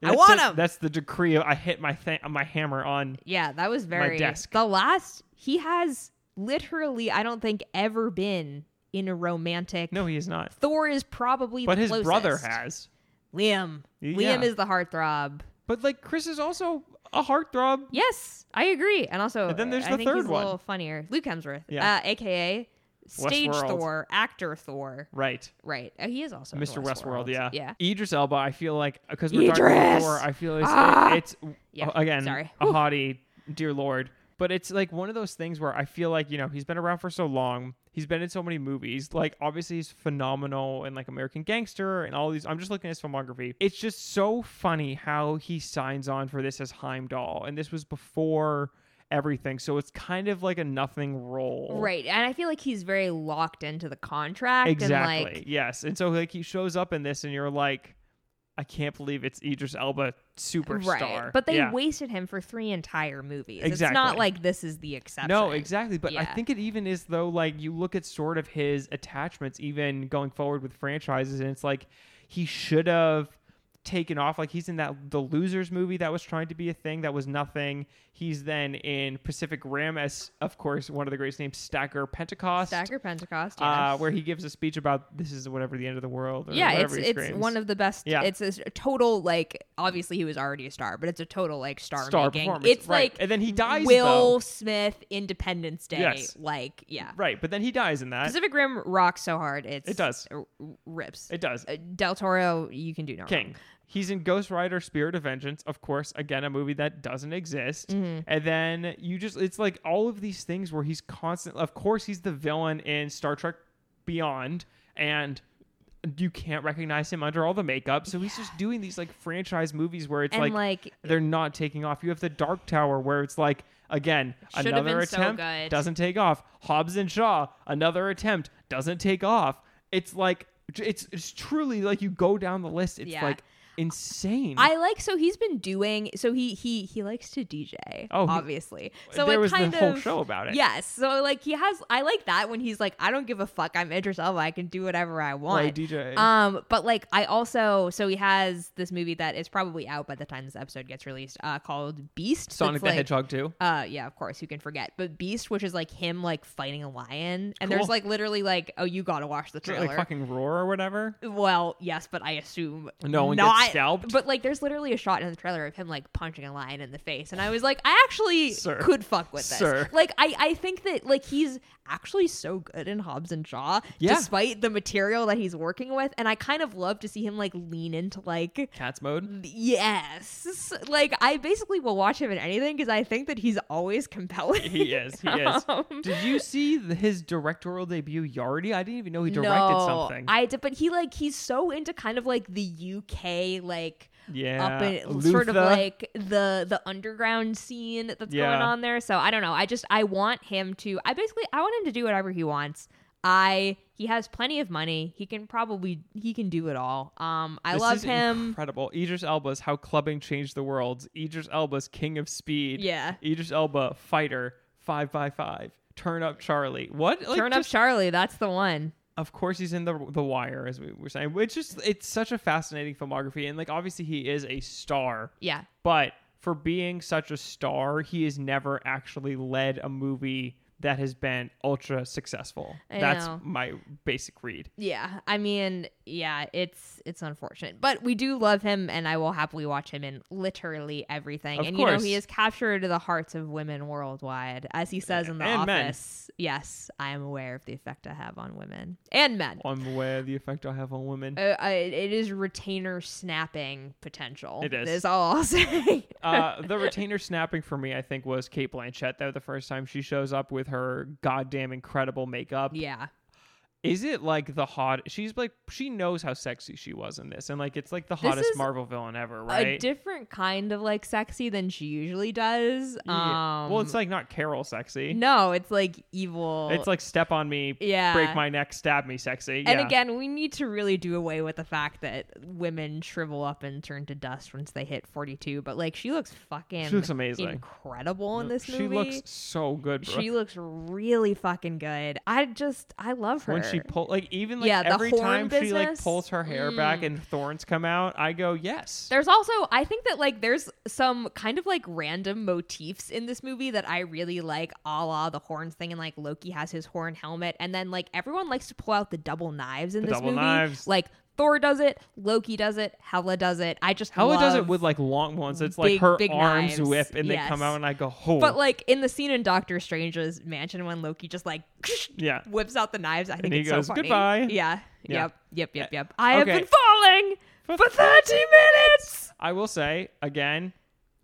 Speaker 1: I want 'em.
Speaker 2: That's the decree. Of, I hit my th- my hammer on.
Speaker 1: yeah that was very
Speaker 2: desk.
Speaker 1: the last he has literally i don't think ever been in a romantic
Speaker 2: No, he is not.
Speaker 1: thor is probably
Speaker 2: But
Speaker 1: the
Speaker 2: his brother
Speaker 1: closest.
Speaker 2: has.
Speaker 1: liam
Speaker 2: Y- yeah.
Speaker 1: liam is the heartthrob
Speaker 2: But like Chris is also a heartthrob.
Speaker 1: Yes, I agree. And also,
Speaker 2: And then there's
Speaker 1: I
Speaker 2: the
Speaker 1: think
Speaker 2: third
Speaker 1: he's
Speaker 2: one.
Speaker 1: a little funnier. Luke Hemsworth,
Speaker 2: Yeah.
Speaker 1: uh, aka stage
Speaker 2: Westworld.
Speaker 1: Thor, actor Thor.
Speaker 2: Right,
Speaker 1: Right, Uh, he is also in
Speaker 2: Mr. Westworld. Yeah,
Speaker 1: yeah,
Speaker 2: Idris Elba. I feel like because we're talking
Speaker 1: Idris!
Speaker 2: before, I feel it's,
Speaker 1: Ah!
Speaker 2: it's
Speaker 1: Yeah,
Speaker 2: again
Speaker 1: sorry.
Speaker 2: a
Speaker 1: Whew.
Speaker 2: hottie, dear lord. But it's like one of those things where I feel like you know he's been around for so long. He's been in so many movies. Like obviously he's phenomenal in like American Gangster and all these. I'm just looking at his filmography. It's just so funny how he signs on for this as Heimdall, and this was before everything. So it's kind of like a nothing role.
Speaker 1: Right, and I feel like he's very locked into the contract.
Speaker 2: Exactly.
Speaker 1: And like,
Speaker 2: yes. And so like he shows up in this, and you're like, I can't believe it's Idris Elba superstar.
Speaker 1: Right. But they
Speaker 2: Yeah.
Speaker 1: wasted him for three entire movies. It's not
Speaker 2: Exactly.
Speaker 1: like this is the exception.
Speaker 2: No, exactly. But I
Speaker 1: Yeah.
Speaker 2: think it even is though, like you look at sort of his attachments even going forward with franchises, and it's like he should have taken off. Like he's in that the losers movie that was trying to be a thing that was nothing. He's then in Pacific Rim as of course one of the greatest names, Stacker Pentecost.
Speaker 1: Stacker Pentecost. Yeah.
Speaker 2: Uh, where he gives a speech about this is whatever the end of the world. Or
Speaker 1: yeah,
Speaker 2: whatever
Speaker 1: it's
Speaker 2: he
Speaker 1: it's
Speaker 2: screams.
Speaker 1: one of the best.
Speaker 2: Yeah.
Speaker 1: It's a s- total like obviously he was already a star, but it's a total like star,
Speaker 2: star
Speaker 1: making.
Speaker 2: performance.
Speaker 1: It's
Speaker 2: right.
Speaker 1: like
Speaker 2: and then he dies.
Speaker 1: Will
Speaker 2: though.
Speaker 1: Smith Independence Day.
Speaker 2: Yes.
Speaker 1: Like yeah,
Speaker 2: Right, but then he dies in that.
Speaker 1: Pacific Rim rocks so hard. It's,
Speaker 2: It does.
Speaker 1: r- rips.
Speaker 2: It does.
Speaker 1: Uh, Del Toro, you can do no wrong.
Speaker 2: King. He's in Ghost Rider Spirit of Vengeance, of course, again a movie that doesn't exist.
Speaker 1: Mm-hmm.
Speaker 2: And then you just it's like all of these things where he's constant of course he's the villain in Star Trek Beyond and you can't recognize him under all the makeup. So he's just doing these like franchise movies where it's
Speaker 1: And
Speaker 2: like,
Speaker 1: like
Speaker 2: they're not taking off. You have the Dark Tower where it's like again
Speaker 1: Should've
Speaker 2: another
Speaker 1: been so
Speaker 2: attempt
Speaker 1: good.
Speaker 2: doesn't take off. Hobbs and Shaw another attempt doesn't take off. It's like it's it's truly like you go down the list. It's
Speaker 1: Yeah.
Speaker 2: like insane.
Speaker 1: I like so he's been doing so he he he likes to DJ.
Speaker 2: Oh,
Speaker 1: Oh,
Speaker 2: he-
Speaker 1: obviously. So
Speaker 2: there
Speaker 1: it
Speaker 2: was the
Speaker 1: kind
Speaker 2: whole
Speaker 1: of,
Speaker 2: show about it.
Speaker 1: Yes. So like he has I like that when he's like I don't give a fuck. I'm Idris Elba. I can do whatever I
Speaker 2: Play
Speaker 1: want.
Speaker 2: DJ.
Speaker 1: Um, but like I also so he has this movie that is probably out by the time this episode gets released, uh, called Beast. that's,
Speaker 2: Sonic the
Speaker 1: like-
Speaker 2: Hedgehog too.
Speaker 1: Uh, yeah, of course, who can forget? But Beast, which is like him like fighting a lion, and
Speaker 2: Cool.
Speaker 1: there's like literally like oh you gotta watch the
Speaker 2: Is it
Speaker 1: trailer.
Speaker 2: Like fucking roar or whatever.
Speaker 1: Well, yes, but I assume
Speaker 2: No one gets
Speaker 1: not,
Speaker 2: scalped?
Speaker 1: But like, there's literally a shot in the trailer of him like punching a lion in the face, and I was like, I actually
Speaker 2: Sir.
Speaker 1: could fuck with this.
Speaker 2: Sir.
Speaker 1: Like, I I think that like he's actually so good in Hobbs and Shaw,
Speaker 2: Yeah.
Speaker 1: despite the material that he's working with, and I kind of love to see him like lean into like.
Speaker 2: Cats mode.
Speaker 1: Yes. Like I basically will watch him in anything because I think that he's always compelling.
Speaker 2: He is. He is.
Speaker 1: Um,
Speaker 2: Did you see the, his directorial debut, Yardi? I didn't even know he directed
Speaker 1: no,
Speaker 2: something.
Speaker 1: I did, but he like he's so into kind of like the UK like
Speaker 2: yeah.
Speaker 1: up in sort of
Speaker 2: Luther.
Speaker 1: like the the underground scene that's
Speaker 2: Yeah.
Speaker 1: going on there. So I don't know. I just I want him to. I basically I want him to do whatever he wants. I he has plenty of money. He can probably he can do it all. Um, I
Speaker 2: This
Speaker 1: love
Speaker 2: is
Speaker 1: him.
Speaker 2: Incredible. Idris Elba's How Clubbing Changed the World. Idris Elba's King of Speed.
Speaker 1: Yeah.
Speaker 2: Idris Elba, Fighter, 5 by 5 Turn Up Charlie. What? Like,
Speaker 1: Turn
Speaker 2: just-
Speaker 1: up Charlie. That's the one.
Speaker 2: Of course, he's in the the Wire, as we were saying. Which just it's such a fascinating filmography, and like obviously he is a star,
Speaker 1: Yeah.
Speaker 2: but for being such a star, he has never actually led a movie that has been ultra successful.
Speaker 1: I
Speaker 2: That's
Speaker 1: know.
Speaker 2: my basic read.
Speaker 1: Yeah, I mean, yeah, it's it's unfortunate, but we do love him, and I will happily watch him in literally everything.
Speaker 2: Of
Speaker 1: and you
Speaker 2: course.
Speaker 1: know, he has captured the hearts of women worldwide, as he says in the
Speaker 2: And men.
Speaker 1: office. Yes, I am aware of the effect I have on women and men.
Speaker 2: I'm aware of the effect I have on women.
Speaker 1: Uh, I- it is retainer snapping potential.
Speaker 2: It is.
Speaker 1: Is all I'll say.
Speaker 2: uh, the retainer snapping for me, I think, was Kate Blanchett. Though the first time she shows up with her goddamn incredible makeup,
Speaker 1: yeah,
Speaker 2: is it like the hot? She's like she knows how sexy she was in this, and like it's like the
Speaker 1: This
Speaker 2: hottest
Speaker 1: is
Speaker 2: Marvel villain ever,
Speaker 1: a
Speaker 2: right?
Speaker 1: different kind of like sexy than she usually does.
Speaker 2: Yeah.
Speaker 1: Um,
Speaker 2: well, it's like not Carol sexy.
Speaker 1: no, it's like evil.
Speaker 2: it's like step on me,
Speaker 1: yeah,
Speaker 2: break my neck, stab me, sexy.
Speaker 1: And
Speaker 2: yeah.
Speaker 1: again, we need to really do away with the fact that women shrivel up and turn to dust once they hit 42. But like, she looks fucking
Speaker 2: She looks amazing.
Speaker 1: incredible in this movie.
Speaker 2: she looks so good. Bro.
Speaker 1: she looks really fucking good. I just I love her.
Speaker 2: when she pull like even like
Speaker 1: Yeah, the
Speaker 2: every
Speaker 1: horn
Speaker 2: time she like
Speaker 1: business. Mm.
Speaker 2: pulls her hair back and thorns come out, I go yes.
Speaker 1: there's also I think that like there's some kind of like random motifs in this movie that I really like, a la the horns thing, and like Loki has his horn helmet, and then like everyone likes to pull out the double knives in
Speaker 2: The
Speaker 1: this
Speaker 2: double
Speaker 1: movie.
Speaker 2: knives.
Speaker 1: Like Thor does it, Loki does it, Hela does it. I just
Speaker 2: Hella does it
Speaker 1: love-
Speaker 2: with like long ones. It's like
Speaker 1: big-
Speaker 2: her
Speaker 1: big
Speaker 2: arms
Speaker 1: knives.
Speaker 2: whip and they
Speaker 1: Yes.
Speaker 2: come out, and I go, oh,
Speaker 1: But like in the scene in Doctor Strange's mansion when Loki just like
Speaker 2: yeah.
Speaker 1: whips out the knives, I think
Speaker 2: he
Speaker 1: it's
Speaker 2: goes,
Speaker 1: so funny.
Speaker 2: "Goodbye."
Speaker 1: Yeah.
Speaker 2: Yeah.
Speaker 1: Yep. Yep. Yep. Yep. I
Speaker 2: okay.
Speaker 1: have been falling for thirty minutes.
Speaker 2: I will say again,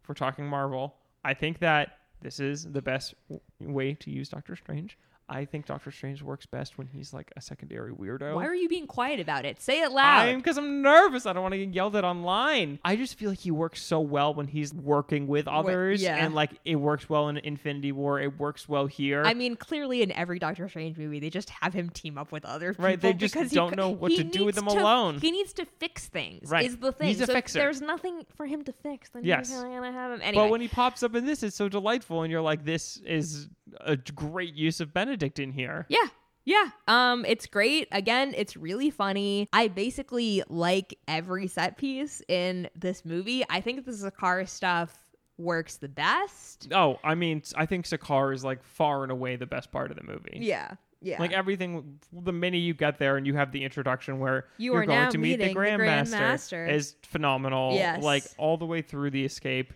Speaker 2: if we're talking Marvel, I think that this is the best w- way to use Doctor Strange. I think Doctor Strange works best when he's like a secondary weirdo.
Speaker 1: Why are you being quiet about it? Say it loud.
Speaker 2: I'm because I'm nervous. I don't want to get yelled at online. I just feel like he works so well when he's working with others,
Speaker 1: yeah.
Speaker 2: and like it works well in Infinity War. It works well here.
Speaker 1: I mean, clearly in every Doctor Strange movie, they just have him team up with other people.
Speaker 2: Right, they just
Speaker 1: because he
Speaker 2: don't
Speaker 1: c-
Speaker 2: know what
Speaker 1: he
Speaker 2: to do with
Speaker 1: needs
Speaker 2: them alone.
Speaker 1: He needs to fix things.
Speaker 2: Right.
Speaker 1: is the thing.
Speaker 2: He's a
Speaker 1: So if
Speaker 2: fixer.
Speaker 1: There's nothing for him to fix. Then
Speaker 2: Yes.
Speaker 1: you're gonna have him anyway.
Speaker 2: But when he pops up in this, it's so delightful, and you're like, this is a great use of Benedict in here.
Speaker 1: yeah. Yeah. Um it's great. Again, it's really funny. I basically like every set piece in this movie. I think the Zakara stuff works the best.
Speaker 2: Oh, I mean, I think Sakar is like far and away the best part of the movie.
Speaker 1: Yeah. Yeah.
Speaker 2: Like everything, the minute you get there and you have the introduction where
Speaker 1: You
Speaker 2: are
Speaker 1: are
Speaker 2: going
Speaker 1: now
Speaker 2: to meet
Speaker 1: meeting
Speaker 2: the
Speaker 1: the
Speaker 2: Grandmaster,
Speaker 1: Grandmaster.
Speaker 2: is phenomenal.
Speaker 1: Yes.
Speaker 2: Like all the way through the escape.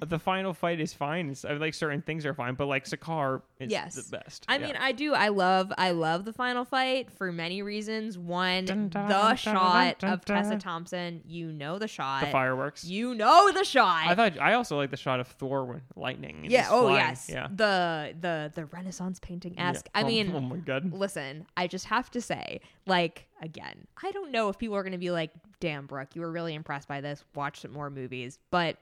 Speaker 2: The final fight is fine. It's, I mean, like certain things are fine, but like Sakar is
Speaker 1: Yes.
Speaker 2: the best.
Speaker 1: I
Speaker 2: Yeah.
Speaker 1: mean, I do. I love. I love the final fight for many reasons. One,
Speaker 2: Dun, dun,
Speaker 1: the
Speaker 2: dun,
Speaker 1: shot
Speaker 2: dun,
Speaker 1: of
Speaker 2: dun.
Speaker 1: Tessa Thompson. You know the shot.
Speaker 2: the fireworks.
Speaker 1: You know the shot.
Speaker 2: I thought I also like the shot of Thor when lightning. is
Speaker 1: yeah. Oh
Speaker 2: flying.
Speaker 1: yes.
Speaker 2: Yeah.
Speaker 1: The the the Renaissance painting esque.
Speaker 2: Yeah.
Speaker 1: I
Speaker 2: Oh,
Speaker 1: mean,
Speaker 2: oh my god.
Speaker 1: listen. I just have to say, like, again, I don't know if people are going to be like, "Damn, Brooke, you were really impressed by this. Watch some more movies," but.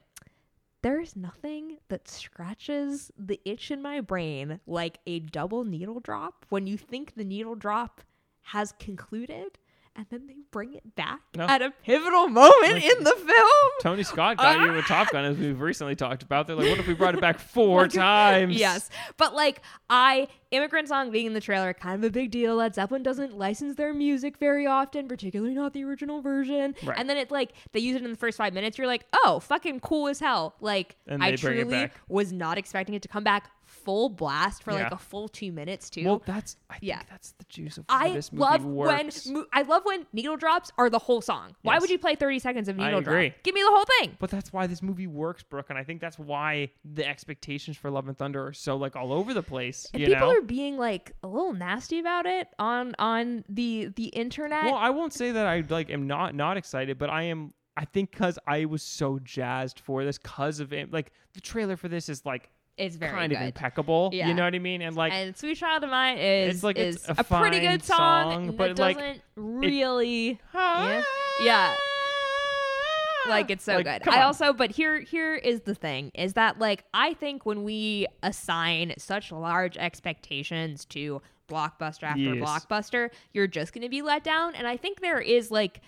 Speaker 1: There's nothing that scratches the itch in my brain like a double needle drop when you think the needle drop has concluded and then they bring it back
Speaker 2: No.
Speaker 1: at a pivotal moment
Speaker 2: Like-
Speaker 1: in the film.
Speaker 2: Tony Scott got you with Top Gun, as we've recently talked about. They're like, what if we brought it back four
Speaker 1: Like,
Speaker 2: times?
Speaker 1: Yes. But like I immigrant song being in the trailer kind of a big deal. Led Zeppelin doesn't license their music very often, particularly not the original version.
Speaker 2: Right.
Speaker 1: And then it like they use it in the first 5 minutes you're like, "Oh, fucking cool as hell." Like
Speaker 2: And
Speaker 1: I
Speaker 2: they bring it
Speaker 1: truly
Speaker 2: back.
Speaker 1: was not expecting it to come back full blast for like
Speaker 2: Yeah.
Speaker 1: a full 2 minutes too.
Speaker 2: Well, that's I think
Speaker 1: Yeah.
Speaker 2: that's the juice of why
Speaker 1: I
Speaker 2: this movie
Speaker 1: love when
Speaker 2: works.
Speaker 1: mo- I love when needle drops are the whole song. Why
Speaker 2: Yes.
Speaker 1: would you play 30 seconds of
Speaker 2: I
Speaker 1: needle
Speaker 2: agree.
Speaker 1: drop? Give me the whole thing.
Speaker 2: but that's why this movie works, Brooke, and I think that's why the expectations for Love and Thunder are so like all over the place.
Speaker 1: And
Speaker 2: you
Speaker 1: people
Speaker 2: know.
Speaker 1: are being like a little nasty about it on on the the internet.
Speaker 2: well, I won't say that I like am not not excited, but I am. I think because I was so jazzed for this, because of it. Like the trailer for this is like
Speaker 1: it's very
Speaker 2: kind
Speaker 1: good.
Speaker 2: of impeccable.
Speaker 1: Yeah.
Speaker 2: You know what I mean? And like
Speaker 1: and "Sweet Child of Mine" is
Speaker 2: It's like
Speaker 1: is
Speaker 2: it's
Speaker 1: a,
Speaker 2: a
Speaker 1: pretty
Speaker 2: fine
Speaker 1: good song,
Speaker 2: song,
Speaker 1: and
Speaker 2: but,
Speaker 1: it
Speaker 2: like,
Speaker 1: doesn't really
Speaker 2: Yeah.
Speaker 1: Yeah. like it's so
Speaker 2: Like,
Speaker 1: good.
Speaker 2: come
Speaker 1: I
Speaker 2: on.
Speaker 1: also but here here is the thing is that like I think when we assign such large expectations to blockbuster after
Speaker 2: Yes.
Speaker 1: blockbuster, you're just going to be let down and I think there is like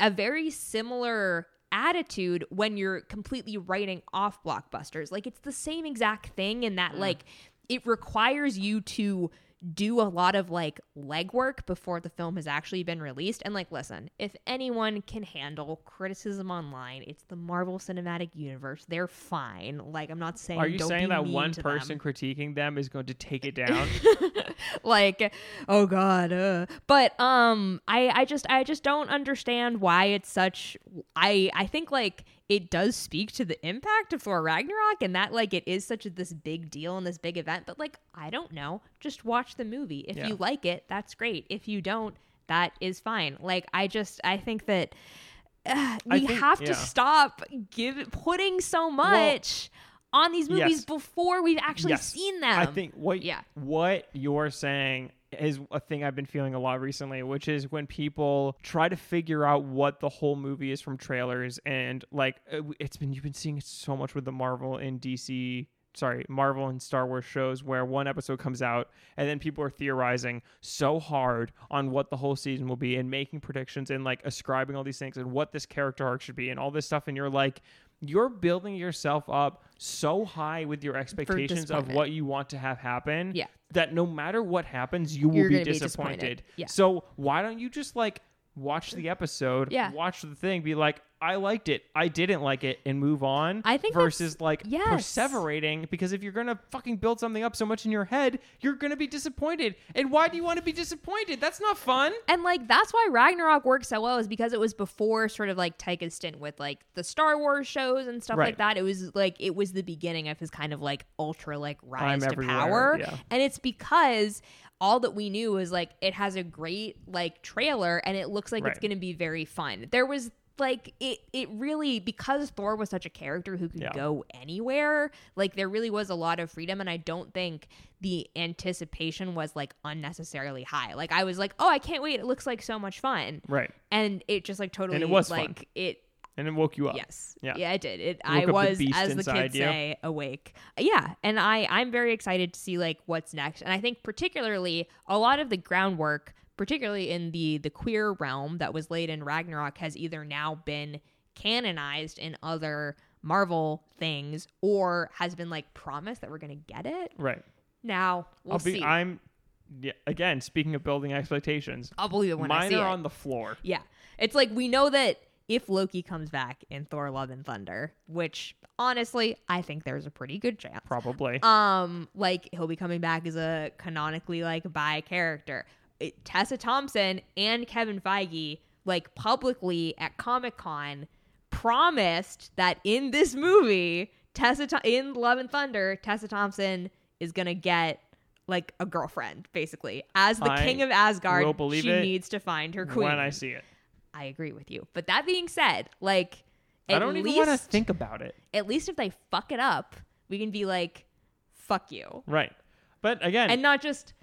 Speaker 1: a very similar attitude when you're completely writing off blockbusters. Like it's the same exact thing in
Speaker 2: Mm.
Speaker 1: that like it requires you to do a lot of like legwork before the film has actually been released. And like, listen, if anyone can handle criticism online, it's the Marvel Cinematic Universe. They're fine. Like, I'm not saying
Speaker 2: Are you
Speaker 1: don't be
Speaker 2: saying that
Speaker 1: mean
Speaker 2: one
Speaker 1: to
Speaker 2: person critiquing them is going to take it down?
Speaker 1: them. like, oh god. Uh. But um, I I just I just don't understand why it's such. I I think like it does speak to the impact of Thor Ragnarok and that like it is such a, this big deal and this big event. But like, I don't know. Just watch the movie. If
Speaker 2: Yeah.
Speaker 1: you like it, that's great. If you don't, that is fine. Like, I just I think that. Uh,
Speaker 2: I
Speaker 1: we
Speaker 2: think-
Speaker 1: have
Speaker 2: yeah.
Speaker 1: to stop give putting so much on these movies
Speaker 2: yes.
Speaker 1: before we've actually
Speaker 2: Yes.
Speaker 1: seen them.
Speaker 2: I think what
Speaker 1: yeah.
Speaker 2: what you're saying is a thing I've been feeling a lot recently, which is when people try to figure out what the whole movie is from trailers and like uh, it's been you've been seeing it so much with the Marvel and DC sorry, Marvel and Star Wars shows where one episode comes out and then people are theorizing so hard on what the whole season will be and making predictions and like ascribing all these things and what this character arc should be and all this stuff and you're like you're building yourself up so high with your expectations of
Speaker 1: disappointment.
Speaker 2: what you want to have happen
Speaker 1: Yeah.
Speaker 2: that no matter what happens you
Speaker 1: You're
Speaker 2: will be
Speaker 1: gonna be
Speaker 2: disappointed.
Speaker 1: disappointed. Yeah.
Speaker 2: so why don't you just like watch the episode
Speaker 1: Yeah.
Speaker 2: watch the thing be like i liked it i didn't like it and move on
Speaker 1: I think that's-
Speaker 2: versus like
Speaker 1: Yes.
Speaker 2: perseverating because if you're gonna fucking build something up so much in your head you're gonna be disappointed and why do you want to be disappointed that's not fun
Speaker 1: And like that's why Ragnarok worked so well is because it was before sort of like Taika's stint with like the Star Wars shows and stuff like
Speaker 2: Right.
Speaker 1: that. It was like it was the beginning of his kind of like ultra like rise to
Speaker 2: everywhere,
Speaker 1: power.
Speaker 2: yeah.
Speaker 1: And it's because all that we knew was like it has a great like trailer and it looks like it's
Speaker 2: Right.
Speaker 1: going to be very fun. There was like it it really because Thor was such a character who could
Speaker 2: Yeah.
Speaker 1: go anywhere, like there really was a lot of freedom and I don't think the anticipation was like unnecessarily high. Like I was like, "Oh, I can't wait. It looks like so much fun."
Speaker 2: Right.
Speaker 1: And it just like totally
Speaker 2: was fun.
Speaker 1: like it
Speaker 2: And it woke you up.
Speaker 1: Yes.
Speaker 2: Yeah.
Speaker 1: Yeah. I did. It.
Speaker 2: woke
Speaker 1: I
Speaker 2: up the
Speaker 1: was,
Speaker 2: beast
Speaker 1: as the
Speaker 2: inside
Speaker 1: kids
Speaker 2: you.
Speaker 1: say, awake. Yeah, and I. I'm very excited to see like what's next, and I think particularly a lot of the groundwork, particularly in the the queer realm that was laid in Ragnarok, has either now been canonized in other Marvel things or has been like promised that we're gonna get it.
Speaker 2: Right.
Speaker 1: Now we'll
Speaker 2: I'll be
Speaker 1: see. I,
Speaker 2: I'm yeah, again, speaking of building expectations,
Speaker 1: will believe it when I
Speaker 2: mine
Speaker 1: see it.
Speaker 2: are on the floor.
Speaker 1: Yeah. It's like we know that if Loki comes back in Thor Love and Thunder, which honestly, I think there's a pretty good chance.
Speaker 2: Probably.
Speaker 1: Um, like he'll be coming back as a canonically like bi character. It- Tessa Thompson and Kevin Feige, like publicly at Comic Con, promised that in this movie, Tessa Tho- in Love and Thunder, Tessa Thompson is gonna get like a girlfriend, basically. As the
Speaker 2: I
Speaker 1: king of Asgard,
Speaker 2: will believe
Speaker 1: she
Speaker 2: it
Speaker 1: needs to find her queen.
Speaker 2: When I see it.
Speaker 1: I agree with you. But that being said, like at
Speaker 2: I don't
Speaker 1: least,
Speaker 2: even want to think about it.
Speaker 1: at least if they fuck it up, we can be like, fuck you.
Speaker 2: Right. But again,
Speaker 1: And not just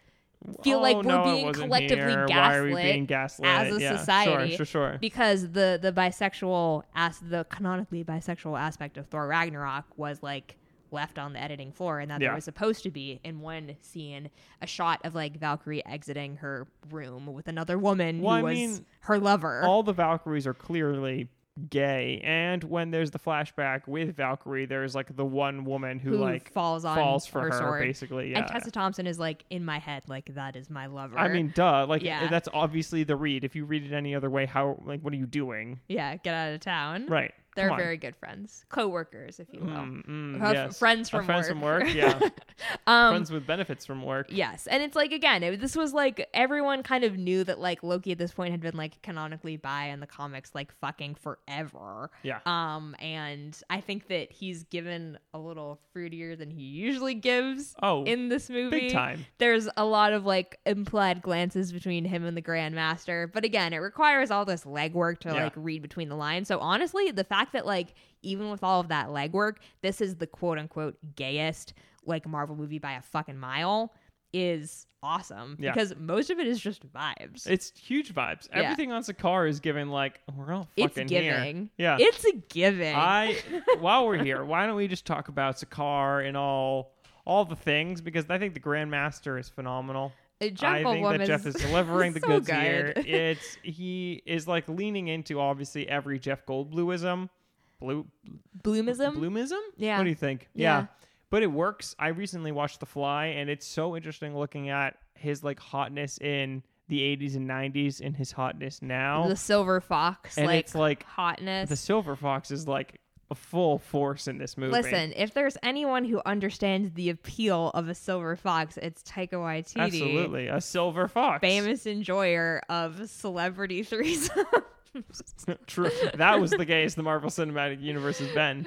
Speaker 1: feel
Speaker 2: oh,
Speaker 1: like we're
Speaker 2: no, I
Speaker 1: being
Speaker 2: wasn't
Speaker 1: collectively
Speaker 2: here. Why are we being gaslit
Speaker 1: as a
Speaker 2: Yeah, sure,
Speaker 1: society.
Speaker 2: Sure, sure,
Speaker 1: because the the bisexual as the canonically bisexual aspect of Thor Ragnarok was like left on the editing floor and that
Speaker 2: Yeah.
Speaker 1: there was supposed to be in one scene a shot of like Valkyrie exiting her room with another woman
Speaker 2: Well, I
Speaker 1: who was
Speaker 2: mean,
Speaker 1: her lover.
Speaker 2: All the Valkyries are clearly gay, and when there's the flashback with Valkyrie, there's like the one woman who,
Speaker 1: Who
Speaker 2: like
Speaker 1: falls on
Speaker 2: falls for
Speaker 1: her sword.
Speaker 2: basically. Yeah.
Speaker 1: And Tessa Thompson is like in my head, like that is my lover.
Speaker 2: I mean, duh. Like
Speaker 1: Yeah.
Speaker 2: that's obviously the read. If you read it any other way, how like what are you doing?
Speaker 1: yeah, get out of town.
Speaker 2: Right.
Speaker 1: Mm-hmm. they're
Speaker 2: Come on.
Speaker 1: very good friends, co-workers, if you will.
Speaker 2: Mm, mm,
Speaker 1: Uh, f-
Speaker 2: yes.
Speaker 1: friends
Speaker 2: Uh,
Speaker 1: from
Speaker 2: friends
Speaker 1: work.
Speaker 2: from work. Yeah.
Speaker 1: Um,
Speaker 2: friends with benefits from work.
Speaker 1: Yes, and it's like again, it, this was like everyone kind of knew that like Loki at this point had been like canonically bi in the comics like fucking forever.
Speaker 2: Yeah.
Speaker 1: Um, and I think that he's given a little fruitier than he usually gives
Speaker 2: Oh,
Speaker 1: in this movie.
Speaker 2: big time.
Speaker 1: There's a lot of like implied glances between him and the Grandmaster, but again, it requires all this legwork to
Speaker 2: Yeah.
Speaker 1: like read between the lines. So honestly, the fact that like even with all of that legwork, this is the quote unquote gayest like Marvel movie by a fucking mile is awesome
Speaker 2: Yeah.
Speaker 1: because most of it is just vibes.
Speaker 2: It's huge vibes.
Speaker 1: Yeah.
Speaker 2: Everything on Sakaar is given like we're all
Speaker 1: It's
Speaker 2: fucking here.
Speaker 1: giving.
Speaker 2: Yeah.
Speaker 1: It's a giving.
Speaker 2: I while we're here, why don't we just talk about Sakaar and all all the things because I think the Grandmaster is phenomenal.
Speaker 1: A Jungle
Speaker 2: I think
Speaker 1: Woman
Speaker 2: that Jeff is delivering the
Speaker 1: so
Speaker 2: goods
Speaker 1: good.
Speaker 2: here. It's he is like leaning into obviously every Jeff Goldbluism, blue
Speaker 1: Bloomism.
Speaker 2: Bloomism?
Speaker 1: Yeah.
Speaker 2: What do you think?
Speaker 1: Yeah.
Speaker 2: But it works. I recently watched The Fly and it's so interesting looking at his like hotness in the 80s and 90s and his hotness now.
Speaker 1: the silver fox
Speaker 2: and
Speaker 1: like,
Speaker 2: it's like
Speaker 1: hotness
Speaker 2: the silver fox is like a full force in this movie.
Speaker 1: Listen, if there's anyone who understands the appeal of a silver fox, it's Taika Waititi,
Speaker 2: Absolutely. A silver fox.
Speaker 1: famous enjoyer of celebrity threesomes.
Speaker 2: True. That was the gayest the Marvel Cinematic Universe has been.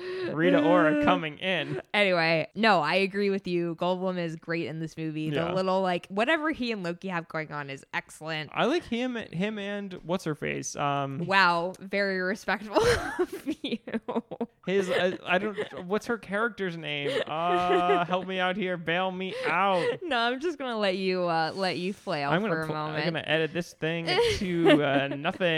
Speaker 2: Rita Ora coming in.
Speaker 1: anyway, no, I agree with you. Goldblum is great in this movie.
Speaker 2: Yeah.
Speaker 1: The little like whatever he and Loki have going on is excellent.
Speaker 2: I like him him and what's her face? Um
Speaker 1: Wow, very respectful of you.
Speaker 2: his I, I don't what's her character's name? Uh help me out here. Bail me out.
Speaker 1: No, I'm just gonna let you uh, let you flail
Speaker 2: I'm gonna
Speaker 1: for a
Speaker 2: pl-
Speaker 1: moment.
Speaker 2: I'm gonna edit this thing to uh,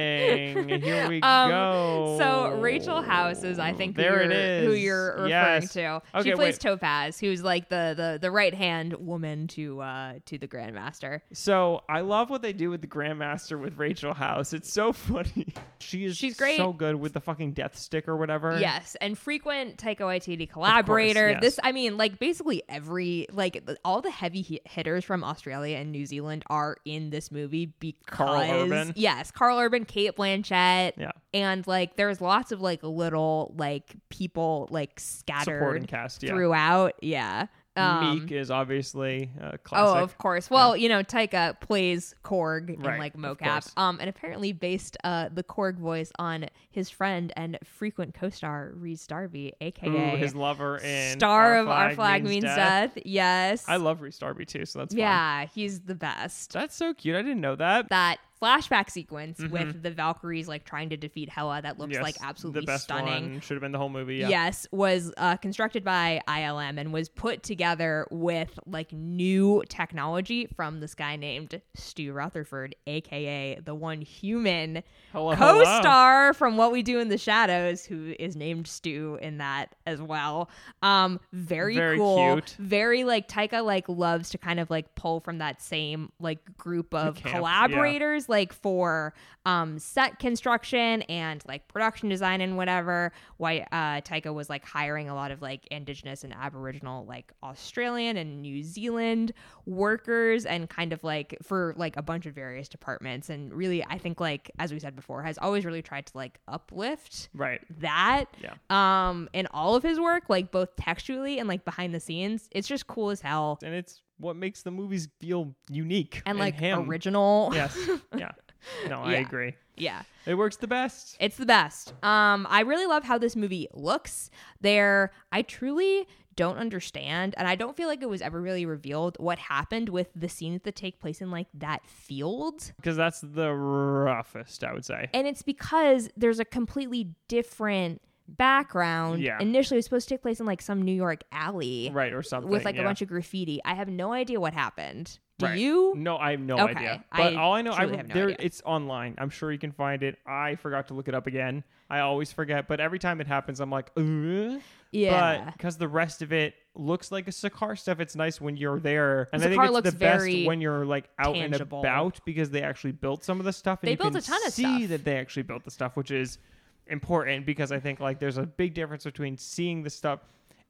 Speaker 2: nothing. Here we
Speaker 1: Um,
Speaker 2: go.
Speaker 1: So Rachel House is, I think,
Speaker 2: there
Speaker 1: who
Speaker 2: it
Speaker 1: you're,
Speaker 2: is.
Speaker 1: Who you're referring
Speaker 2: Yes.
Speaker 1: to?
Speaker 2: Okay,
Speaker 1: she plays
Speaker 2: wait.
Speaker 1: Topaz, who's like the the, the right hand woman to uh to the Grandmaster.
Speaker 2: So I love what they do with the Grandmaster with Rachel House. It's so funny. She is
Speaker 1: She's great.
Speaker 2: so good with the fucking death stick or whatever.
Speaker 1: Yes, and frequent Taika Waititi collaborator.
Speaker 2: yes.
Speaker 1: This, I mean, like basically every like th- all the heavy hi- hitters from Australia and New Zealand are in this movie because
Speaker 2: Urban.
Speaker 1: yes, Carl Urban, Kate Blanchett,
Speaker 2: Yeah.
Speaker 1: and like there's lots of like little like people like
Speaker 2: Supporting
Speaker 1: scattered
Speaker 2: cast. Yeah.
Speaker 1: throughout. Yeah. Um,
Speaker 2: Meek is obviously a
Speaker 1: Oh,
Speaker 2: classic.
Speaker 1: of course. Well, you know, Taika plays Korg in
Speaker 2: Right,
Speaker 1: like
Speaker 2: of
Speaker 1: mocap,
Speaker 2: course.
Speaker 1: um, and apparently based uh, the Korg voice on his friend and frequent co-star Reese Darby,
Speaker 2: Ooh,
Speaker 1: aka
Speaker 2: his lover in
Speaker 1: star of Our Flag Means, Death. Yes,
Speaker 2: I love Reese Darby too, so that's fun.
Speaker 1: yeah, he's the best.
Speaker 2: That's so cute. I didn't know that.
Speaker 1: That's flashback sequence with the Valkyries like trying to defeat Hela that looks
Speaker 2: Mm-hmm. Yes,
Speaker 1: like absolutely
Speaker 2: the best
Speaker 1: stunning.
Speaker 2: One. Should have been the whole movie. Yeah.
Speaker 1: yes was uh, constructed by ilm and was put together with like new technology from this guy named stu rutherford aka the one human
Speaker 2: Hello, hello.
Speaker 1: co-star from what we do in the shadows who is named stu in that as well um very,
Speaker 2: Very
Speaker 1: cool
Speaker 2: cute.
Speaker 1: very like taika like loves to kind of like pull from that same like group of
Speaker 2: Camp, yeah.
Speaker 1: collaborators like for um set construction and like production design and whatever why uh taika was like hiring a lot of like indigenous and aboriginal like australian and new zealand workers and kind of like for like a bunch of various departments and really i think like as we said before has always really tried to like uplift
Speaker 2: Right.
Speaker 1: that
Speaker 2: Yeah.
Speaker 1: um in all of his work like both textually and like behind the scenes it's just cool as hell
Speaker 2: And it's what makes the movies feel unique
Speaker 1: and like
Speaker 2: him.
Speaker 1: original
Speaker 2: Yes. Yeah. No, I
Speaker 1: Yeah.
Speaker 2: agree.
Speaker 1: yeah
Speaker 2: It works the best.
Speaker 1: It's the best. Um, I really love how this movie looks. There, I truly don't understand, and I don't feel like it was ever really revealed what happened with the scenes that take place in like that field.
Speaker 2: Because that's the roughest, I would say.
Speaker 1: And it's because there's a completely different background.
Speaker 2: Yeah.
Speaker 1: Initially, it was supposed to take place in like some New York alley
Speaker 2: Right, or something.
Speaker 1: with like
Speaker 2: yeah.
Speaker 1: a bunch of graffiti. I have no idea what happened. Do
Speaker 2: Right.
Speaker 1: you?
Speaker 2: No, I have no
Speaker 1: Okay,
Speaker 2: idea.
Speaker 1: I
Speaker 2: But all I know, I
Speaker 1: truly
Speaker 2: re-
Speaker 1: have no
Speaker 2: there
Speaker 1: idea.
Speaker 2: it's online. I'm sure you can find it. I forgot to look it up again. I always forget, but every time it happens, I'm like, Ugh.
Speaker 1: Yeah.
Speaker 2: But because the rest of it looks like a Sakar stuff, it's nice when you're there, and I think
Speaker 1: Sakar
Speaker 2: it's
Speaker 1: looks
Speaker 2: the best
Speaker 1: very
Speaker 2: when you're like out
Speaker 1: tangible.
Speaker 2: and about because they actually built some of the stuff. And
Speaker 1: They
Speaker 2: you
Speaker 1: built
Speaker 2: can
Speaker 1: a ton of
Speaker 2: see
Speaker 1: stuff.
Speaker 2: that they actually built the stuff, which is important because I think like there's a big difference between seeing the stuff.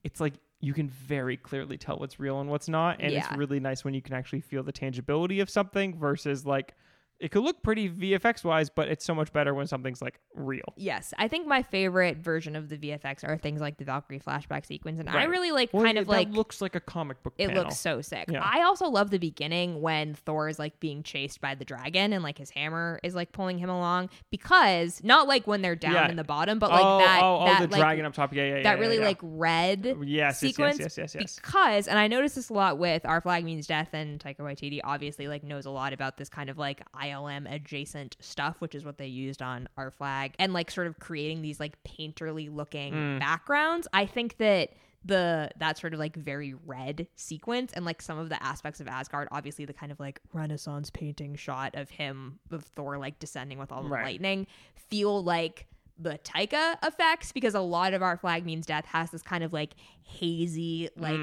Speaker 2: It's like you can very clearly tell what's real and what's not, and
Speaker 1: Yeah.
Speaker 2: it's really nice when you can actually feel the tangibility of something versus like it could look pretty VFX wise, but it's so much better when something's like real.
Speaker 1: Yes, I think my favorite version of the VFX are things like the Valkyrie flashback sequence, and I
Speaker 2: Right.
Speaker 1: really like
Speaker 2: Well,
Speaker 1: kind
Speaker 2: yeah,
Speaker 1: of
Speaker 2: that
Speaker 1: like
Speaker 2: looks like a comic book.
Speaker 1: It
Speaker 2: panel.
Speaker 1: looks so sick.
Speaker 2: Yeah.
Speaker 1: I also love the beginning when Thor is like being chased by the dragon and like his hammer is like pulling him along because not like when they're down
Speaker 2: Yeah.
Speaker 1: in the bottom, but like
Speaker 2: oh,
Speaker 1: that
Speaker 2: oh, oh,
Speaker 1: that
Speaker 2: the
Speaker 1: like
Speaker 2: dragon up top. Yeah, yeah, yeah.
Speaker 1: that
Speaker 2: yeah,
Speaker 1: really
Speaker 2: yeah. Oh,
Speaker 1: like red
Speaker 2: yes, yes,
Speaker 1: sequence
Speaker 2: yes, yes, yes, yes.
Speaker 1: because and I noticed this a lot with Our Flag Means Death and Taika Waititi obviously like knows a lot about this kind of like ILM adjacent stuff which is what they used on Our Flag and like sort of creating these like painterly looking
Speaker 2: Mm.
Speaker 1: backgrounds I think that the that sort of like very red sequence and like some of the aspects of Asgard obviously the kind of like renaissance painting shot of him of Thor like descending with all the
Speaker 2: Right.
Speaker 1: lightning feel like the Taika effects because a lot of our flag means death has this kind of like hazy, like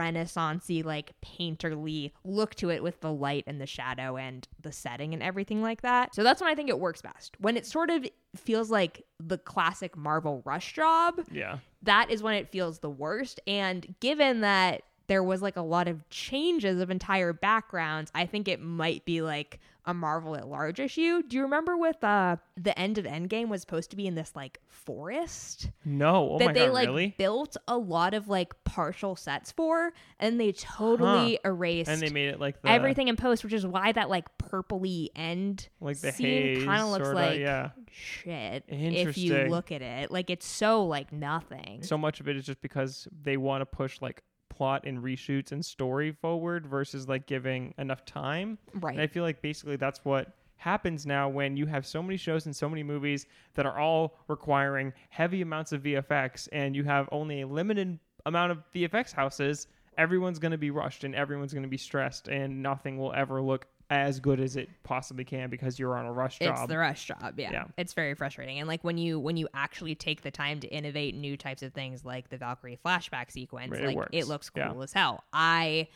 Speaker 1: renaissancey, like painterly look to it with the light and the shadow and the setting and everything like that. So that's when I think it works best. When it sort of feels like the classic Marvel rush job,
Speaker 2: yeah.
Speaker 1: that is when it feels the worst. And given that there was like a lot of changes of entire backgrounds, I think it might be like a Marvel at large issue. Do you remember with uh the end of Endgame was supposed to be in this like forest
Speaker 2: No. Oh
Speaker 1: that
Speaker 2: my
Speaker 1: they
Speaker 2: god.
Speaker 1: like
Speaker 2: really?
Speaker 1: built a lot of like partial sets for and they totally erased
Speaker 2: And they made it like the,
Speaker 1: everything in post, which is why that like purpley end
Speaker 2: like the
Speaker 1: scene
Speaker 2: haze.
Speaker 1: kinda looks
Speaker 2: sorta,
Speaker 1: like
Speaker 2: yeah.
Speaker 1: shit if you
Speaker 2: Interesting.
Speaker 1: look at it. Like it's so like nothing.
Speaker 2: So much of it is just because they want to push like plot and reshoots and story forward versus like giving enough time.
Speaker 1: right.
Speaker 2: And I feel like basically that's what happens now when you have so many shows and so many movies that are all requiring heavy amounts of VFX and you have only a limited amount of VFX houses, everyone's going to be rushed and everyone's going to be stressed and nothing will ever look as good as it possibly can because you're on a rush job.
Speaker 1: It's the rush job, yeah.
Speaker 2: Yeah.
Speaker 1: It's very frustrating. And like when you when you actually take the time to innovate new types of things like the Valkyrie flashback sequence,
Speaker 2: Right, it
Speaker 1: like
Speaker 2: works.
Speaker 1: it looks cool
Speaker 2: Yeah.
Speaker 1: as hell. I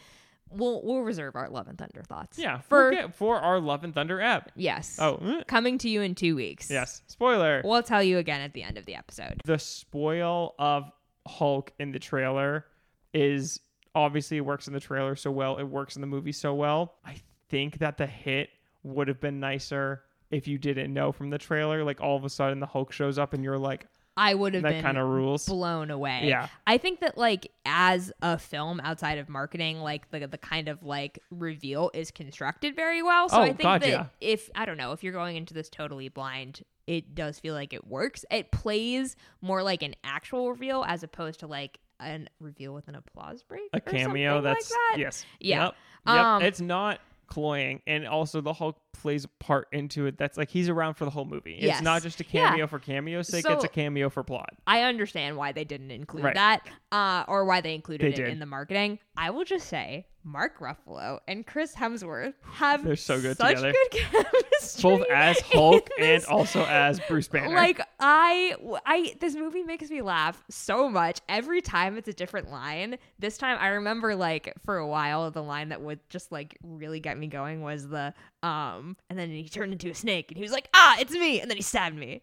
Speaker 1: will we'll reserve our Love and Thunder thoughts.
Speaker 2: yeah,
Speaker 1: For
Speaker 2: for for our Love and Thunder app.
Speaker 1: yes.
Speaker 2: Oh, eh,
Speaker 1: Coming to you in two weeks.
Speaker 2: yes. Spoiler.
Speaker 1: We'll tell you again at the end of the episode.
Speaker 2: the spoil of Hulk in the trailer is obviously it works in the trailer so well, it works in the movie so well. I think that the hit would have been nicer if you didn't know from the trailer. Like all of a sudden the Hulk shows up and you're like,
Speaker 1: I would have
Speaker 2: that
Speaker 1: been
Speaker 2: kind of rules.
Speaker 1: blown away.
Speaker 2: Yeah.
Speaker 1: I think that like as a film outside of marketing, like the the kind of like reveal is constructed very well. So
Speaker 2: Oh,
Speaker 1: I think
Speaker 2: God,
Speaker 1: that
Speaker 2: yeah.
Speaker 1: if I don't know, if you're going into this totally blind, it does feel like it works. It plays more like an actual reveal as opposed to like an reveal with an applause break.
Speaker 2: a
Speaker 1: or something
Speaker 2: cameo
Speaker 1: like
Speaker 2: that's
Speaker 1: that.
Speaker 2: yes.
Speaker 1: Yeah.
Speaker 2: Yep. Yep.
Speaker 1: Um,
Speaker 2: it's not cloying. And also the Hulk plays a part into it that's like he's around for the whole movie. It's
Speaker 1: Yes.
Speaker 2: not just a
Speaker 1: Yeah.
Speaker 2: cameo for cameo's sake,
Speaker 1: So-
Speaker 2: it's a cameo for plot.
Speaker 1: I understand why they didn't include
Speaker 2: Right.
Speaker 1: that, uh, or why they included
Speaker 2: They
Speaker 1: it
Speaker 2: did.
Speaker 1: in the marketing. I will just say, Mark Ruffalo and Chris Hemsworth have
Speaker 2: They're so good
Speaker 1: such
Speaker 2: together.
Speaker 1: good chemistry.
Speaker 2: Both as Hulk
Speaker 1: in
Speaker 2: and
Speaker 1: this-
Speaker 2: also as Bruce Banner.
Speaker 1: Like I, I this movie makes me laugh so much every time it's a different line. This time I remember like for a while the line that would just like really get me going was the um, and then he turned into a snake and he was like ah it's me and then he stabbed me.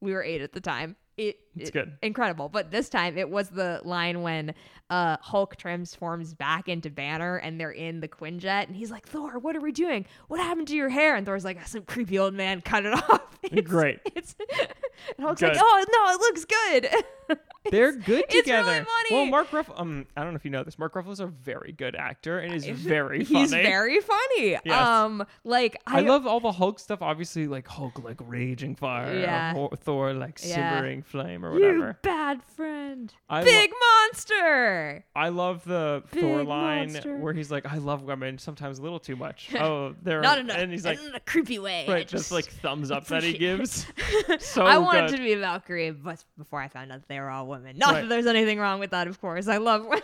Speaker 1: We were eight at the time. It,
Speaker 2: it's
Speaker 1: it-
Speaker 2: good.
Speaker 1: incredible. But this time it was the line when uh, Hulk transforms back into Banner and they're in the Quinjet and he's like, Thor, what are we doing? What happened to your hair? And Thor's like, "Ah, some creepy old man cut it off. It's,
Speaker 2: Great.
Speaker 1: It's and Hulk's
Speaker 2: Good.
Speaker 1: like, oh no, it looks good.
Speaker 2: They're good
Speaker 1: it's really
Speaker 2: together.
Speaker 1: funny.
Speaker 2: Well, Mark Ruffalo. Um, I don't know if you know this. Mark Ruffalo's a very good actor and is very funny.
Speaker 1: He's very funny.
Speaker 2: Yes.
Speaker 1: Um, like I,
Speaker 2: I, love all the Hulk stuff. Obviously, like Hulk, like raging fire.
Speaker 1: Yeah.
Speaker 2: Ho- Thor, like
Speaker 1: Yeah.
Speaker 2: simmering flame or
Speaker 1: you,
Speaker 2: whatever.
Speaker 1: bad friend,
Speaker 2: I lo-
Speaker 1: big monster.
Speaker 2: I love the Thor
Speaker 1: Big
Speaker 2: line
Speaker 1: monster.
Speaker 2: where he's like, "I love women, sometimes a little too much." Oh, they're
Speaker 1: Not in a,
Speaker 2: and he's like,
Speaker 1: not in a creepy way. I
Speaker 2: right, just like thumbs up that he
Speaker 1: appreciate it.
Speaker 2: gives. So
Speaker 1: I wanted
Speaker 2: good.
Speaker 1: to be Valkyrie, but before I found out that they were all women. Not
Speaker 2: Right.
Speaker 1: that there's anything wrong with that, of course. I love women.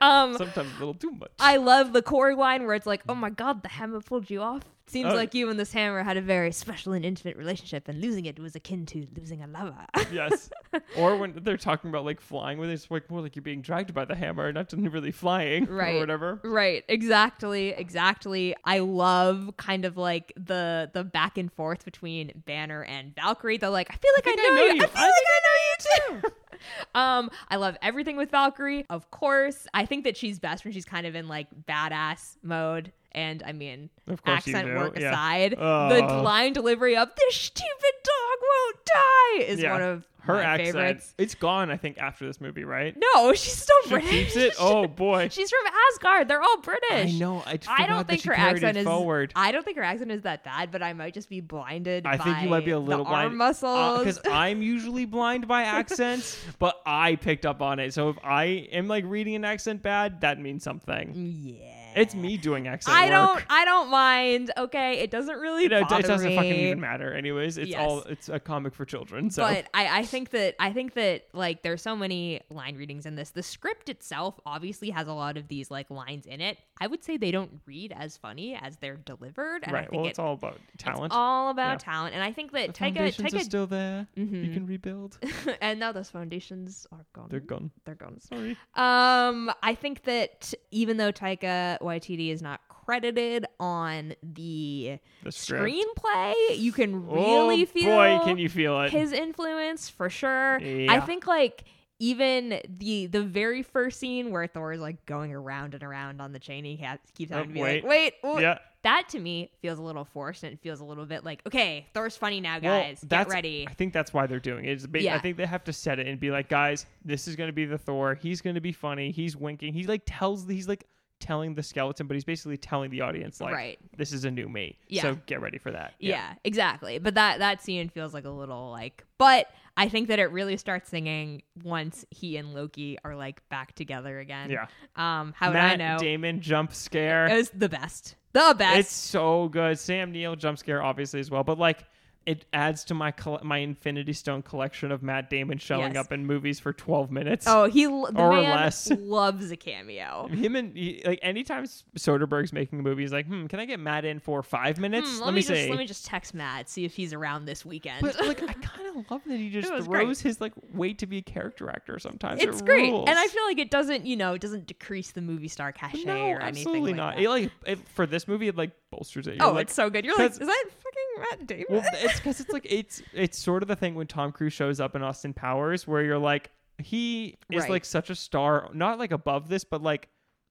Speaker 1: um,
Speaker 2: sometimes a little too much.
Speaker 1: I love the Korg line where it's like, "Oh my God, the hammer pulled you off." Seems
Speaker 2: Oh.
Speaker 1: like you and this hammer had a very special and intimate relationship, and losing it was akin to losing a lover.
Speaker 2: yes. Or when they're talking about like flying, when it's like more like you're being dragged by the hammer, not really flying
Speaker 1: Right.
Speaker 2: or whatever.
Speaker 1: Right, exactly, exactly. I love kind of like the the back and forth between Banner and Valkyrie. They're like, I feel like I,
Speaker 2: think
Speaker 1: know, you. I feel like I know you too. um, I love everything with Valkyrie, of course. I think that she's best when she's kind of in like badass mode. And I mean,
Speaker 2: Of course you
Speaker 1: accent
Speaker 2: do,
Speaker 1: work
Speaker 2: yeah.
Speaker 1: aside, the
Speaker 2: Oh.
Speaker 1: line delivery of "this stupid dog won't die" is
Speaker 2: Yeah.
Speaker 1: one of
Speaker 2: Her
Speaker 1: my
Speaker 2: accent,
Speaker 1: favorites.
Speaker 2: it's gone. I think after this movie, right?
Speaker 1: No, she's still
Speaker 2: She
Speaker 1: British.
Speaker 2: keeps it. Oh boy,
Speaker 1: She's from Asgard. They're all British.
Speaker 2: I know. I, just
Speaker 1: I
Speaker 2: forgot
Speaker 1: don't
Speaker 2: that
Speaker 1: think
Speaker 2: she
Speaker 1: her
Speaker 2: carried
Speaker 1: accent
Speaker 2: it
Speaker 1: is.
Speaker 2: forward.
Speaker 1: I don't think her accent is that bad, but I might just be blinded.
Speaker 2: I think you might be
Speaker 1: by
Speaker 2: a little
Speaker 1: the arm
Speaker 2: blind uh,
Speaker 1: muscles.
Speaker 2: because I'm usually blind by accents, but I picked up on it. So if I am like reading an accent bad, that means something.
Speaker 1: yeah,
Speaker 2: It's me doing accent
Speaker 1: I
Speaker 2: work.
Speaker 1: don't. I don't mind. Okay, it doesn't really
Speaker 2: You know, it,
Speaker 1: bother
Speaker 2: it doesn't
Speaker 1: me.
Speaker 2: fucking even matter, anyways. It's
Speaker 1: Yes.
Speaker 2: all it's a comic for children. So
Speaker 1: But I, I think that I think that like there's so many line readings in this. The script itself obviously has a lot of these like lines in it. I would say they don't read as funny as they're delivered. And I
Speaker 2: right,
Speaker 1: think
Speaker 2: well,
Speaker 1: it-
Speaker 2: it's all about talent.
Speaker 1: It's all about
Speaker 2: Yeah.
Speaker 1: talent, and I think
Speaker 2: the
Speaker 1: that take a
Speaker 2: foundations
Speaker 1: take a
Speaker 2: are still there. You
Speaker 1: Mhm.
Speaker 2: can rebuild.
Speaker 1: and now those foundations are gone.
Speaker 2: They're gone.
Speaker 1: They're gone.
Speaker 2: Sorry.
Speaker 1: Um, I think that even though Taika Waititi is not credited on the
Speaker 2: The script.
Speaker 1: screenplay, you can
Speaker 2: Oh
Speaker 1: really feel
Speaker 2: boy, can you feel it?
Speaker 1: his influence for sure. I
Speaker 2: Yeah.
Speaker 1: think like even the the very first scene where Thor is like going around and around on the chain, he ha- keeps
Speaker 2: Oh,
Speaker 1: having to be
Speaker 2: wait.
Speaker 1: like, "Wait, oh,
Speaker 2: yeah.
Speaker 1: that to me feels a little forced, and it feels a little bit like, okay, Thor's funny now, guys. Get
Speaker 2: well, that's,
Speaker 1: ready."
Speaker 2: I think that's why they're doing it. It's ba-
Speaker 1: Yeah.
Speaker 2: I think they have to set it and be like, guys, this is going to be the Thor. He's going to be funny. He's winking. He like tells. He's like telling the skeleton, but he's basically telling the audience like,
Speaker 1: Right.
Speaker 2: this is a new me.
Speaker 1: Yeah.
Speaker 2: So get ready for that.
Speaker 1: Yeah. exactly. But that that scene feels like a little like but I think that it really starts singing once he and Loki are like back together again.
Speaker 2: Yeah.
Speaker 1: Um how would
Speaker 2: Matt
Speaker 1: I know?
Speaker 2: Damon jump scare.
Speaker 1: It was the best. The best.
Speaker 2: It's so good. Sam Neill jump scare obviously as well, but like it adds to my coll- my Infinity Stone collection of Matt Damon showing
Speaker 1: Yes.
Speaker 2: up in movies for 12 minutes.
Speaker 1: oh, he l- the
Speaker 2: or
Speaker 1: man
Speaker 2: less.
Speaker 1: loves a cameo.
Speaker 2: Him and he, like anytime S- Soderbergh's making a movie, he's like, "Hmm, can I get Matt in for five minutes?
Speaker 1: Hmm,
Speaker 2: let, me,
Speaker 1: just
Speaker 2: see."
Speaker 1: let me just text Matt see if he's around this weekend.
Speaker 2: but like, I kind of love that he just
Speaker 1: It was
Speaker 2: throws
Speaker 1: great.
Speaker 2: his like weight to be a character actor. Sometimes
Speaker 1: it's
Speaker 2: It
Speaker 1: great,
Speaker 2: rules.
Speaker 1: and I feel like it doesn't, you know, it doesn't decrease the movie star cachet
Speaker 2: no,
Speaker 1: or anything.
Speaker 2: absolutely
Speaker 1: like
Speaker 2: not.
Speaker 1: that.
Speaker 2: It, like it, for this movie, it like bolsters it. You're
Speaker 1: oh,
Speaker 2: like,
Speaker 1: it's so good. You're like, is
Speaker 2: 'cause-
Speaker 1: that fucking Matt Damon?
Speaker 2: Well, it's because it's like it's it's sort of the thing when Tom Cruise shows up in Austin Powers, where you're like, he is
Speaker 1: Right.
Speaker 2: like such a star, not like above this, but like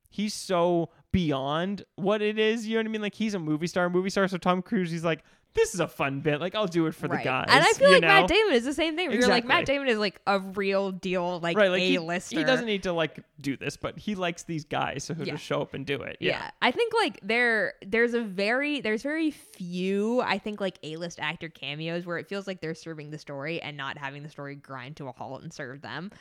Speaker 2: he's so beyond what it is. You know what I mean? Like he's a movie star, movie star. So Tom Cruise, he's like, this is a fun bit. Like I'll do it for the guys.
Speaker 1: And I feel
Speaker 2: you
Speaker 1: like
Speaker 2: know?
Speaker 1: Matt Damon is the same thing. Where You're like Matt
Speaker 2: Exactly.
Speaker 1: Damon is like a real deal, like
Speaker 2: Right, like he-
Speaker 1: a lister.
Speaker 2: He, doesn't need to like do this, but he likes these guys, so he'll
Speaker 1: Yeah.
Speaker 2: just show up and do it.
Speaker 1: Yeah. I think like there, there's a very, there's very few. I think like A-list actor cameos where it feels like they're serving the story and not having the story grind to a halt and serve them.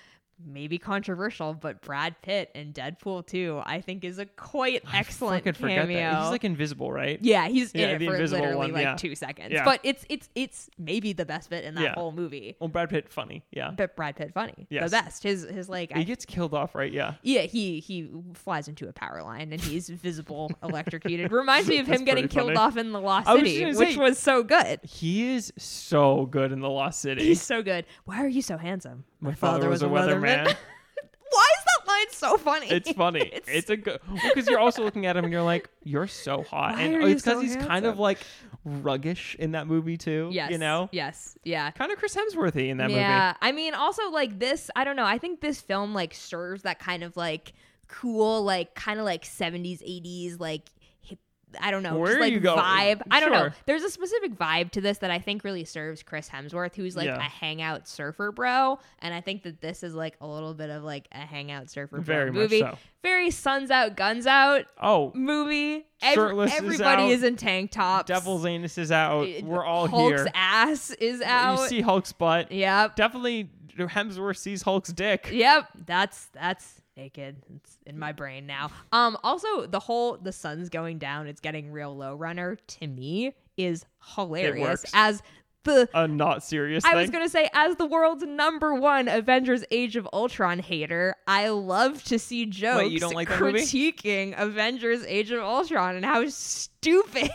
Speaker 1: maybe controversial, but Brad Pitt in Deadpool 2, I think is a quite excellent
Speaker 2: I fucking forget
Speaker 1: cameo.
Speaker 2: that. He's like invisible, right?
Speaker 1: yeah, he's
Speaker 2: Yeah,
Speaker 1: in
Speaker 2: the
Speaker 1: it for
Speaker 2: invisible
Speaker 1: literally
Speaker 2: one,
Speaker 1: like
Speaker 2: yeah.
Speaker 1: two seconds.
Speaker 2: Yeah.
Speaker 1: But it's it's it's maybe the best bit in that
Speaker 2: Yeah.
Speaker 1: whole movie.
Speaker 2: Well, Brad Pitt, funny. Yeah.
Speaker 1: But Brad Pitt funny.
Speaker 2: Yes.
Speaker 1: The best. His his like
Speaker 2: He
Speaker 1: I-
Speaker 2: gets killed off, right? Yeah.
Speaker 1: yeah, he he flies into a power line and he's visible, electrocuted. Reminds me of
Speaker 2: That's
Speaker 1: him getting
Speaker 2: pretty
Speaker 1: killed
Speaker 2: funny.
Speaker 1: off in The Lost
Speaker 2: I was
Speaker 1: City,
Speaker 2: just gonna
Speaker 1: which
Speaker 2: say-
Speaker 1: was so good.
Speaker 2: He is so good in The Lost City.
Speaker 1: He's so good. Why are you so handsome?
Speaker 2: My father was a weatherman.
Speaker 1: Why is that line so funny?
Speaker 2: It's funny. it's, a good because you're also looking at him and you're like, you're so hot,
Speaker 1: Why
Speaker 2: and
Speaker 1: are
Speaker 2: it's
Speaker 1: you
Speaker 2: because
Speaker 1: so
Speaker 2: he's kind of
Speaker 1: handsome?
Speaker 2: like ruggish in that movie too.
Speaker 1: yes,
Speaker 2: you know,
Speaker 1: Yes. Yeah.
Speaker 2: kind of Chris Hemsworthy in that
Speaker 1: yeah. I mean, also like this, I don't know. I think this film like serves that kind of like cool, like kind of like 70s, 80s, like hip, I don't know,
Speaker 2: Where
Speaker 1: just,
Speaker 2: are
Speaker 1: like
Speaker 2: you going?
Speaker 1: vibe. I don't know.
Speaker 2: Sure.
Speaker 1: There's a specific vibe to this that I think really serves Chris Hemsworth, who's like
Speaker 2: Yeah.
Speaker 1: a hangout surfer bro, and I think that this is like a little bit of like a hangout surfer bro
Speaker 2: Very much
Speaker 1: movie.
Speaker 2: so.
Speaker 1: Very suns out, guns out
Speaker 2: movie. Oh,
Speaker 1: movie. Ev-
Speaker 2: Shirtless is
Speaker 1: everybody
Speaker 2: out.
Speaker 1: is, in tank tops.
Speaker 2: Devil's anus is out.
Speaker 1: Uh,
Speaker 2: We're all
Speaker 1: Hulk's
Speaker 2: here.
Speaker 1: ass is out.
Speaker 2: You see Hulk's butt.
Speaker 1: yep.
Speaker 2: Definitely Hemsworth sees Hulk's dick.
Speaker 1: Yep, that's that's naked. It's in my brain now. Um also the whole the sun's going down, it's getting real low runner to me is hilarious
Speaker 2: works.
Speaker 1: as the
Speaker 2: A not serious
Speaker 1: I
Speaker 2: thing.
Speaker 1: was going to say as the world's number 1 Avengers Age of Ultron hater, I love to see jokes
Speaker 2: Wait, you don't like that movie?
Speaker 1: critiquing Avengers Age of Ultron and how stupid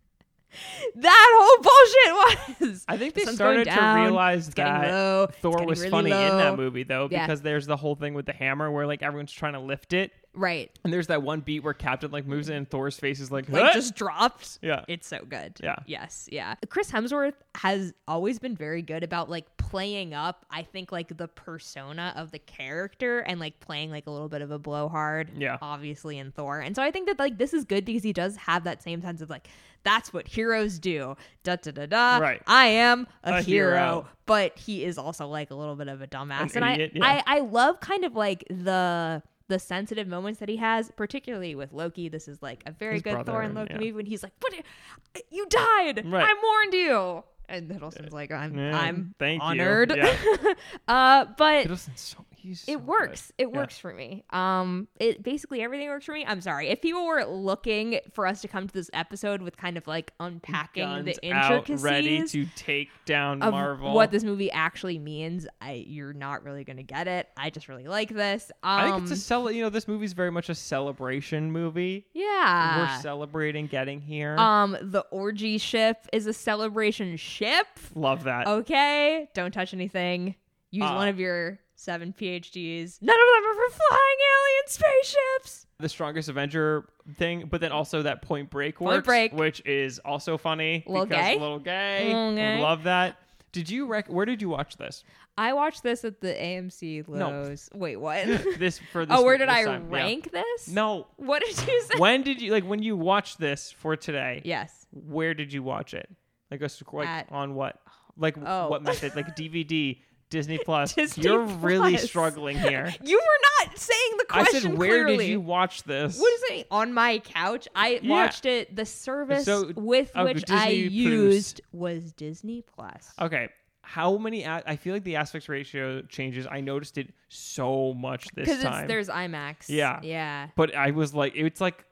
Speaker 1: that whole bullshit was.
Speaker 2: I think they
Speaker 1: The sun's going
Speaker 2: started
Speaker 1: down,
Speaker 2: to realize
Speaker 1: It's getting
Speaker 2: that
Speaker 1: low. it's
Speaker 2: Thor
Speaker 1: getting
Speaker 2: was
Speaker 1: really
Speaker 2: funny in
Speaker 1: low.
Speaker 2: that movie though,
Speaker 1: Yeah.
Speaker 2: because there's the whole thing with the hammer where like everyone's trying to lift it,
Speaker 1: Right.
Speaker 2: and there's that one beat where Captain like moves in and Thor's face is like,
Speaker 1: like
Speaker 2: "Huh?"
Speaker 1: just dropped.
Speaker 2: Yeah.
Speaker 1: It's so good.
Speaker 2: Yeah.
Speaker 1: Yes. Yeah. Chris Hemsworth has always been very good about like playing up, I think, like the persona of the character and like playing like a little bit of a blowhard.
Speaker 2: Yeah.
Speaker 1: Obviously in Thor. And so I think that like this is good because he does have that same sense of like, that's what heroes do. Da da da da.
Speaker 2: Right.
Speaker 1: I am a,
Speaker 2: A
Speaker 1: hero.
Speaker 2: hero.
Speaker 1: But he is also like a little bit of a dumbass.
Speaker 2: An
Speaker 1: and
Speaker 2: idiot,
Speaker 1: I,
Speaker 2: yeah.
Speaker 1: I I love kind of like the the sensitive moments that he has, particularly with Loki. This is like a very
Speaker 2: His
Speaker 1: good Thor
Speaker 2: brother,
Speaker 1: and Loki
Speaker 2: yeah.
Speaker 1: movie when he's like, "What? are- You died!
Speaker 2: Right.
Speaker 1: I warned you!" And Hiddleston's like, "I'm
Speaker 2: Yeah,
Speaker 1: I'm
Speaker 2: thank you.
Speaker 1: honored."
Speaker 2: Yeah.
Speaker 1: uh, but
Speaker 2: Hiddleston's so he's so
Speaker 1: it
Speaker 2: good.
Speaker 1: works. It
Speaker 2: Yeah.
Speaker 1: works for me. Um, it basically everything works for me. I'm sorry if people were looking for us to come to this episode with kind of like unpacking
Speaker 2: Guns
Speaker 1: the
Speaker 2: out,
Speaker 1: intricacies
Speaker 2: ready to take down
Speaker 1: of
Speaker 2: Marvel.
Speaker 1: what this movie actually means, I you're not really gonna get it. I just really like this. Um,
Speaker 2: I think it's a cel- you know this movie's very much a celebration movie.
Speaker 1: Um, yeah.
Speaker 2: We're celebrating getting here.
Speaker 1: Um, the orgy ship is a celebration ship.
Speaker 2: Love that.
Speaker 1: oh. Okay, don't touch anything. Use
Speaker 2: Uh,
Speaker 1: one of your seven PhDs. None of them are for flying alien spaceships.
Speaker 2: The strongest Avenger thing, but then also that Point Break works,
Speaker 1: Break.
Speaker 2: which is also funny.
Speaker 1: Little
Speaker 2: because
Speaker 1: gay?
Speaker 2: Little gay.
Speaker 1: Little gay.
Speaker 2: Love that. Did you rec- Where did you watch this?
Speaker 1: I watched this at the AMC
Speaker 2: No.
Speaker 1: Lowe's. Wait, what?
Speaker 2: This for this.
Speaker 1: oh, where did
Speaker 2: this
Speaker 1: I
Speaker 2: time, yeah.
Speaker 1: rank this?
Speaker 2: No.
Speaker 1: What did you say?
Speaker 2: When did you like when you watched this for today?
Speaker 1: Yes.
Speaker 2: where did you watch it? Like a sc- like
Speaker 1: At-
Speaker 2: on what? Like
Speaker 1: Oh.
Speaker 2: what method? Like DVD, Disney Plus.
Speaker 1: Disney
Speaker 2: You're really
Speaker 1: Plus.
Speaker 2: struggling here.
Speaker 1: You were not saying the
Speaker 2: I
Speaker 1: question
Speaker 2: said, where
Speaker 1: clearly.
Speaker 2: did you watch this?
Speaker 1: What is it on my couch? I
Speaker 2: Yeah.
Speaker 1: watched it. The service
Speaker 2: So,
Speaker 1: with
Speaker 2: oh,
Speaker 1: which
Speaker 2: Disney
Speaker 1: I
Speaker 2: Plus. Oh,
Speaker 1: used was Disney Plus.
Speaker 2: Okay. How many? A- I feel like the aspect ratio changes. I noticed it so much this
Speaker 1: Because
Speaker 2: time.
Speaker 1: it's there's IMAX.
Speaker 2: Yeah.
Speaker 1: yeah.
Speaker 2: but I was like, it's like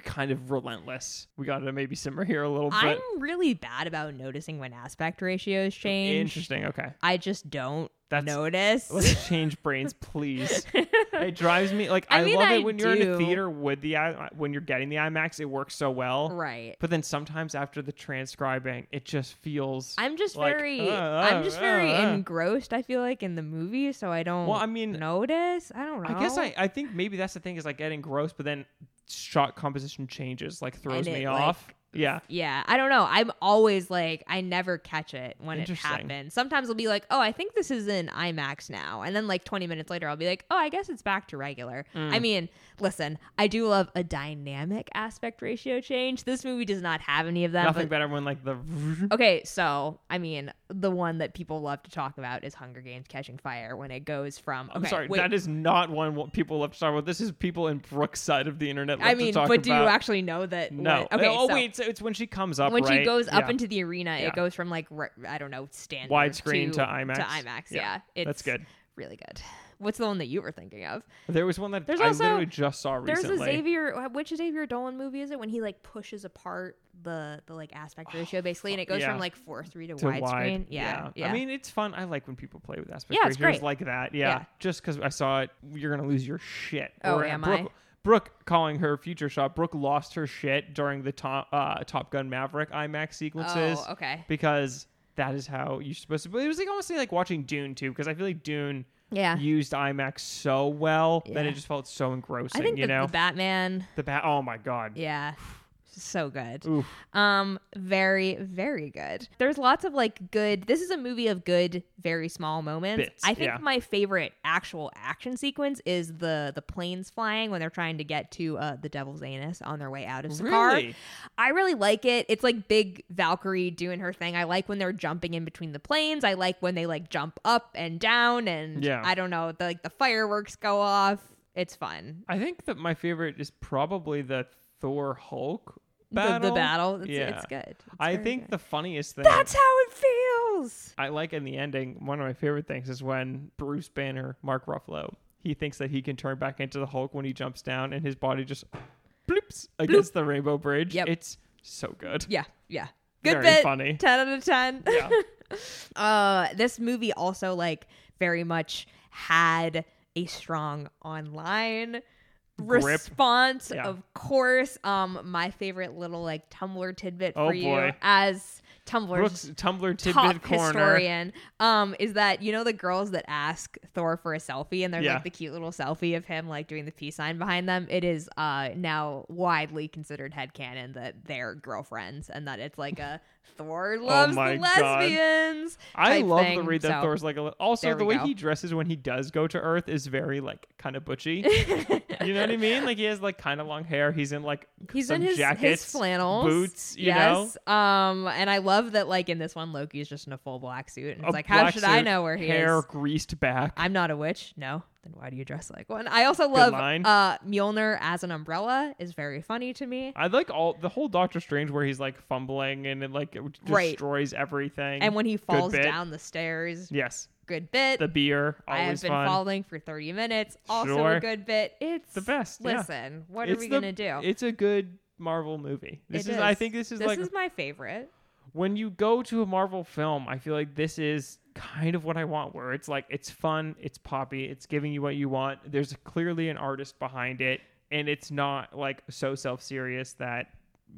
Speaker 2: kind of relentless. We got to maybe simmer here a little bit.
Speaker 1: I'm really bad about noticing when aspect ratios change.
Speaker 2: Interesting. Okay.
Speaker 1: I just don't
Speaker 2: That's-
Speaker 1: notice.
Speaker 2: Let's change brains, please. It drives me like
Speaker 1: I
Speaker 2: I,
Speaker 1: mean,
Speaker 2: love
Speaker 1: I
Speaker 2: it when you're in
Speaker 1: do.
Speaker 2: a theater with the I- uh, when you're getting the IMAX. It works so well.
Speaker 1: right.
Speaker 2: But then sometimes after the transcribing, it just feels.
Speaker 1: I'm just
Speaker 2: like,
Speaker 1: very,
Speaker 2: uh,
Speaker 1: I'm just
Speaker 2: uh,
Speaker 1: very
Speaker 2: uh.
Speaker 1: engrossed. I feel like in the movie, so I don't.
Speaker 2: Well, I mean-
Speaker 1: notice. I don't know.
Speaker 2: I guess I, I think maybe that's the thing is like getting gross, but then shot composition changes, like throws
Speaker 1: And
Speaker 2: me
Speaker 1: it,
Speaker 2: off. yeah.
Speaker 1: Yeah, I don't know. I'm always like, I never catch it when it
Speaker 2: Interesting.
Speaker 1: happens. Sometimes I'll be like, oh, I think this is in IMAX now. And then like 20 minutes later, I'll be like, oh, I guess it's back to regular. I
Speaker 2: Mm.
Speaker 1: mean, listen, I do love a dynamic aspect ratio change. This movie does not have any of that.
Speaker 2: Nothing better when like the.
Speaker 1: Okay, so I mean, the one that people love to talk about is Hunger Games Catching Fire when it goes from.
Speaker 2: I'm
Speaker 1: okay,
Speaker 2: sorry,
Speaker 1: wait,
Speaker 2: that is not one what people love to talk about. This is people in Brookside of the internet. Love
Speaker 1: I
Speaker 2: to
Speaker 1: mean,
Speaker 2: talk
Speaker 1: but do you
Speaker 2: about.
Speaker 1: actually know that?
Speaker 2: No.
Speaker 1: when- okay,
Speaker 2: Oh
Speaker 1: so-
Speaker 2: wait, so it's when she comes up.
Speaker 1: when she
Speaker 2: right?
Speaker 1: goes up
Speaker 2: Yeah.
Speaker 1: into the arena,
Speaker 2: Yeah.
Speaker 1: it goes from like re- I don't know standard
Speaker 2: Widescreen
Speaker 1: to,
Speaker 2: to IMAX.
Speaker 1: To IMAX, yeah,
Speaker 2: Yeah.
Speaker 1: it's
Speaker 2: That's good.
Speaker 1: Really good. What's the one that you were thinking of?
Speaker 2: There was one that
Speaker 1: There's
Speaker 2: I
Speaker 1: also-
Speaker 2: literally just saw recently.
Speaker 1: There's a Xavier. uh, Which Xavier Dolan movie is it? When he like pushes apart the the like aspect ratio basically, and it goes
Speaker 2: Oh, yeah.
Speaker 1: from like four three to,
Speaker 2: to
Speaker 1: widescreen.
Speaker 2: wide.
Speaker 1: Yeah, yeah.
Speaker 2: I mean, it's fun. I like when people play with aspect
Speaker 1: Yeah, it's
Speaker 2: ratios
Speaker 1: great.
Speaker 2: like that. Yeah.
Speaker 1: Yeah.
Speaker 2: Just because I saw it, you're gonna lose your shit.
Speaker 1: Oh,
Speaker 2: Or, uh,
Speaker 1: am
Speaker 2: Brooke,
Speaker 1: I?
Speaker 2: Brooke calling her future shot. Brooke lost her shit during the top uh, Top Gun Maverick IMAX sequences
Speaker 1: oh, okay.
Speaker 2: because that is how you're supposed to. But it was like almost like watching Dune too, because I feel like Dune
Speaker 1: Yeah.
Speaker 2: used IMAX so well that
Speaker 1: Uh. Yeah.
Speaker 2: it just felt so engrossing.
Speaker 1: I think
Speaker 2: you
Speaker 1: the,
Speaker 2: know
Speaker 1: the Batman.
Speaker 2: the bat. Oh my god.
Speaker 1: Yeah. So good.
Speaker 2: Oof.
Speaker 1: Um, very, very good. There's lots of like good. This is a movie of good, very small moments.
Speaker 2: Bits,
Speaker 1: I think
Speaker 2: yeah.
Speaker 1: my favorite actual action sequence is the the planes flying when they're trying to get to uh, the Devil's Anus on their way out of Sakaar.
Speaker 2: Really?
Speaker 1: I really like it. It's like big Valkyrie doing her thing. I like when they're jumping in between the planes. I like when they like jump up and down, and
Speaker 2: Yeah.
Speaker 1: I don't know, the, like the fireworks go off. It's fun.
Speaker 2: I think that my favorite is probably the Thor Hulk
Speaker 1: The-
Speaker 2: battle.
Speaker 1: The, battle, it's,
Speaker 2: Yeah.
Speaker 1: it's good. It's
Speaker 2: I
Speaker 1: very
Speaker 2: think
Speaker 1: good.
Speaker 2: the funniest thing
Speaker 1: that's how it feels.
Speaker 2: I like in the ending, one of my favorite things is when Bruce Banner, Mark Ruffalo, he thinks that he can turn back into the Hulk when he jumps down and his body just bloops against the Rainbow Bridge.
Speaker 1: Yep.
Speaker 2: It's so good.
Speaker 1: Yeah, yeah. Good
Speaker 2: Very
Speaker 1: bit.
Speaker 2: funny.
Speaker 1: Ten out of ten.
Speaker 2: Yeah.
Speaker 1: uh, this movie also like very much had a strong online
Speaker 2: Grip.
Speaker 1: response
Speaker 2: Yeah.
Speaker 1: of course um my favorite little like tumblr tidbit
Speaker 2: Oh,
Speaker 1: for you
Speaker 2: boy.
Speaker 1: as tumblr's
Speaker 2: Brooks Tumblr
Speaker 1: top
Speaker 2: tidbit corner.
Speaker 1: historian um is that you know the girls that ask thor for a selfie and there's
Speaker 2: Yeah.
Speaker 1: like the cute little selfie of him like doing the peace sign behind them it is uh now widely considered headcanon that they're girlfriends and that it's like a thor loves
Speaker 2: Oh my
Speaker 1: the
Speaker 2: God.
Speaker 1: lesbians
Speaker 2: I
Speaker 1: type
Speaker 2: love
Speaker 1: thing,
Speaker 2: the read that
Speaker 1: so-
Speaker 2: Thor's like. a li- Also,
Speaker 1: there
Speaker 2: the
Speaker 1: we
Speaker 2: way
Speaker 1: go.
Speaker 2: he dresses when he does go to Earth is very like kind of butchy. you know what I mean? Like he has like kind of long hair. He's in like
Speaker 1: He's
Speaker 2: some
Speaker 1: in his,
Speaker 2: jackets,
Speaker 1: his flannels,
Speaker 2: boots. You know,
Speaker 1: yes. Um, and I love that, like in this one, Loki's just in a full black suit, and it's
Speaker 2: A
Speaker 1: like, how
Speaker 2: black
Speaker 1: should I
Speaker 2: suit,
Speaker 1: know where he
Speaker 2: hair
Speaker 1: is?
Speaker 2: greased back.
Speaker 1: I'm not a witch. No, then why do you dress like one? I also love
Speaker 2: line.
Speaker 1: uh Mjolnir as an umbrella is very funny to me.
Speaker 2: I like all the whole Doctor Strange where he's like fumbling and it like
Speaker 1: Right.
Speaker 2: destroys everything.
Speaker 1: And when he falls
Speaker 2: bit.
Speaker 1: down the stairs,
Speaker 2: yes,
Speaker 1: good bit.
Speaker 2: the beer
Speaker 1: I
Speaker 2: always
Speaker 1: have been
Speaker 2: fun.
Speaker 1: falling for 30 minutes. Also a
Speaker 2: Sure.
Speaker 1: good bit. It's
Speaker 2: The best, yeah.
Speaker 1: Listen, what
Speaker 2: It's
Speaker 1: are we
Speaker 2: the-
Speaker 1: gonna do?
Speaker 2: It's a good Marvel movie. This
Speaker 1: It
Speaker 2: is, I think this is
Speaker 1: this
Speaker 2: like
Speaker 1: is my favorite.
Speaker 2: when you go to a Marvel film, I feel like this is kind of what I want where it's like it's fun, it's poppy, it's giving you what you want. There's clearly an artist behind it and it's not like so self-serious that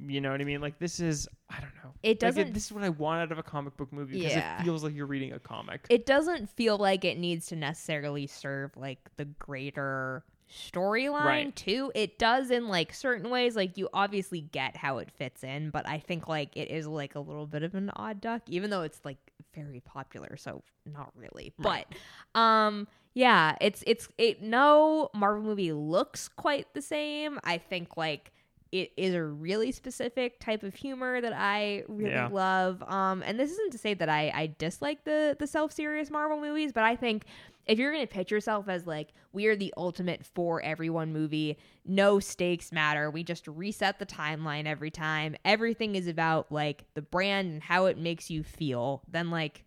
Speaker 2: you know what I mean? Like this is I don't know.
Speaker 1: It
Speaker 2: Like,
Speaker 1: doesn't-
Speaker 2: this is what I want out of a comic book movie because
Speaker 1: Yeah.
Speaker 2: it feels like you're reading a comic.
Speaker 1: it doesn't feel like it needs to necessarily serve like the greater storyline
Speaker 2: Right.
Speaker 1: too it does in like certain ways like you obviously get how it fits in but i think like it is like a little bit of an odd duck even though it's like very popular so not really
Speaker 2: Right.
Speaker 1: but um yeah it's it's it no marvel movie looks quite the same i think like it is a really specific type of humor that I really
Speaker 2: Yeah.
Speaker 1: love. Um, and this isn't to say that I, I dislike the the self serious Marvel movies, but I think if you're gonna pitch yourself as like we are the ultimate for everyone movie, no stakes matter. We just reset the timeline every time. Everything is about like the brand and how it makes you feel. Then like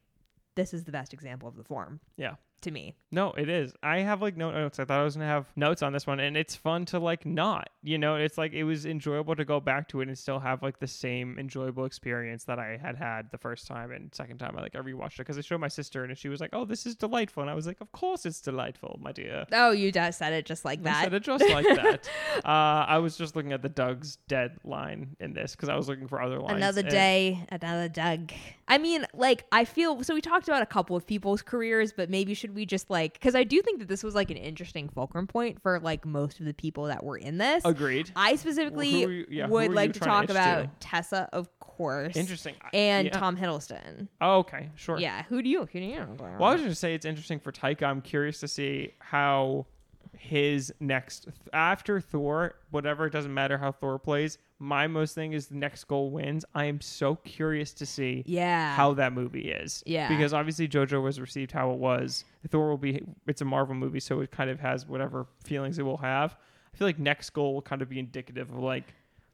Speaker 1: this is the best example of the form.
Speaker 2: Yeah.
Speaker 1: to me.
Speaker 2: No, it is. I have like no notes. I thought I was gonna have notes on this one, and it's fun to like not. You know, it's like it was enjoyable to go back to it and still have like the same enjoyable experience that I had had the first time and second time. I like I rewatched it because I showed my sister and she was like, "Oh, this is delightful," and I was like, "Of course it's delightful, my dear."
Speaker 1: Oh, you just said it just like
Speaker 2: I
Speaker 1: that.
Speaker 2: said it just like that. uh, I was just looking at the Doug's dead line in this because I was looking for other lines.
Speaker 1: Another
Speaker 2: and-
Speaker 1: day, another Doug. I mean, like, I feel so. We talked about a couple of people's careers, but maybe should we just like, because I do think that this was like an interesting fulcrum point for like most of the people that were in this.
Speaker 2: Agreed.
Speaker 1: I specifically
Speaker 2: Who are you- yeah, who are
Speaker 1: would
Speaker 2: you
Speaker 1: like to
Speaker 2: trying to
Speaker 1: talk
Speaker 2: itch
Speaker 1: about
Speaker 2: to?
Speaker 1: Tessa, of course,
Speaker 2: Interesting. I-
Speaker 1: and
Speaker 2: yeah.
Speaker 1: Tom Hiddleston.
Speaker 2: Oh, okay. Sure.
Speaker 1: Yeah, who do you? Who do you?
Speaker 2: Well, I was going to say it's interesting for Taika. I'm curious to see how his next after Thor, whatever it doesn't matter how Thor plays. My most thing is the next goal wins. I am so curious to see
Speaker 1: yeah,
Speaker 2: how that movie is.
Speaker 1: Yeah.
Speaker 2: because obviously JoJo was received how it was. Thor will be. It's a Marvel movie, so it kind of has whatever feelings it will have. I feel like next goal will kind of be indicative of like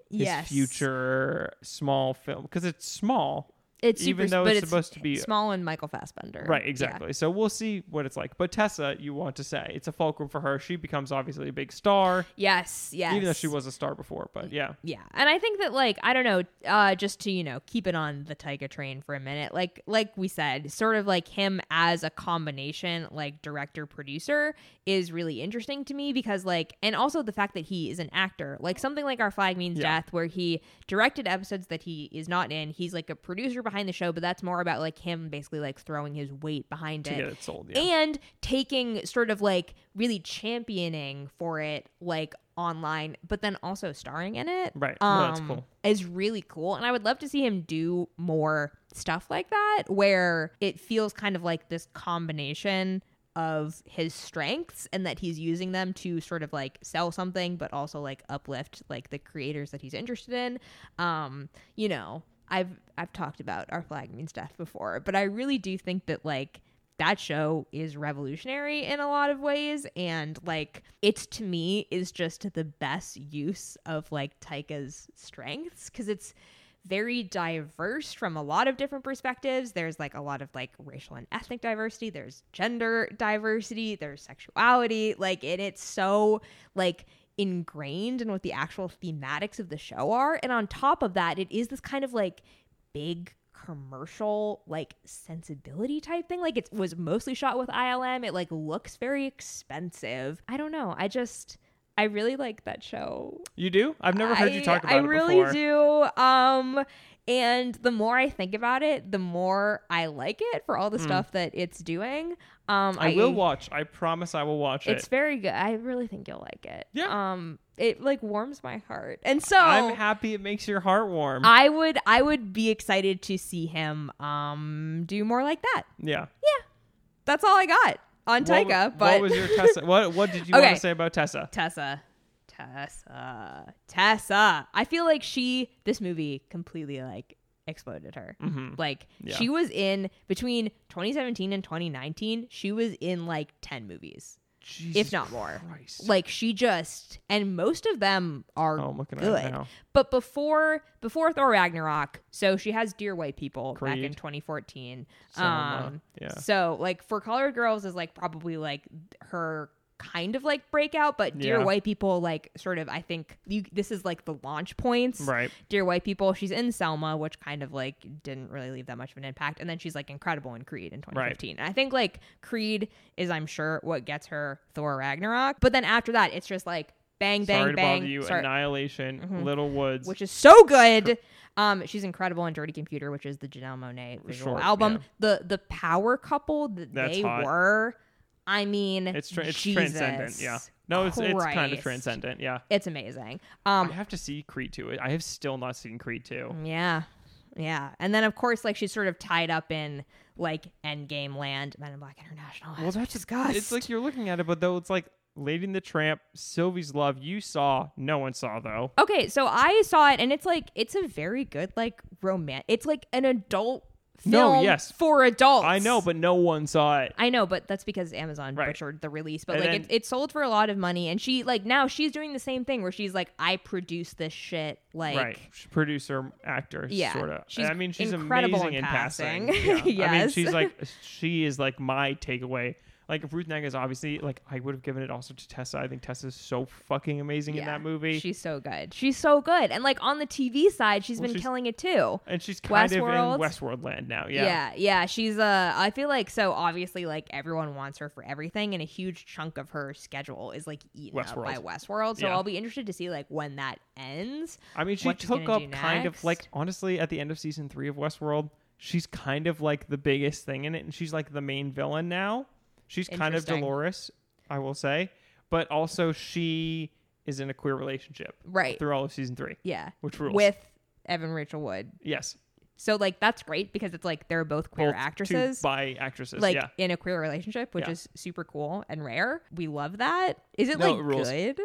Speaker 2: his
Speaker 1: yes.
Speaker 2: future small film because it's small.
Speaker 1: It's
Speaker 2: even
Speaker 1: super,
Speaker 2: though
Speaker 1: but
Speaker 2: it's supposed to be-
Speaker 1: small and Michael Fassbender.
Speaker 2: Right,
Speaker 1: Yeah.
Speaker 2: exactly. So we'll see what it's like. But Tessa, you want to say it's a fulcrum for her. She becomes obviously a big star,
Speaker 1: Yes, yes.
Speaker 2: even though she was a star before. But yeah,
Speaker 1: yeah and i think that like i don't know uh just to you know keep it on the tiger train for a minute like like we said sort of like him as a combination like director producer is really interesting to me because like and also the fact that he is an actor like something like our flag means
Speaker 2: Yeah.
Speaker 1: death where he directed episodes that he is not in he's like a producer behind the show but that's more about like him basically like throwing his weight behind
Speaker 2: to
Speaker 1: it
Speaker 2: get it sold. Yeah.
Speaker 1: and taking sort of like really championing for it like online but then also starring in it
Speaker 2: Right. No, that's
Speaker 1: um,
Speaker 2: cool.
Speaker 1: is really cool and i would love to see him do more stuff like that where it feels kind of like this combination of his strengths and that he's using them to sort of like sell something but also like uplift like the creators that he's interested in um you know i've i've talked about our flag means death before but i really do think that like that show is revolutionary in a lot of ways and like it's to me is just the best use of like taika's strengths because it's very diverse from a lot of different perspectives there's like a lot of like racial and ethnic diversity there's gender diversity there's sexuality like and it's so like ingrained in what the actual thematics of the show are and on top of that it is this kind of like big commercial like sensibility type thing like it was mostly shot with ilm it like looks very expensive i don't know i just i really like that show
Speaker 2: You do? I've never heard you
Speaker 1: I-
Speaker 2: talk about
Speaker 1: I
Speaker 2: it
Speaker 1: really
Speaker 2: before.
Speaker 1: do. Um, and the more I think about it, the more I like it for all the stuff that it's doing. Um,
Speaker 2: Hmm. I will watch. I promise I will watch
Speaker 1: It's
Speaker 2: it.
Speaker 1: very good. I really think you'll like it.
Speaker 2: Yeah.
Speaker 1: Um, it like warms my heart, and so
Speaker 2: I'm happy it makes your heart warm.
Speaker 1: I would I would be excited to see him um do more like that.
Speaker 2: yeah.
Speaker 1: That's all I got on
Speaker 2: What
Speaker 1: Taika.
Speaker 2: wa-
Speaker 1: but
Speaker 2: what was your Tessa? What what did you
Speaker 1: Okay.
Speaker 2: want to say about Tessa?
Speaker 1: Tessa. Tessa. Tessa. I feel like she this movie completely like exploded her.
Speaker 2: Mhm.
Speaker 1: Like
Speaker 2: Yeah.
Speaker 1: she was in between 2017 and 2019, she was in like 10 movies, if
Speaker 2: Jesus
Speaker 1: not more.
Speaker 2: Christ.
Speaker 1: Like she just and most of them are
Speaker 2: oh, I'm looking at
Speaker 1: good.
Speaker 2: it now.
Speaker 1: But before before Thor Ragnarok, so she has Dear White People back in
Speaker 2: Creed.
Speaker 1: 2014.
Speaker 2: Selma,
Speaker 1: um,
Speaker 2: yeah.
Speaker 1: So like for Colored Girls is like probably like her kind of like breakout, but Dear
Speaker 2: Yeah.
Speaker 1: White People like sort of I think you this is like the launch points.
Speaker 2: Right.
Speaker 1: Dear White People, she's in Selma, which kind of like didn't really leave that much of an impact, and then she's like incredible in Creed in 2015. And I think like Creed is I'm sure what gets her Thor Ragnarok, but then after that it's just like bang bang
Speaker 2: Sorry to
Speaker 1: bang.
Speaker 2: bother you.
Speaker 1: Sorry- Mm-hmm.
Speaker 2: Annihilation, Little Woods.
Speaker 1: which is so good. Um, she's incredible in Dirty Computer, which is the Janelle Monet visual
Speaker 2: sure,
Speaker 1: album.
Speaker 2: yeah.
Speaker 1: The the power couple that
Speaker 2: That's
Speaker 1: they
Speaker 2: hot.
Speaker 1: were, I mean,
Speaker 2: it's tra- it's
Speaker 1: Jesus
Speaker 2: transcendent. Yeah. No, it's it's kind of
Speaker 1: Christ.
Speaker 2: transcendent. Yeah.
Speaker 1: It's amazing.
Speaker 2: I
Speaker 1: Um, Mm.
Speaker 2: have to see Creed 2. I have still not seen Creed 2.
Speaker 1: yeah, yeah, and then of course, like she's sort of tied up in like Endgame land, Men in Black International. Well, that's disgust.
Speaker 2: It's like you're looking at it, but though it's like Lady and the Tramp, Sylvie's Love, you saw, no one saw though.
Speaker 1: Okay, so I saw it, and it's like it's a very good like romance. It's like an adult
Speaker 2: No,
Speaker 1: film
Speaker 2: yes.
Speaker 1: for adults.
Speaker 2: I know, but no one saw it.
Speaker 1: I know, but that's because Amazon
Speaker 2: Right.
Speaker 1: butchered the release. But
Speaker 2: And
Speaker 1: like,
Speaker 2: then-
Speaker 1: it, it sold for a lot of money, and she like now she's doing the same thing where she's like, I produce this shit. Like,
Speaker 2: right. She's Producer, actor,
Speaker 1: Yeah.
Speaker 2: sort of.
Speaker 1: She's
Speaker 2: I mean, she's
Speaker 1: incredible
Speaker 2: amazing
Speaker 1: in
Speaker 2: in passing.
Speaker 1: passing.
Speaker 2: Yeah. I mean,
Speaker 1: Yes.
Speaker 2: she's like, she is like my takeaway. Like Ruth Nega is obviously like I would have given it also to Tessa. I think Tessa's so fucking amazing in
Speaker 1: yeah,
Speaker 2: that movie,
Speaker 1: she's so good. She's so good, and like on the TV side, she's
Speaker 2: Well,
Speaker 1: been
Speaker 2: she's-
Speaker 1: killing it too.
Speaker 2: and she's kind
Speaker 1: Westworld.
Speaker 2: of in Westworld land now.
Speaker 1: Yeah. yeah, She's uh, I feel like so obviously like everyone wants her for everything, and a huge chunk of her schedule is like eaten up
Speaker 2: Westworld.
Speaker 1: by Westworld. So
Speaker 2: Yeah.
Speaker 1: I'll be interested to see like when that ends.
Speaker 2: I mean, she
Speaker 1: what she's
Speaker 2: took
Speaker 1: gonna
Speaker 2: up
Speaker 1: do
Speaker 2: kind of like
Speaker 1: next.
Speaker 2: honestly at the end of season three of Westworld, she's kind of like the biggest thing in it, and she's like the main villain now. She's kind of
Speaker 1: Interesting.
Speaker 2: Dolores, I will say, but also she is in a queer relationship
Speaker 1: Right.
Speaker 2: through all of season three,
Speaker 1: Yeah.
Speaker 2: which rules.
Speaker 1: With Evan Rachel Wood.
Speaker 2: yes,
Speaker 1: So like that's great because it's like they're both queer
Speaker 2: both two
Speaker 1: actresses.
Speaker 2: by actresses,
Speaker 1: like
Speaker 2: yeah.
Speaker 1: in a queer relationship, which
Speaker 2: Yeah.
Speaker 1: is super cool and rare. We love that. Is it
Speaker 2: No,
Speaker 1: like
Speaker 2: it rules.
Speaker 1: good?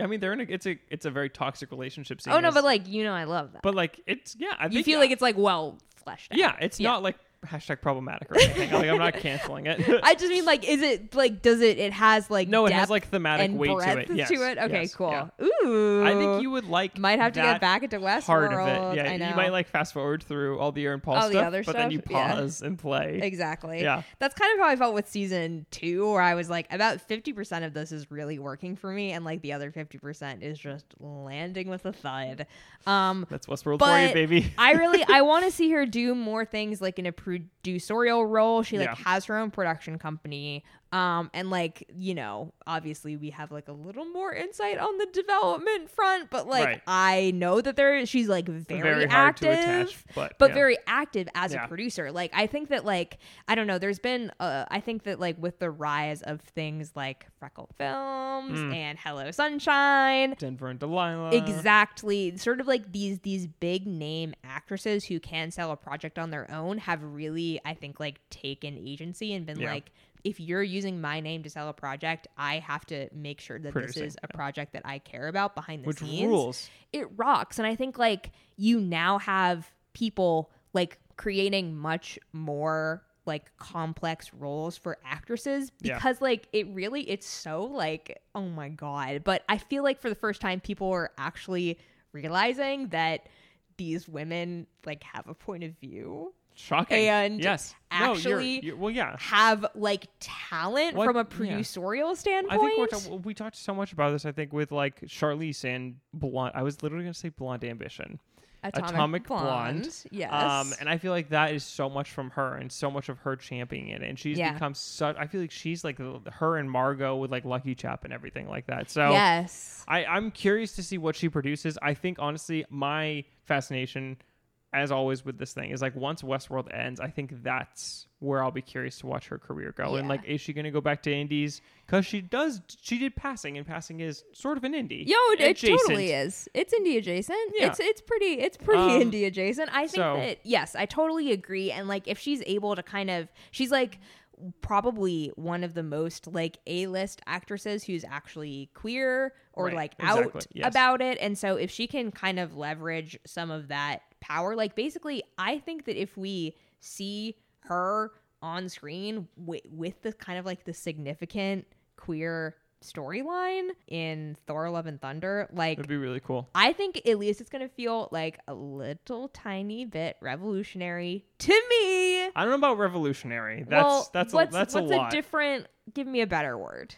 Speaker 2: I mean, they're in a it's a it's a very toxic relationship. Scene
Speaker 1: Oh no, but Oh, like you know, I love that.
Speaker 2: but like it's yeah, I
Speaker 1: you
Speaker 2: think
Speaker 1: feel like it's like well fleshed out.
Speaker 2: yeah, it's
Speaker 1: Yeah.
Speaker 2: not like hashtag problematic or anything. like, I'm not canceling it.
Speaker 1: I just mean like, is it like does it? It has like
Speaker 2: no, it has
Speaker 1: depth
Speaker 2: like thematic
Speaker 1: and
Speaker 2: weight to
Speaker 1: breadth
Speaker 2: it. Yes,
Speaker 1: Okay,
Speaker 2: yes,
Speaker 1: cool.
Speaker 2: yeah.
Speaker 1: Ooh,
Speaker 2: I think you would like
Speaker 1: might have to
Speaker 2: that
Speaker 1: get back into Westworld.
Speaker 2: part of it. Yeah,
Speaker 1: I know.
Speaker 2: you might like fast forward through all the Aaron Paul
Speaker 1: All
Speaker 2: stuff,
Speaker 1: the other
Speaker 2: but then you
Speaker 1: stuff, yeah.
Speaker 2: pause and play.
Speaker 1: Exactly.
Speaker 2: Yeah.
Speaker 1: That's kind of how I felt with season two, where I was like, about 50% of this is really working for me, and like the other 50% is just landing with a thud. Um,
Speaker 2: That's Westworld for
Speaker 1: But
Speaker 2: you, baby.
Speaker 1: I really I want to see her do more things like in a producerial role. She like
Speaker 2: Yeah.
Speaker 1: has her own production company. Um and like, you know, obviously we have like a little more insight on the development front, but like
Speaker 2: Right.
Speaker 1: I know that there is she's like very,
Speaker 2: hard
Speaker 1: active
Speaker 2: to attach, but
Speaker 1: but
Speaker 2: yeah.
Speaker 1: very active as
Speaker 2: Yeah.
Speaker 1: a producer. Like I think that like I don't know. There's been uh, I think that like with the rise of things like Freckle Films
Speaker 2: Mm.
Speaker 1: and Hello Sunshine.
Speaker 2: Denver and Delilah.
Speaker 1: Exactly. Sort of like these these big name actresses who can sell a project on their own have really, I think, like taken agency and been
Speaker 2: Yeah.
Speaker 1: like, if you're using my name to sell a project, I have to make sure that
Speaker 2: Producing,
Speaker 1: this is a project that I care about behind the
Speaker 2: Which
Speaker 1: scenes
Speaker 2: rules?
Speaker 1: it rocks and i think like you now have people like creating much more like complex roles for actresses
Speaker 2: Yeah.
Speaker 1: because like it really it's so like oh my god but i feel like for the first time people are actually realizing that these women like have a point of view
Speaker 2: Shocking.
Speaker 1: and
Speaker 2: yes, no,
Speaker 1: actually
Speaker 2: you're, you're, well, yeah.
Speaker 1: have like talent
Speaker 2: What-
Speaker 1: from a
Speaker 2: yeah.
Speaker 1: producerial
Speaker 2: I
Speaker 1: standpoint
Speaker 2: think we're ta- we talked so much about this. I think with like Charlize and Blonde, I was literally going to say Blonde Ambition. Atomic Blonde,
Speaker 1: yes
Speaker 2: Um, and I feel like that is so much from her and so much of her championing it. And she's
Speaker 1: Yeah.
Speaker 2: become such. I feel like she's like the- her and Margot with like Lucky Chap and everything like that. So
Speaker 1: yes
Speaker 2: I, I'm curious to see what she produces. I think honestly, my fascination, as always with this thing, is like once Westworld ends, I think that's where I'll be curious to watch her career go. And
Speaker 1: Yeah.
Speaker 2: like, is she going to go back to indies? Because she does. She did passing, and passing is sort of an indie.
Speaker 1: Yo, it, it
Speaker 2: Adjacent.
Speaker 1: totally is. It's indie adjacent.
Speaker 2: Yeah.
Speaker 1: It's it's pretty it's pretty
Speaker 2: Um,
Speaker 1: indie adjacent. I think
Speaker 2: so-
Speaker 1: that yes, I totally agree. And like if she's able to kind of she's like probably one of the most like A-list actresses who's actually queer or
Speaker 2: Right,
Speaker 1: like out
Speaker 2: exactly, yes.
Speaker 1: about it. And so if she can kind of leverage some of that power, like basically I think that if we see her on screen with, with the kind of like the significant queer storyline in Thor Love and Thunder like
Speaker 2: It'd be really cool.
Speaker 1: I think at least it's going to feel like a little tiny bit revolutionary to me.
Speaker 2: I don't know about revolutionary. That's
Speaker 1: well,
Speaker 2: that's
Speaker 1: what's,
Speaker 2: a, that's
Speaker 1: what's
Speaker 2: a lot.
Speaker 1: different give me a better word.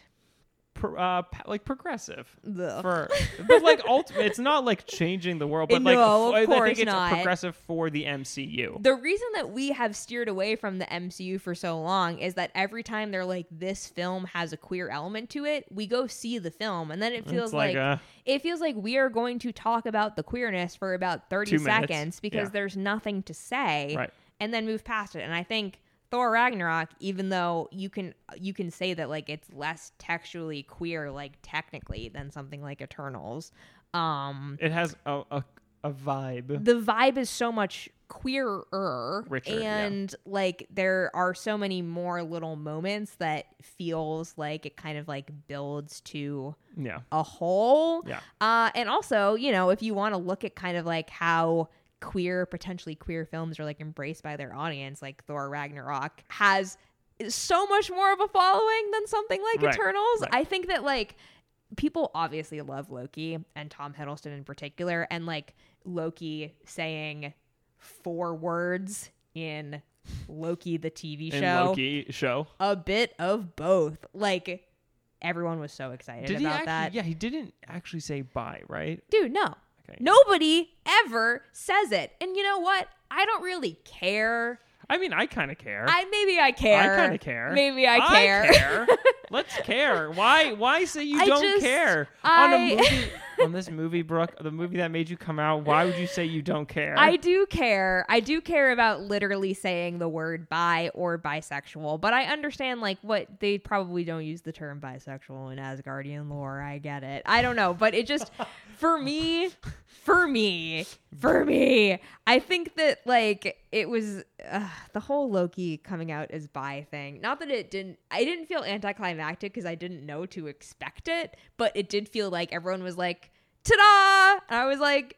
Speaker 2: Pro- uh, pa- like progressive.
Speaker 1: Ugh.
Speaker 2: for but like ultimate it's not like changing the world but like
Speaker 1: No,
Speaker 2: f-
Speaker 1: of
Speaker 2: i
Speaker 1: course
Speaker 2: think it's
Speaker 1: not.
Speaker 2: progressive for the mcu
Speaker 1: the reason that we have steered away from the MCU for so long is that every time they're like this film has a queer element to it, we go see the film and then it feels
Speaker 2: it's like,
Speaker 1: like,
Speaker 2: uh,
Speaker 1: it feels like we are going to talk about the queerness for about 30
Speaker 2: Two minutes.
Speaker 1: seconds because
Speaker 2: Yeah.
Speaker 1: there's nothing to say
Speaker 2: Right.
Speaker 1: and then move past it and i think thor ragnarok even though you can you can say that like it's less textually queer like technically than something like eternals um
Speaker 2: it has a, a, a vibe
Speaker 1: the vibe is so much queerer
Speaker 2: Richer, yeah.
Speaker 1: and like there are so many more little moments that feels like it kind of like builds to
Speaker 2: yeah
Speaker 1: a whole.
Speaker 2: Yeah.
Speaker 1: Uh, and also, you know, if you want to look at kind of like how queer, potentially queer films are like embraced by their audience, like Thor Ragnarok has so much more of a following than something like
Speaker 2: Right,
Speaker 1: Eternals.
Speaker 2: right.
Speaker 1: I think that like people obviously love Loki and Tom Hiddleston in particular, and like Loki saying four words in Loki the TV
Speaker 2: in
Speaker 1: show
Speaker 2: loki show
Speaker 1: a bit of both. Like everyone was so excited
Speaker 2: did he
Speaker 1: about
Speaker 2: actually
Speaker 1: that.
Speaker 2: yeah he didn't actually say bye right
Speaker 1: Dude, no.
Speaker 2: okay
Speaker 1: Nobody ever says it. And you know what? I don't really care.
Speaker 2: i mean i kind of care
Speaker 1: I maybe I care.
Speaker 2: kinda care.
Speaker 1: Maybe I care.
Speaker 2: care. Let's care. Why? Why say you
Speaker 1: I
Speaker 2: don't
Speaker 1: just-
Speaker 2: care on
Speaker 1: I-
Speaker 2: a movie? on this movie, Brooke, the movie that made you come out. Why would you say you don't care?
Speaker 1: I do care. I do care about literally saying the word bi or bisexual, but I understand like what they probably don't use the term bisexual in Asgardian lore. I get it. I don't know, but it just for me, for me, for me, I think that like it was uh, the whole Loki coming out as bi thing. Not that it didn't I didn't feel anticlimactic because I didn't know to expect it, but it did feel like everyone was like ta-da! And I was like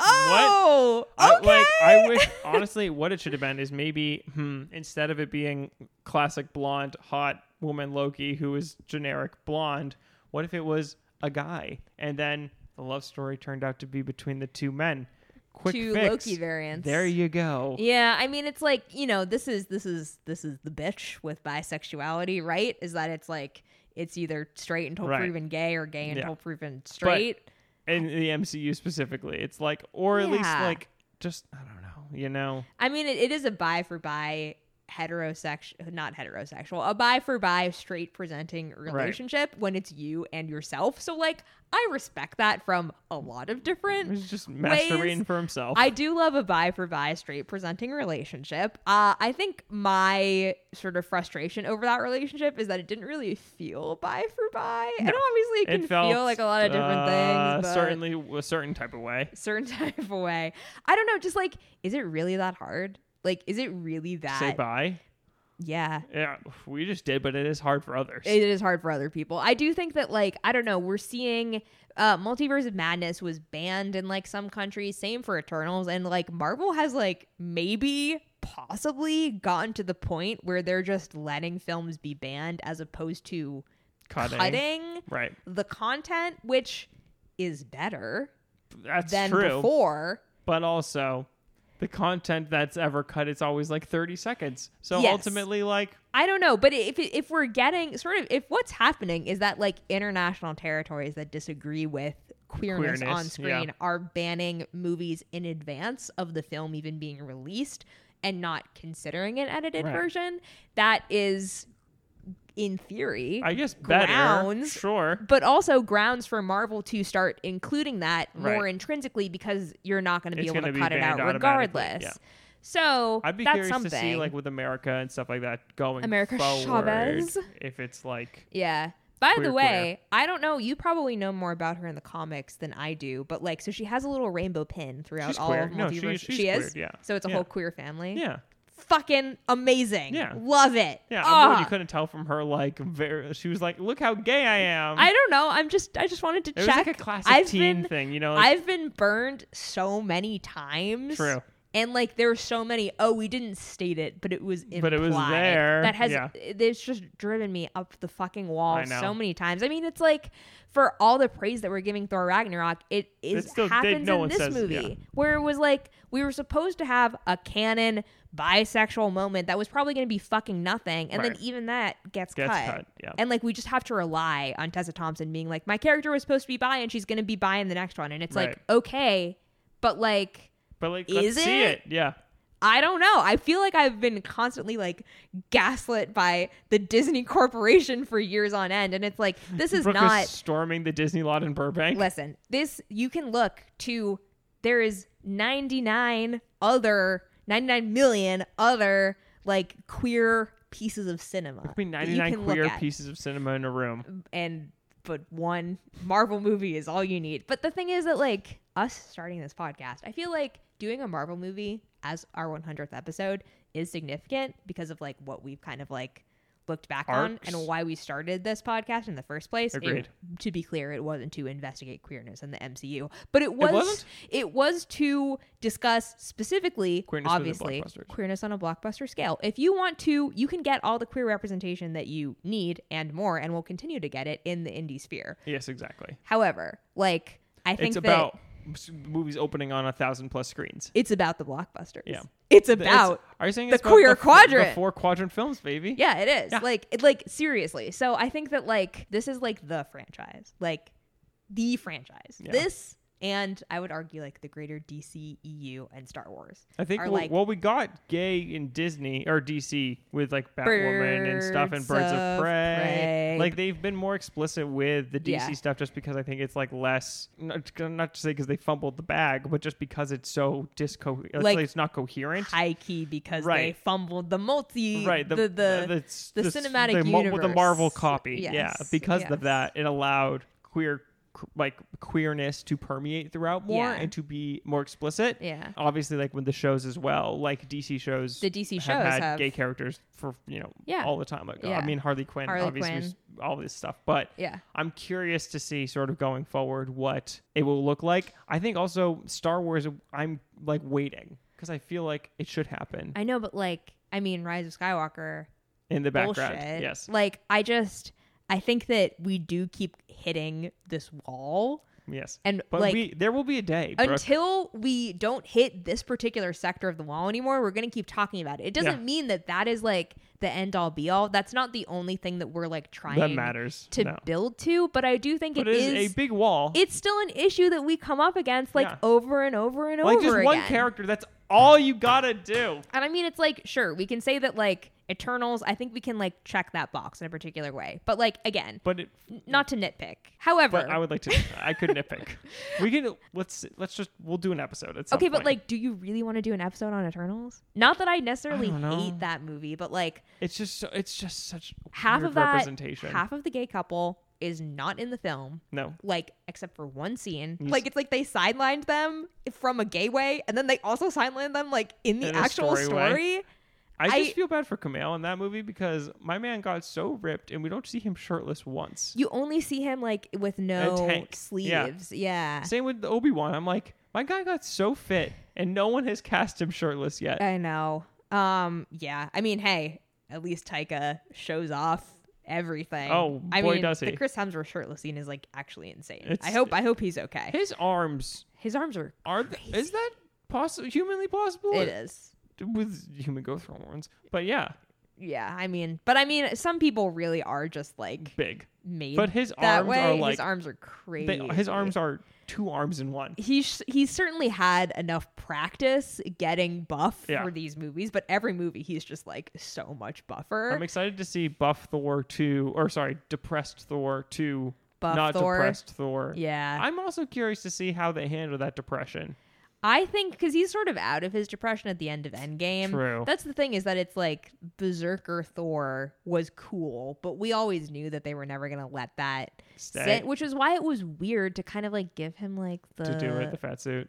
Speaker 1: Oh,
Speaker 2: I,
Speaker 1: okay.
Speaker 2: like I wish honestly what it should have been is maybe hmm, instead of it being classic blonde hot woman Loki who is generic blonde, what if it was a guy and then the love story turned out to be between the two men. Quick
Speaker 1: Two
Speaker 2: fix.
Speaker 1: Loki variants.
Speaker 2: There you go.
Speaker 1: Yeah, I mean it's like, you know, this is this is this is the bitch with bisexuality, right? Is that it's like it's either straight until
Speaker 2: Right.
Speaker 1: proven gay or gay until
Speaker 2: Yeah.
Speaker 1: proven straight.
Speaker 2: In the MCU specifically, it's like, or at least
Speaker 1: Yeah.
Speaker 2: like just I don't know, you know,
Speaker 1: I mean it, it is a bi for bi heterosexual not heterosexual, a bi for bi straight presenting relationship when it's you and yourself. So like I respect that from a lot of different
Speaker 2: he's just masturbating for himself.
Speaker 1: I do love a bi for bi straight presenting relationship. Uh, I think my sort of frustration over that relationship is that it didn't really feel bi for bi. I know obviously it can
Speaker 2: it felt
Speaker 1: feel like a lot of different
Speaker 2: uh,
Speaker 1: things, but
Speaker 2: Certainly, a certain type of way.
Speaker 1: certain type of way. I don't know. Just like, is it really that hard? Like, is it really
Speaker 2: Say
Speaker 1: that?
Speaker 2: bye.
Speaker 1: Yeah.
Speaker 2: Yeah, we just did, but it is hard for others.
Speaker 1: It is hard for other people. I do think that, like, I don't know, we're seeing uh, Multiverse of Madness was banned in like some countries, same for Eternals, and like Marvel has like maybe possibly gotten to the point where they're just letting films be banned as opposed to
Speaker 2: cutting.
Speaker 1: cutting
Speaker 2: Right.
Speaker 1: the content, which is better
Speaker 2: That's
Speaker 1: than
Speaker 2: true.
Speaker 1: before.
Speaker 2: But also, the content that's ever cut, it's always like 30 seconds. So
Speaker 1: Yes.
Speaker 2: ultimately, like,
Speaker 1: I don't know, but if if we're getting sort of if what's happening is that like international territories that disagree with queerness,
Speaker 2: Queerness,
Speaker 1: on screen
Speaker 2: yeah.
Speaker 1: are banning movies in advance of the film even being released and not considering an edited
Speaker 2: Right.
Speaker 1: version, that is in theory
Speaker 2: I guess better.
Speaker 1: Grounds.
Speaker 2: Sure.
Speaker 1: but also grounds for Marvel to start including that more
Speaker 2: Right.
Speaker 1: intrinsically because you're not going to be
Speaker 2: It's
Speaker 1: able to
Speaker 2: gonna be
Speaker 1: cut it out
Speaker 2: banned automatically,
Speaker 1: regardless.
Speaker 2: yeah.
Speaker 1: So
Speaker 2: I'd be
Speaker 1: that's
Speaker 2: curious
Speaker 1: something.
Speaker 2: to see, like, with America and stuff like that going
Speaker 1: America
Speaker 2: forward,
Speaker 1: Chavez.
Speaker 2: if it's like,
Speaker 1: Yeah. By
Speaker 2: Queer,
Speaker 1: the way, I don't know. You probably know more about her in the comics than I do, but like, so she has a little rainbow pin throughout
Speaker 2: She's
Speaker 1: all
Speaker 2: queer.
Speaker 1: of
Speaker 2: No, she-
Speaker 1: multiverse.
Speaker 2: she's
Speaker 1: she is.
Speaker 2: queer, yeah.
Speaker 1: So it's a
Speaker 2: Yeah.
Speaker 1: whole queer family.
Speaker 2: yeah.
Speaker 1: Fucking amazing.
Speaker 2: Yeah.
Speaker 1: Love it.
Speaker 2: Yeah,
Speaker 1: Ah.
Speaker 2: I'm worried you couldn't tell from her, like, very, she was like, look how gay I am.
Speaker 1: I don't know. I'm just. I just wanted to
Speaker 2: it was
Speaker 1: check.
Speaker 2: like a classic
Speaker 1: I've
Speaker 2: teen
Speaker 1: been,
Speaker 2: thing, you know? Like,
Speaker 1: I've been burned so many times.
Speaker 2: True.
Speaker 1: And like there were so many. Oh, we didn't state it, but it was implied.
Speaker 2: But it was there.
Speaker 1: That has
Speaker 2: Yeah.
Speaker 1: it's just driven me up the fucking wall
Speaker 2: I know.
Speaker 1: so many times. I mean, it's like for all the praise that we're giving Thor Ragnarok, it is
Speaker 2: It's still- they-
Speaker 1: happens
Speaker 2: no
Speaker 1: in
Speaker 2: one
Speaker 1: this
Speaker 2: says-
Speaker 1: movie
Speaker 2: yeah.
Speaker 1: where it was like we were supposed to have a canon bisexual moment that was probably going to be fucking nothing, and
Speaker 2: Right.
Speaker 1: then even that gets,
Speaker 2: Gets cut, yeah.
Speaker 1: And like we just have to rely on Tessa Thompson being like, my character was supposed to be bi, and she's going to be bi in the next one, and it's like
Speaker 2: Right.
Speaker 1: okay, but like.
Speaker 2: but, like,
Speaker 1: is
Speaker 2: let's see
Speaker 1: it?
Speaker 2: it. Yeah.
Speaker 1: I don't know. I feel like I've been constantly like gaslit by the Disney Corporation for years on end. And it's like, this is
Speaker 2: Brooke
Speaker 1: not.
Speaker 2: is storming the Disney lot in Burbank.
Speaker 1: Listen, this, you can look to, there is 99 other, 99 million other like queer pieces of cinema.
Speaker 2: I mean,
Speaker 1: that you
Speaker 2: 99
Speaker 1: can look
Speaker 2: queer
Speaker 1: at.
Speaker 2: pieces of cinema in a room.
Speaker 1: And, but one Marvel movie is all you need. But the thing is that like us starting this podcast, I feel like doing a Marvel movie as our 100th episode is significant because of like what we've kind of like looked back on
Speaker 2: Arcs.
Speaker 1: and why we started this podcast in the first place. It-
Speaker 2: Agreed.
Speaker 1: to be clear, it wasn't to investigate queerness in the MCU, but it was it,
Speaker 2: wasn't?
Speaker 1: was to discuss specifically
Speaker 2: Queerness within
Speaker 1: obviously
Speaker 2: blockbusters.
Speaker 1: queerness on a blockbuster scale. If you want to, you can get all the queer representation that you need and more and will continue to get it in the indie sphere.
Speaker 2: Yes, exactly.
Speaker 1: However, like I think
Speaker 2: It's
Speaker 1: that
Speaker 2: about s- movies opening on a thousand plus screens.
Speaker 1: it's about the blockbusters.
Speaker 2: Yeah.
Speaker 1: It's
Speaker 2: Th-
Speaker 1: about
Speaker 2: it's- are you saying
Speaker 1: the
Speaker 2: it's about
Speaker 1: queer
Speaker 2: the f-
Speaker 1: quadrant.
Speaker 2: the four quadrant films, baby?
Speaker 1: Yeah, it is.
Speaker 2: Yeah.
Speaker 1: Like it like seriously. So I think that like this is like the franchise. Like the franchise.
Speaker 2: Yeah.
Speaker 1: This and I would argue like the greater DC EU and Star Wars.
Speaker 2: I think
Speaker 1: are
Speaker 2: what,
Speaker 1: like
Speaker 2: what we got gay in Disney or DC with like Batwoman and stuff and
Speaker 1: Birds
Speaker 2: Birds
Speaker 1: of
Speaker 2: of Prey.
Speaker 1: Prey.
Speaker 2: Like they've been more explicit with the DC
Speaker 1: Yeah.
Speaker 2: stuff just because I think it's like less, not, not to say because they fumbled the bag, but just because it's so disco, it's,
Speaker 1: Like,
Speaker 2: like, it's not coherent.
Speaker 1: high key because they
Speaker 2: Right.
Speaker 1: fumbled the multi
Speaker 2: right
Speaker 1: the the,
Speaker 2: s-
Speaker 1: the
Speaker 2: s-
Speaker 1: cinematic
Speaker 2: the, mul- the
Speaker 1: universe.
Speaker 2: marvel copy yeah
Speaker 1: Yes,
Speaker 2: because
Speaker 1: yes.
Speaker 2: of that it allowed queer qu- like queerness to permeate throughout more
Speaker 1: Yeah.
Speaker 2: and to be more explicit
Speaker 1: Yeah.
Speaker 2: obviously like with the shows as well like dc shows
Speaker 1: The DC
Speaker 2: have
Speaker 1: shows
Speaker 2: had
Speaker 1: have-
Speaker 2: gay characters for you know
Speaker 1: Yeah.
Speaker 2: all the time ago
Speaker 1: Yeah.
Speaker 2: i mean harley quinn
Speaker 1: Harley
Speaker 2: obviously
Speaker 1: Quinn.
Speaker 2: was all this stuff. But
Speaker 1: Yeah.
Speaker 2: I'm curious to see sort of going forward what it will look like. I think also Star Wars, I'm like waiting because I feel like it should happen
Speaker 1: I know, but like, I mean, Rise of Skywalker,
Speaker 2: in the background.
Speaker 1: bullshit.
Speaker 2: Yes.
Speaker 1: Like, I just, I think that we do keep hitting this wall.
Speaker 2: Yes.
Speaker 1: And
Speaker 2: But
Speaker 1: like,
Speaker 2: we, there will be a day. Brooke.
Speaker 1: until we don't hit this particular sector of the wall anymore, we're going to keep talking about it. It doesn't
Speaker 2: Yeah.
Speaker 1: mean that that is like the end all be all. That's not the only thing that we're like trying
Speaker 2: that matters.
Speaker 1: to
Speaker 2: no.
Speaker 1: build to, but I do think
Speaker 2: But
Speaker 1: it
Speaker 2: it is, a big wall.
Speaker 1: it's still an issue that we come up against like
Speaker 2: Yeah.
Speaker 1: over and over and
Speaker 2: like
Speaker 1: over
Speaker 2: just
Speaker 1: again.
Speaker 2: one character. That's all you gotta do.
Speaker 1: And I mean, it's like, sure, we can say that like Eternals, I think we can like check that box in a particular way. But like, again,
Speaker 2: But it,
Speaker 1: n- not to nitpick. However,
Speaker 2: but I would like to. I could nitpick. We can let's let's just we'll do an episode. At some
Speaker 1: okay, but
Speaker 2: point.
Speaker 1: like, do you really want to do an episode on Eternals? Not that I necessarily
Speaker 2: don't know.
Speaker 1: hate that movie, but like
Speaker 2: it's just so, it's just such
Speaker 1: half
Speaker 2: weird
Speaker 1: of that,
Speaker 2: representation.
Speaker 1: half of the gay couple is not in the film.
Speaker 2: no,
Speaker 1: Like, except for one scene.
Speaker 2: You s-
Speaker 1: Like, it's like they sidelined them from a gay way, and then they also sidelined them, like, in the
Speaker 2: In a
Speaker 1: actual
Speaker 2: story way.
Speaker 1: story.
Speaker 2: I just
Speaker 1: I-
Speaker 2: feel bad for Camille in that movie because my man got so ripped, and we don't see him shirtless once.
Speaker 1: You only see him, like, with no
Speaker 2: tank. Yeah.
Speaker 1: sleeves. Yeah.
Speaker 2: Same with Obi Wan. I'm like, my guy got so fit, and no one has cast him shirtless yet.
Speaker 1: I know. Um, yeah. I mean, hey, at least Taika shows off everything.
Speaker 2: Oh,
Speaker 1: I
Speaker 2: boy,
Speaker 1: mean,
Speaker 2: does
Speaker 1: the
Speaker 2: he.
Speaker 1: Chris Hemsworth shirtless scene is like actually insane. I
Speaker 2: It's-
Speaker 1: hope I hope he's okay.
Speaker 2: His arms
Speaker 1: His arms are
Speaker 2: are th- is that possible? Humanly possible?
Speaker 1: it is.
Speaker 2: with human growth hormones, but yeah,
Speaker 1: Yeah, I mean, but I mean, some people really are just like
Speaker 2: big.
Speaker 1: made
Speaker 2: But his
Speaker 1: that
Speaker 2: arms
Speaker 1: way.
Speaker 2: are
Speaker 1: his
Speaker 2: like
Speaker 1: arms are crazy.
Speaker 2: they, his arms are two arms in one.
Speaker 1: He sh- he certainly had enough practice getting buff
Speaker 2: Yeah.
Speaker 1: for these movies, but every movie he's just like so much buffer.
Speaker 2: I'm excited to see Buff Thor two, or sorry, Depressed Thor two,
Speaker 1: Buff
Speaker 2: not
Speaker 1: Thor.
Speaker 2: Depressed Thor.
Speaker 1: yeah,
Speaker 2: I'm also curious to see how they handle that depression.
Speaker 1: I think because he's sort of out of his depression at the end of Endgame.
Speaker 2: True.
Speaker 1: That's the thing is that it's like Berserker Thor was cool, but we always knew that they were never gonna let that
Speaker 2: Stay.
Speaker 1: sit, which is why it was weird to kind of like give him like the
Speaker 2: to do it, the fat suit.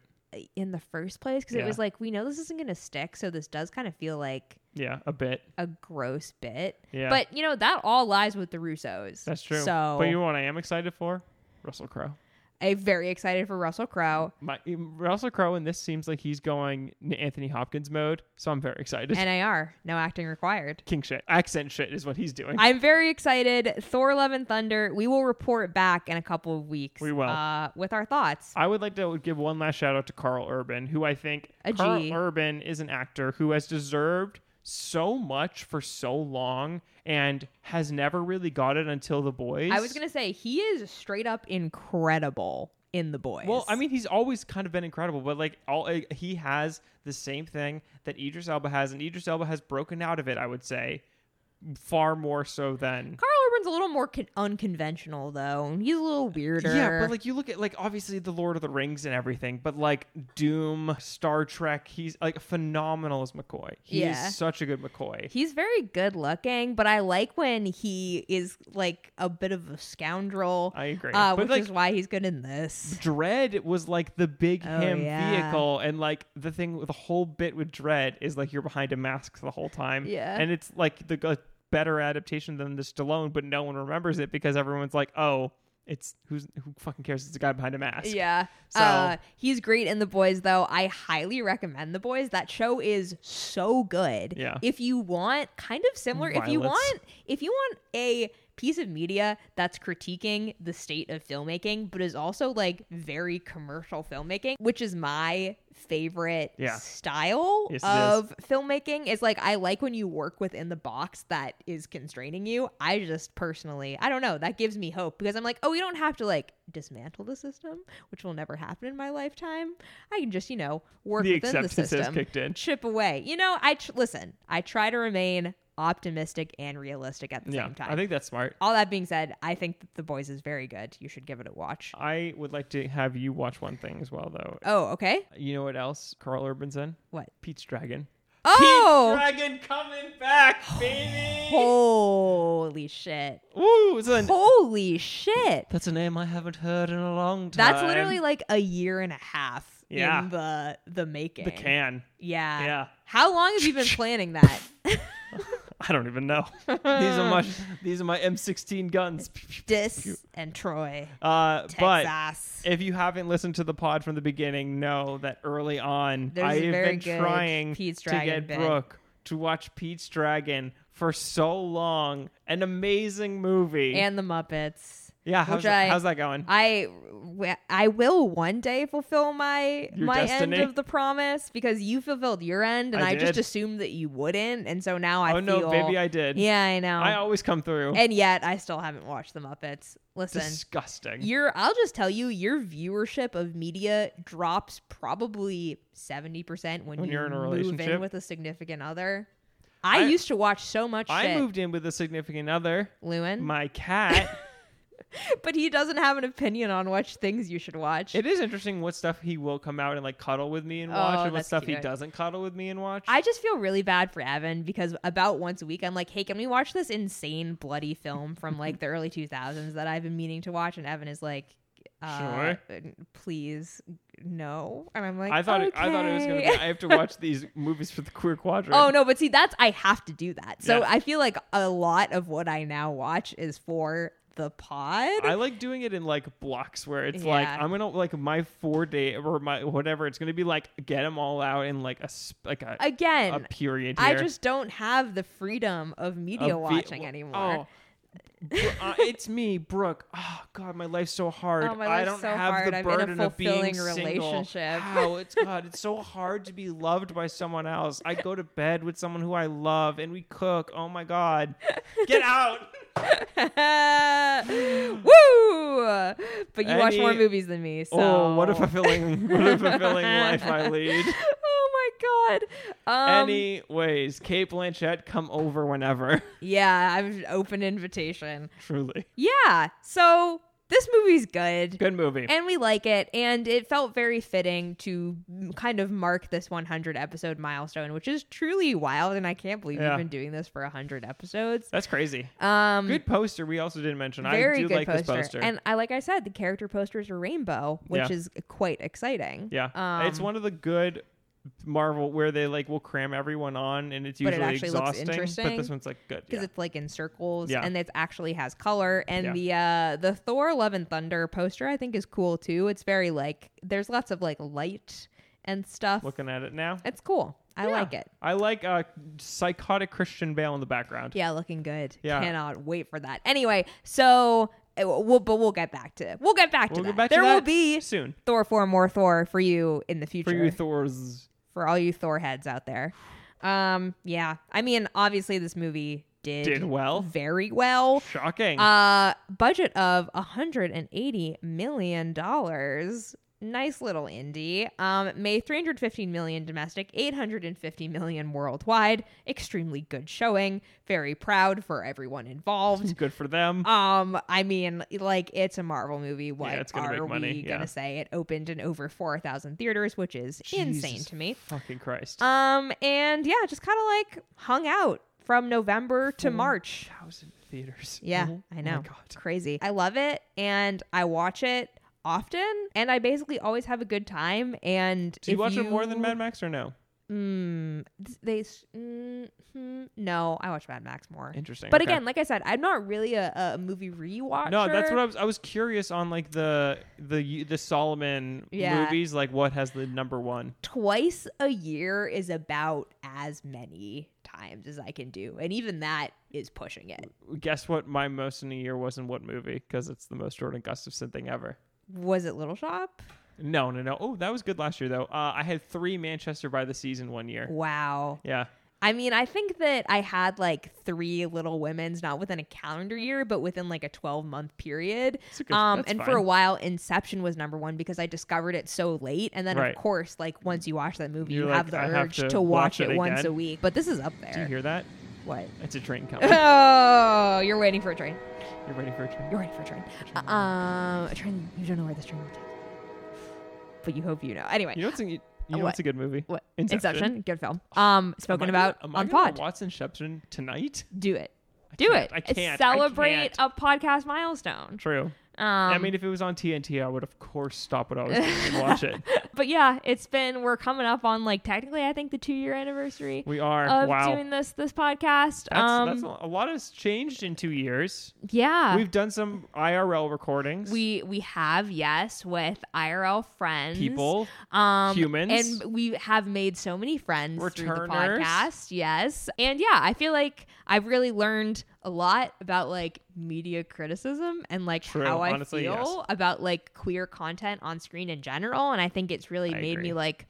Speaker 1: in the first place because
Speaker 2: Yeah.
Speaker 1: it was like we know this isn't gonna stick, so this does kind of feel like
Speaker 2: Yeah, a bit.
Speaker 1: a gross bit.
Speaker 2: Yeah,
Speaker 1: But you know that all lies with the Russos.
Speaker 2: that's true.
Speaker 1: So
Speaker 2: but you know what I am excited for? Russell Crowe.
Speaker 1: I'm very excited for Russell Crowe,
Speaker 2: My Russell Crowe in this seems like he's going Anthony Hopkins mode, so I'm very excited.
Speaker 1: NAR, no acting required.
Speaker 2: King shit, accent shit is what he's doing.
Speaker 1: I'm very excited. Thor: Love and Thunder. We will report back in a couple of weeks.
Speaker 2: We will.
Speaker 1: uh, with our thoughts.
Speaker 2: I would like to give one last shout out to Carl Urban, who I think
Speaker 1: A
Speaker 2: Carl
Speaker 1: G.
Speaker 2: Urban is an actor who has deserved so much for so long and has never really got it until the boys.
Speaker 1: I was gonna say he is straight up incredible in the boys.
Speaker 2: Well, I mean, he's always kind of been incredible, but like all uh, he has the same thing that Idris Elba has, and Idris Elba has broken out of it. I would say far more so than
Speaker 1: Carl Urban's a little more con- unconventional though. He's a little weirder.
Speaker 2: Yeah, but like you look at like obviously the Lord of the Rings and everything, but like Doom, Star Trek, he's like phenomenal as McCoy. He
Speaker 1: Yeah.
Speaker 2: is such a good McCoy.
Speaker 1: He's very good looking, but I like when he is like a bit of a scoundrel,
Speaker 2: I agree.
Speaker 1: uh,
Speaker 2: but
Speaker 1: which
Speaker 2: like
Speaker 1: is why he's good in this.
Speaker 2: Dread was like the big
Speaker 1: Oh,
Speaker 2: him
Speaker 1: yeah.
Speaker 2: vehicle, and like the thing, the whole bit with Dread is like you're behind a mask the whole time.
Speaker 1: Yeah.
Speaker 2: and it's like the a better adaptation than the Stallone, but no one remembers it because everyone's like, oh, it's who's who fucking cares? It's a guy behind a mask.
Speaker 1: Yeah.
Speaker 2: So-
Speaker 1: Uh, he's great in The Boys, though. I highly recommend The Boys. That show is so good.
Speaker 2: Yeah.
Speaker 1: If you want, kind of similar, if you
Speaker 2: Violence.
Speaker 1: want, if you want a piece of media that's critiquing the state of filmmaking, but is also like very commercial filmmaking, which is my favorite
Speaker 2: Yeah.
Speaker 1: style
Speaker 2: Yes, it
Speaker 1: of filmmaking. Is like I like when you work within the box that is constraining you. I just personally, I don't know, that gives me hope because I'm like, oh, we don't have to like dismantle the system, which will never happen in my lifetime. I can just, you know, work
Speaker 2: the
Speaker 1: within the
Speaker 2: acceptance has
Speaker 1: system
Speaker 2: kicked in.
Speaker 1: chip away. You know, I tr- listen. I try to remain optimistic and realistic at the
Speaker 2: Yeah,
Speaker 1: same time.
Speaker 2: I think that's smart.
Speaker 1: All that being said, I think that The Boys is very good. You should give it a watch.
Speaker 2: I would like to have you watch one thing as well, though.
Speaker 1: Oh, okay.
Speaker 2: You know what else Carl Urban's in?
Speaker 1: What?
Speaker 2: Pete's Dragon.
Speaker 1: Oh,
Speaker 2: Pete's Dragon coming back, baby!
Speaker 1: holy shit!
Speaker 2: Ooh, it's
Speaker 1: Oh.
Speaker 2: an,
Speaker 1: Holy shit!
Speaker 2: that's a name I haven't heard in a long time.
Speaker 1: That's literally like a year and a half
Speaker 2: Yeah.
Speaker 1: in the the making.
Speaker 2: the can.
Speaker 1: Yeah.
Speaker 2: Yeah.
Speaker 1: How long have you been planning that?
Speaker 2: I don't even know. these are my these are my M16 guns.
Speaker 1: Dis and Troy,
Speaker 2: Uh, but
Speaker 1: Texas.
Speaker 2: if you haven't listened to the pod from the beginning, know that early on
Speaker 1: There's a
Speaker 2: I have
Speaker 1: very
Speaker 2: been
Speaker 1: good
Speaker 2: trying
Speaker 1: Pete's
Speaker 2: to
Speaker 1: Dragon
Speaker 2: get
Speaker 1: bit.
Speaker 2: Brooke to watch Pete's Dragon for so long. An amazing movie.
Speaker 1: and the Muppets.
Speaker 2: yeah,
Speaker 1: which
Speaker 2: how's,
Speaker 1: I-
Speaker 2: how's that going?
Speaker 1: I w- I will one day fulfill my
Speaker 2: Your
Speaker 1: my
Speaker 2: destiny?
Speaker 1: end of the promise because you fulfilled your end and
Speaker 2: I
Speaker 1: I, just
Speaker 2: did.
Speaker 1: assumed that you wouldn't and so now I
Speaker 2: oh
Speaker 1: feel
Speaker 2: no, baby, I did.
Speaker 1: yeah I know
Speaker 2: I always come through.
Speaker 1: and yet I still haven't watched the Muppets. Listen,
Speaker 2: Disgusting.
Speaker 1: your I'll just tell you your viewership of media drops probably seventy percent when,
Speaker 2: When
Speaker 1: you
Speaker 2: you're in a
Speaker 1: move
Speaker 2: relationship?
Speaker 1: with a significant other. I,
Speaker 2: I-
Speaker 1: used to watch so much
Speaker 2: I
Speaker 1: shit,
Speaker 2: moved in with a significant other,
Speaker 1: Lewin,
Speaker 2: my cat.
Speaker 1: but he doesn't have an opinion on which things you should watch.
Speaker 2: it is interesting what stuff he will come out and like cuddle with me and watch,
Speaker 1: Oh,
Speaker 2: and what
Speaker 1: that's
Speaker 2: stuff he
Speaker 1: cute.
Speaker 2: doesn't cuddle with me and watch.
Speaker 1: I just feel really bad for Evan because about once a week I'm like, hey, can we watch this insane bloody film from like the early 2000s that I've been meaning to watch? And Evan is like, uh, please, no. And I'm like,
Speaker 2: I thought it, I thought it was gonna be.
Speaker 1: "Okay."
Speaker 2: I have to watch these movies for the queer quadrant.
Speaker 1: Oh no, but see that's I have to do that. So
Speaker 2: Yeah.
Speaker 1: I feel like a lot of what I now watch is for the pod.
Speaker 2: I like doing it in like blocks where it's like
Speaker 1: Yeah.
Speaker 2: I'm gonna like my four day or my whatever. It's gonna be like get them all out in like a sp- like a, a
Speaker 1: Again,
Speaker 2: period.
Speaker 1: I
Speaker 2: Here.
Speaker 1: just don't have the freedom of
Speaker 2: A
Speaker 1: media
Speaker 2: vi-
Speaker 1: watching
Speaker 2: wh-
Speaker 1: anymore.
Speaker 2: Oh, Br- uh, it's me, Brooke. Oh God, my life's so hard.
Speaker 1: Oh, my
Speaker 2: I
Speaker 1: life's
Speaker 2: don't
Speaker 1: so
Speaker 2: have
Speaker 1: hard.
Speaker 2: the
Speaker 1: I'm in a
Speaker 2: burden of being
Speaker 1: fulfilling
Speaker 2: single.
Speaker 1: relationship.
Speaker 2: How it's God, it's so hard to be loved by someone else. I go to bed with someone who I love, and we cook. Oh my God, get out.
Speaker 1: Woo! But you watch more
Speaker 2: Any-
Speaker 1: movies than me, so
Speaker 2: Oh, what a fulfilling, what a fulfilling life I lead.
Speaker 1: oh my god. Um,
Speaker 2: Anyways, Kate Blanchett, come over whenever.
Speaker 1: Yeah, I was open invitation.
Speaker 2: Truly,
Speaker 1: Yeah. So this movie's good.
Speaker 2: good movie.
Speaker 1: And we like it. And it felt very fitting to kind of mark this 100 episode milestone, which is truly wild. And I can't believe
Speaker 2: Yeah.
Speaker 1: we've been doing this for 100 episodes.
Speaker 2: That's crazy.
Speaker 1: Um,
Speaker 2: Good poster. We also didn't mention.
Speaker 1: very
Speaker 2: I do
Speaker 1: good
Speaker 2: like
Speaker 1: poster.
Speaker 2: this poster.
Speaker 1: And I, like I said, the character posters are rainbow, which
Speaker 2: Yeah.
Speaker 1: is quite exciting.
Speaker 2: Yeah. it's
Speaker 1: Um,
Speaker 2: one of the good Marvel where they like will cram everyone on and it's
Speaker 1: But it
Speaker 2: usually
Speaker 1: actually looks
Speaker 2: exhausting. But this
Speaker 1: interesting
Speaker 2: one's like good.
Speaker 1: because
Speaker 2: yeah.
Speaker 1: it's like in circles
Speaker 2: Yeah.
Speaker 1: and it actually has color and the uh the thor love and thunder poster i think is cool too it's very like there's lots of like light and stuff
Speaker 2: Looking at it now.
Speaker 1: it's cool i
Speaker 2: Yeah.
Speaker 1: like it
Speaker 2: I like uh psychotic Christian Bale in the background.
Speaker 1: yeah looking good
Speaker 2: Yeah.
Speaker 1: cannot wait for that anyway so uh, we'll but we'll get back to we'll get back to
Speaker 2: We'll
Speaker 1: that
Speaker 2: get back
Speaker 1: there
Speaker 2: to
Speaker 1: will
Speaker 2: that
Speaker 1: be
Speaker 2: soon.
Speaker 1: thor 4 more thor for you in the
Speaker 2: For
Speaker 1: future
Speaker 2: you Thors.
Speaker 1: for all you Thor heads out there. Um, yeah. I mean, obviously this movie did
Speaker 2: Did well.
Speaker 1: very well.
Speaker 2: Shocking.
Speaker 1: Uh, budget of 180 million dollars. Nice little indie. Um, made 315 million domestic, 850 million worldwide. Extremely good showing. Very proud for everyone involved.
Speaker 2: good for them.
Speaker 1: Um, I mean, like it's a Marvel movie. What
Speaker 2: it's gonna
Speaker 1: are
Speaker 2: make
Speaker 1: we
Speaker 2: money, yeah.
Speaker 1: gonna say? It opened in over four thousand theaters, which is insane
Speaker 2: Jesus
Speaker 1: to me.
Speaker 2: Fucking Christ.
Speaker 1: Um, and yeah, just kind of like hung out from November to March.
Speaker 2: Thousand theaters.
Speaker 1: Yeah,
Speaker 2: Oh
Speaker 1: I know.
Speaker 2: My God.
Speaker 1: It's crazy. I love it and I watch it often and I basically always have a good time. And
Speaker 2: Do you
Speaker 1: if
Speaker 2: watch it more than Mad Max or no?
Speaker 1: Mm, th- they, s- mm, hmm, no, I watch Mad Max more.
Speaker 2: Interesting.
Speaker 1: But
Speaker 2: okay.
Speaker 1: again, like I said, I'm not really a, a movie rewatcher.
Speaker 2: no, that's what I was. I was curious on like the the the Solomon
Speaker 1: Yeah.
Speaker 2: movies. Like, what has the number one?
Speaker 1: twice a year is about as many times as I can do. And even that is pushing it.
Speaker 2: guess what my most in a year was in what movie because it's the most jordan gustafson thing ever
Speaker 1: Was it Little Shop?
Speaker 2: no no no oh that was good last year though uh, i had three manchester by the season one year
Speaker 1: Wow.
Speaker 2: yeah
Speaker 1: I mean, I think that I had like three little women's, not within a calendar year, but within like a 12 month period.
Speaker 2: It's a good-
Speaker 1: um,
Speaker 2: that's
Speaker 1: and for a
Speaker 2: fine.
Speaker 1: while, Inception was number one because I discovered it so late. And then,
Speaker 2: Right.
Speaker 1: of course, like once you watch that movie,
Speaker 2: You're
Speaker 1: you
Speaker 2: like,
Speaker 1: have the
Speaker 2: "I have
Speaker 1: urge
Speaker 2: to
Speaker 1: to, watch,
Speaker 2: watch
Speaker 1: it,
Speaker 2: it
Speaker 1: once
Speaker 2: again.
Speaker 1: a week. But this is up
Speaker 2: do you
Speaker 1: there.
Speaker 2: hear that
Speaker 1: What?
Speaker 2: it's a train coming
Speaker 1: Oh, you're waiting for a train.
Speaker 2: you're ready for a train
Speaker 1: You're waiting for a train. Uh, um, a train. You don't know where this train will take. you. But you hope you know. Anyway,
Speaker 2: you know what's a, you know
Speaker 1: What?
Speaker 2: what's a good movie
Speaker 1: what?
Speaker 2: Inception.
Speaker 1: Inception. Good film. Um, spoken
Speaker 2: Am I
Speaker 1: about
Speaker 2: gonna- am I
Speaker 1: on
Speaker 2: gonna
Speaker 1: pod.
Speaker 2: watch inception tonight
Speaker 1: Do it.
Speaker 2: I
Speaker 1: Do
Speaker 2: can't-
Speaker 1: it.
Speaker 2: i can't I
Speaker 1: Celebrate
Speaker 2: can't.
Speaker 1: a podcast milestone.
Speaker 2: true
Speaker 1: Um,
Speaker 2: i mean if it was on tnt i would of course stop what i was doing and watch it
Speaker 1: But yeah, it's been we're coming up on like technically I think the two year anniversary
Speaker 2: We are.
Speaker 1: of
Speaker 2: wow.
Speaker 1: doing this this podcast.
Speaker 2: that's,
Speaker 1: um,
Speaker 2: that's a, a lot has changed in two years.
Speaker 1: yeah,
Speaker 2: We've done some IRL recordings.
Speaker 1: we we have yes with IRL friends,
Speaker 2: people,
Speaker 1: um,
Speaker 2: humans.
Speaker 1: and we have made so many friends through the
Speaker 2: Returners.
Speaker 1: podcast. Yes, and yeah, I feel like I've really learned a lot about like media criticism and like
Speaker 2: True.
Speaker 1: how I
Speaker 2: Honestly,
Speaker 1: feel
Speaker 2: yes.
Speaker 1: about like queer content on screen in general. And I think it's really
Speaker 2: I
Speaker 1: made
Speaker 2: agree.
Speaker 1: me like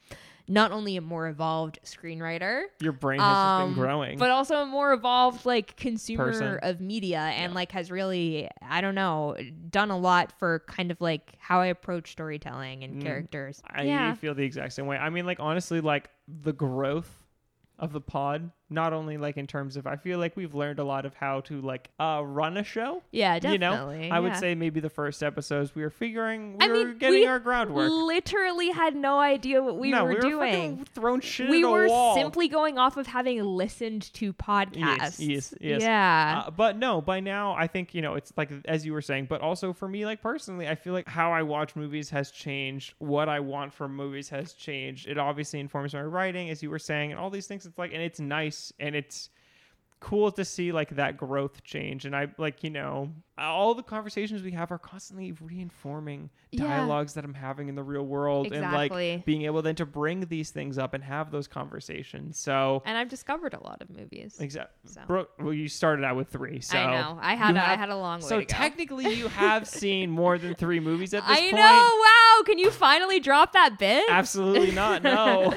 Speaker 1: not only a more evolved screenwriter.
Speaker 2: your brain has just
Speaker 1: um,
Speaker 2: been growing.
Speaker 1: But also a more evolved like consumer
Speaker 2: Person.
Speaker 1: of media and
Speaker 2: Yeah.
Speaker 1: like has really I don't know done a lot for kind of like how I approach storytelling and
Speaker 2: Mm.
Speaker 1: characters.
Speaker 2: I
Speaker 1: yeah.
Speaker 2: feel the exact same way. I mean, like honestly, like the growth of the pod, not only like in terms of, I feel like we've learned a lot of how to like uh, run a show.
Speaker 1: Yeah,
Speaker 2: You know,
Speaker 1: definitely.
Speaker 2: I would
Speaker 1: yeah.
Speaker 2: say maybe the first episodes we were figuring, we
Speaker 1: I
Speaker 2: were
Speaker 1: mean,
Speaker 2: getting
Speaker 1: we
Speaker 2: our groundwork.
Speaker 1: literally had no idea what we
Speaker 2: no,
Speaker 1: were
Speaker 2: we were
Speaker 1: doing.
Speaker 2: fucking throwing shit
Speaker 1: we
Speaker 2: at a
Speaker 1: were
Speaker 2: wall.
Speaker 1: simply going off of having listened to podcasts.
Speaker 2: Yes, yes, yes.
Speaker 1: Yeah.
Speaker 2: Uh, but no, by now I think you know it's like as you were saying, but also for me, like personally, I feel like how I watch movies has changed. What I want from movies has changed. It obviously informs my writing, as you were saying, and all these things. It's like, and it's nice, and it's cool to see like that growth change. And I like you know all the conversations we have are constantly reinforming
Speaker 1: Yeah.
Speaker 2: dialogues that I'm having in the real world, and
Speaker 1: Exactly.
Speaker 2: like being able then to bring these things up and have those conversations. So.
Speaker 1: and I've discovered a lot of movies.
Speaker 2: Exactly.
Speaker 1: So.
Speaker 2: Bro, well, you started out with three, so
Speaker 1: I know. I had
Speaker 2: you
Speaker 1: a, I
Speaker 2: have-
Speaker 1: had a long way
Speaker 2: so
Speaker 1: to go.
Speaker 2: technically, you have seen more than three movies at this
Speaker 1: I
Speaker 2: point.
Speaker 1: know. Wow. Can you finally drop that bit?
Speaker 2: Absolutely not. No,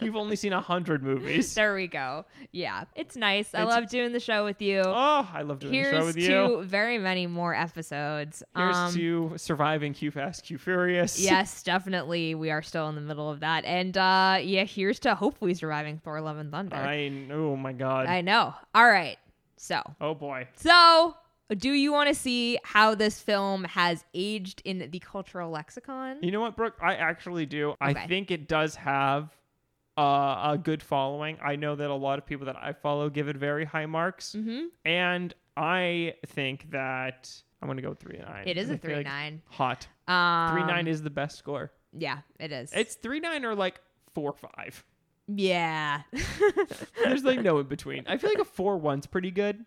Speaker 2: you've only seen a hundred movies.
Speaker 1: There we go. Yeah. It's nice. I
Speaker 2: It's-
Speaker 1: love doing the show with you.
Speaker 2: Oh, I love doing the show
Speaker 1: Here's
Speaker 2: with
Speaker 1: to
Speaker 2: you.
Speaker 1: very many more episodes.
Speaker 2: Here's
Speaker 1: Um,
Speaker 2: to surviving Q Fast, Q Furious.
Speaker 1: Yes, definitely. We are still in the middle of that. And uh yeah, here's to hopefully surviving Thor Love and Thunder. I,
Speaker 2: I. Oh my God.
Speaker 1: know. All right. So
Speaker 2: oh boy.
Speaker 1: so do you want to see how this film has aged in the cultural lexicon?
Speaker 2: You know what, Brooke? I actually do. I
Speaker 1: Okay.
Speaker 2: think it does have uh, a good following. I know that a lot of people that I follow give it very high marks.
Speaker 1: Mm-hmm.
Speaker 2: And I think that I'm gonna go with three nine.
Speaker 1: It is
Speaker 2: I
Speaker 1: a
Speaker 2: feel
Speaker 1: three
Speaker 2: like
Speaker 1: nine.
Speaker 2: Hot
Speaker 1: Um,
Speaker 2: three nine is the best score.
Speaker 1: yeah, it is.
Speaker 2: It's three nine or like four five.
Speaker 1: yeah.
Speaker 2: There's like no in between. I feel like a four one's pretty good.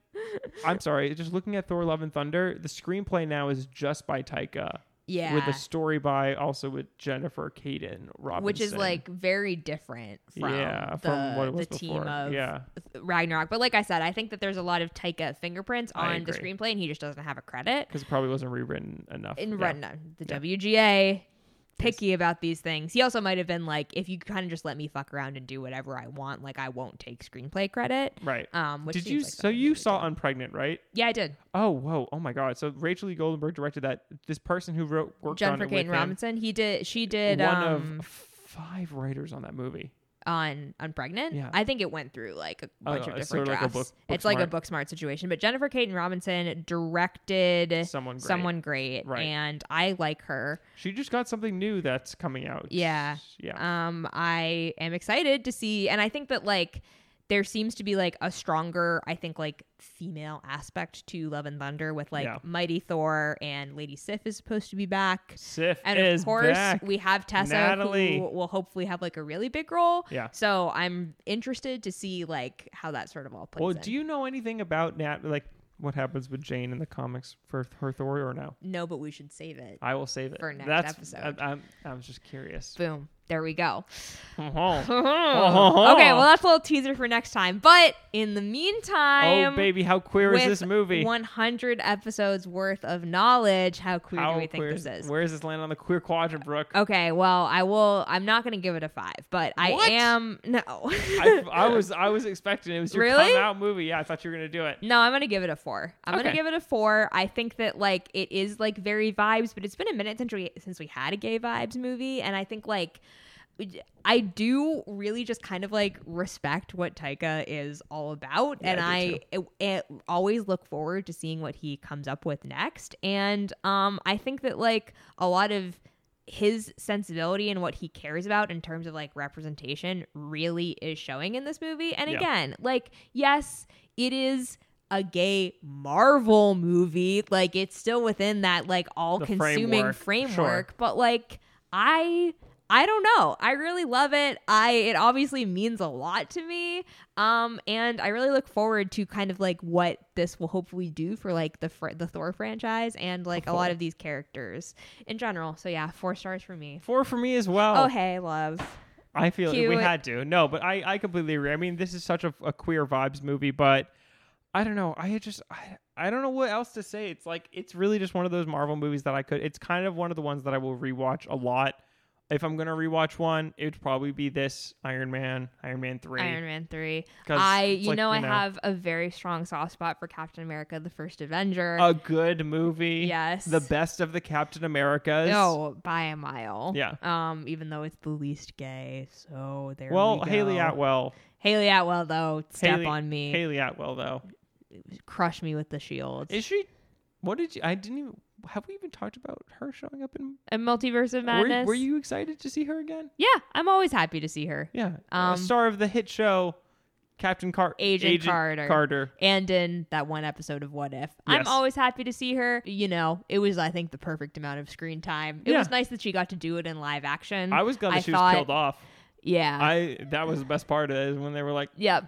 Speaker 2: I'm sorry, just looking at Thor: Love and Thunder, the screenplay now is just by Taika,
Speaker 1: yeah.
Speaker 2: with a story by also with Jennifer Caden Robinson,
Speaker 1: which is like very different from
Speaker 2: yeah
Speaker 1: the,
Speaker 2: from what it was
Speaker 1: the team
Speaker 2: before.
Speaker 1: of
Speaker 2: yeah.
Speaker 1: Ragnarok. But like I said, I think that there's a lot of Taika fingerprints
Speaker 2: I
Speaker 1: on the
Speaker 2: agree.
Speaker 1: screenplay, and he just doesn't have a credit.
Speaker 2: Because it probably wasn't rewritten enough.
Speaker 1: In
Speaker 2: Yeah.
Speaker 1: Renna, the
Speaker 2: Yeah.
Speaker 1: WGA, picky about these things. He also might have been like, if you kind of just let me fuck around and do whatever I want, like I won't take screenplay credit.
Speaker 2: Right.
Speaker 1: Um, which
Speaker 2: Did
Speaker 1: seems
Speaker 2: you?
Speaker 1: like
Speaker 2: so
Speaker 1: something he
Speaker 2: you
Speaker 1: would
Speaker 2: saw
Speaker 1: do.
Speaker 2: Unpregnant, right?
Speaker 1: yeah, I did.
Speaker 2: Oh, whoa. Oh my God. So Rachel E. Goldenberg directed that. This person who wrote worked on
Speaker 1: Jennifer
Speaker 2: it with
Speaker 1: Kane
Speaker 2: him,
Speaker 1: Robinson. He did. She did.
Speaker 2: one
Speaker 1: um,
Speaker 2: of five writers on that movie.
Speaker 1: on on pregnant.
Speaker 2: Yeah.
Speaker 1: I think it went through like a bunch of
Speaker 2: uh,
Speaker 1: different
Speaker 2: sort of like a
Speaker 1: drafts.
Speaker 2: book-
Speaker 1: it's like a
Speaker 2: Booksmart.
Speaker 1: book smart situation. But Jennifer Caden Robinson directed
Speaker 2: Someone. Great.
Speaker 1: Eh, someone great,
Speaker 2: Right.
Speaker 1: and I like her.
Speaker 2: She just got something new that's coming out.
Speaker 1: Yeah.
Speaker 2: Yeah.
Speaker 1: Um, I am excited to see, and I think that like there seems to be like a stronger, I think like female aspect to Love and Thunder with like
Speaker 2: Yeah.
Speaker 1: Mighty Thor and Lady Sif is supposed to be back.
Speaker 2: Sif
Speaker 1: And
Speaker 2: is
Speaker 1: of course,
Speaker 2: back.
Speaker 1: we have Tessa,
Speaker 2: Natalie.
Speaker 1: who will hopefully have like a really big role.
Speaker 2: Yeah.
Speaker 1: So I'm interested to see like how that sort of all plays.
Speaker 2: well,
Speaker 1: in.
Speaker 2: do you know anything about Nat? Like what happens with Jane in the comics for her Thor or no?
Speaker 1: No, but we should save it.
Speaker 2: I will save it
Speaker 1: For next
Speaker 2: that's,
Speaker 1: episode.
Speaker 2: I, I'm, I was just curious.
Speaker 1: Boom. There we go.
Speaker 2: oh,
Speaker 1: Mm. okay, well
Speaker 2: Uh-huh.
Speaker 1: that's a little teaser for next time. But in the meantime,
Speaker 2: Oh, baby, how queer is
Speaker 1: with
Speaker 2: this movie?
Speaker 1: 100 episodes worth of knowledge. How queer
Speaker 2: how
Speaker 1: do we think
Speaker 2: queer
Speaker 1: this is?
Speaker 2: Where is this land on the queer quadrant, Brooke?
Speaker 1: Okay, well, I will. I'm not going to give it a five, but I
Speaker 2: What?
Speaker 1: am. No.
Speaker 2: I, I was I was expecting it. It was your
Speaker 1: Really?
Speaker 2: come out movie. Yeah, I thought you were gonna do it.
Speaker 1: No, I'm gonna give it a four. I'm gonna
Speaker 2: Okay.
Speaker 1: give it a four. I think that like it is like very vibes, but it's been a minute since we since we had a gay vibes movie, and I think like I do really just kind of like respect what Taika is all about,
Speaker 2: Yeah,
Speaker 1: and
Speaker 2: I
Speaker 1: I,
Speaker 2: do
Speaker 1: it- it- always look forward to seeing what he comes up with next. And um, I think that like a lot of his sensibility and what he cares about in terms of like representation really is showing in this movie. And
Speaker 2: Yeah.
Speaker 1: again, like yes, it is a gay Marvel movie. Like it's still within that like all consuming
Speaker 2: framework,
Speaker 1: framework,
Speaker 2: sure.
Speaker 1: but like I I don't know. I really love it. I it obviously means a lot to me. Um and I really look forward to kind of like what this will hopefully do for like the fr- the Thor franchise and like a lot of these characters in general. So yeah, 4 stars for me.
Speaker 2: Four for me as well.
Speaker 1: Oh, hey, love.
Speaker 2: I feel
Speaker 1: Cute.
Speaker 2: we had to. No, but I, I completely agree. I mean, this is such a, a queer vibes movie, but I don't know. I just I, I don't know what else to say. It's like it's really just one of those Marvel movies that I could. It's kind of one of the ones that I will rewatch a lot. If I'm gonna rewatch one, it'd probably be this Iron Man, Iron Man three.
Speaker 1: Iron Man 3.
Speaker 2: 'Cause
Speaker 1: I
Speaker 2: it's
Speaker 1: you
Speaker 2: like,
Speaker 1: know I have a very strong soft spot for Captain America the First Avenger.
Speaker 2: a good movie.
Speaker 1: Yes.
Speaker 2: the best of the Captain Americas.
Speaker 1: Oh, by a mile.
Speaker 2: Yeah.
Speaker 1: Um, even though it's the least gay, so there.
Speaker 2: Well,
Speaker 1: we
Speaker 2: Haley
Speaker 1: go.
Speaker 2: Atwell.
Speaker 1: Haley Atwell, though, step
Speaker 2: Haley-
Speaker 1: on me,
Speaker 2: Haley Atwell, though,
Speaker 1: crush me with the shield.
Speaker 2: is she? What did you? I didn't even. Have we even talked about her showing up in
Speaker 1: A multiverse of
Speaker 2: Were-
Speaker 1: madness.
Speaker 2: Were, you excited to see her again?
Speaker 1: Yeah, I'm always happy to see her.
Speaker 2: Yeah.
Speaker 1: Um,
Speaker 2: a star of the hit show, Captain Car-
Speaker 1: Agent Carter.
Speaker 2: Carter.
Speaker 1: And in that one episode of What If, I'm
Speaker 2: Yes.
Speaker 1: always happy to see her. You know, it was I think the perfect amount of screen time. It
Speaker 2: Yeah.
Speaker 1: was nice that she got to do it in live action.
Speaker 2: I was glad
Speaker 1: Mm-hmm. I
Speaker 2: that she
Speaker 1: thought-
Speaker 2: was killed off.
Speaker 1: yeah,
Speaker 2: I that was the best part of it is when they were like,
Speaker 1: Yep.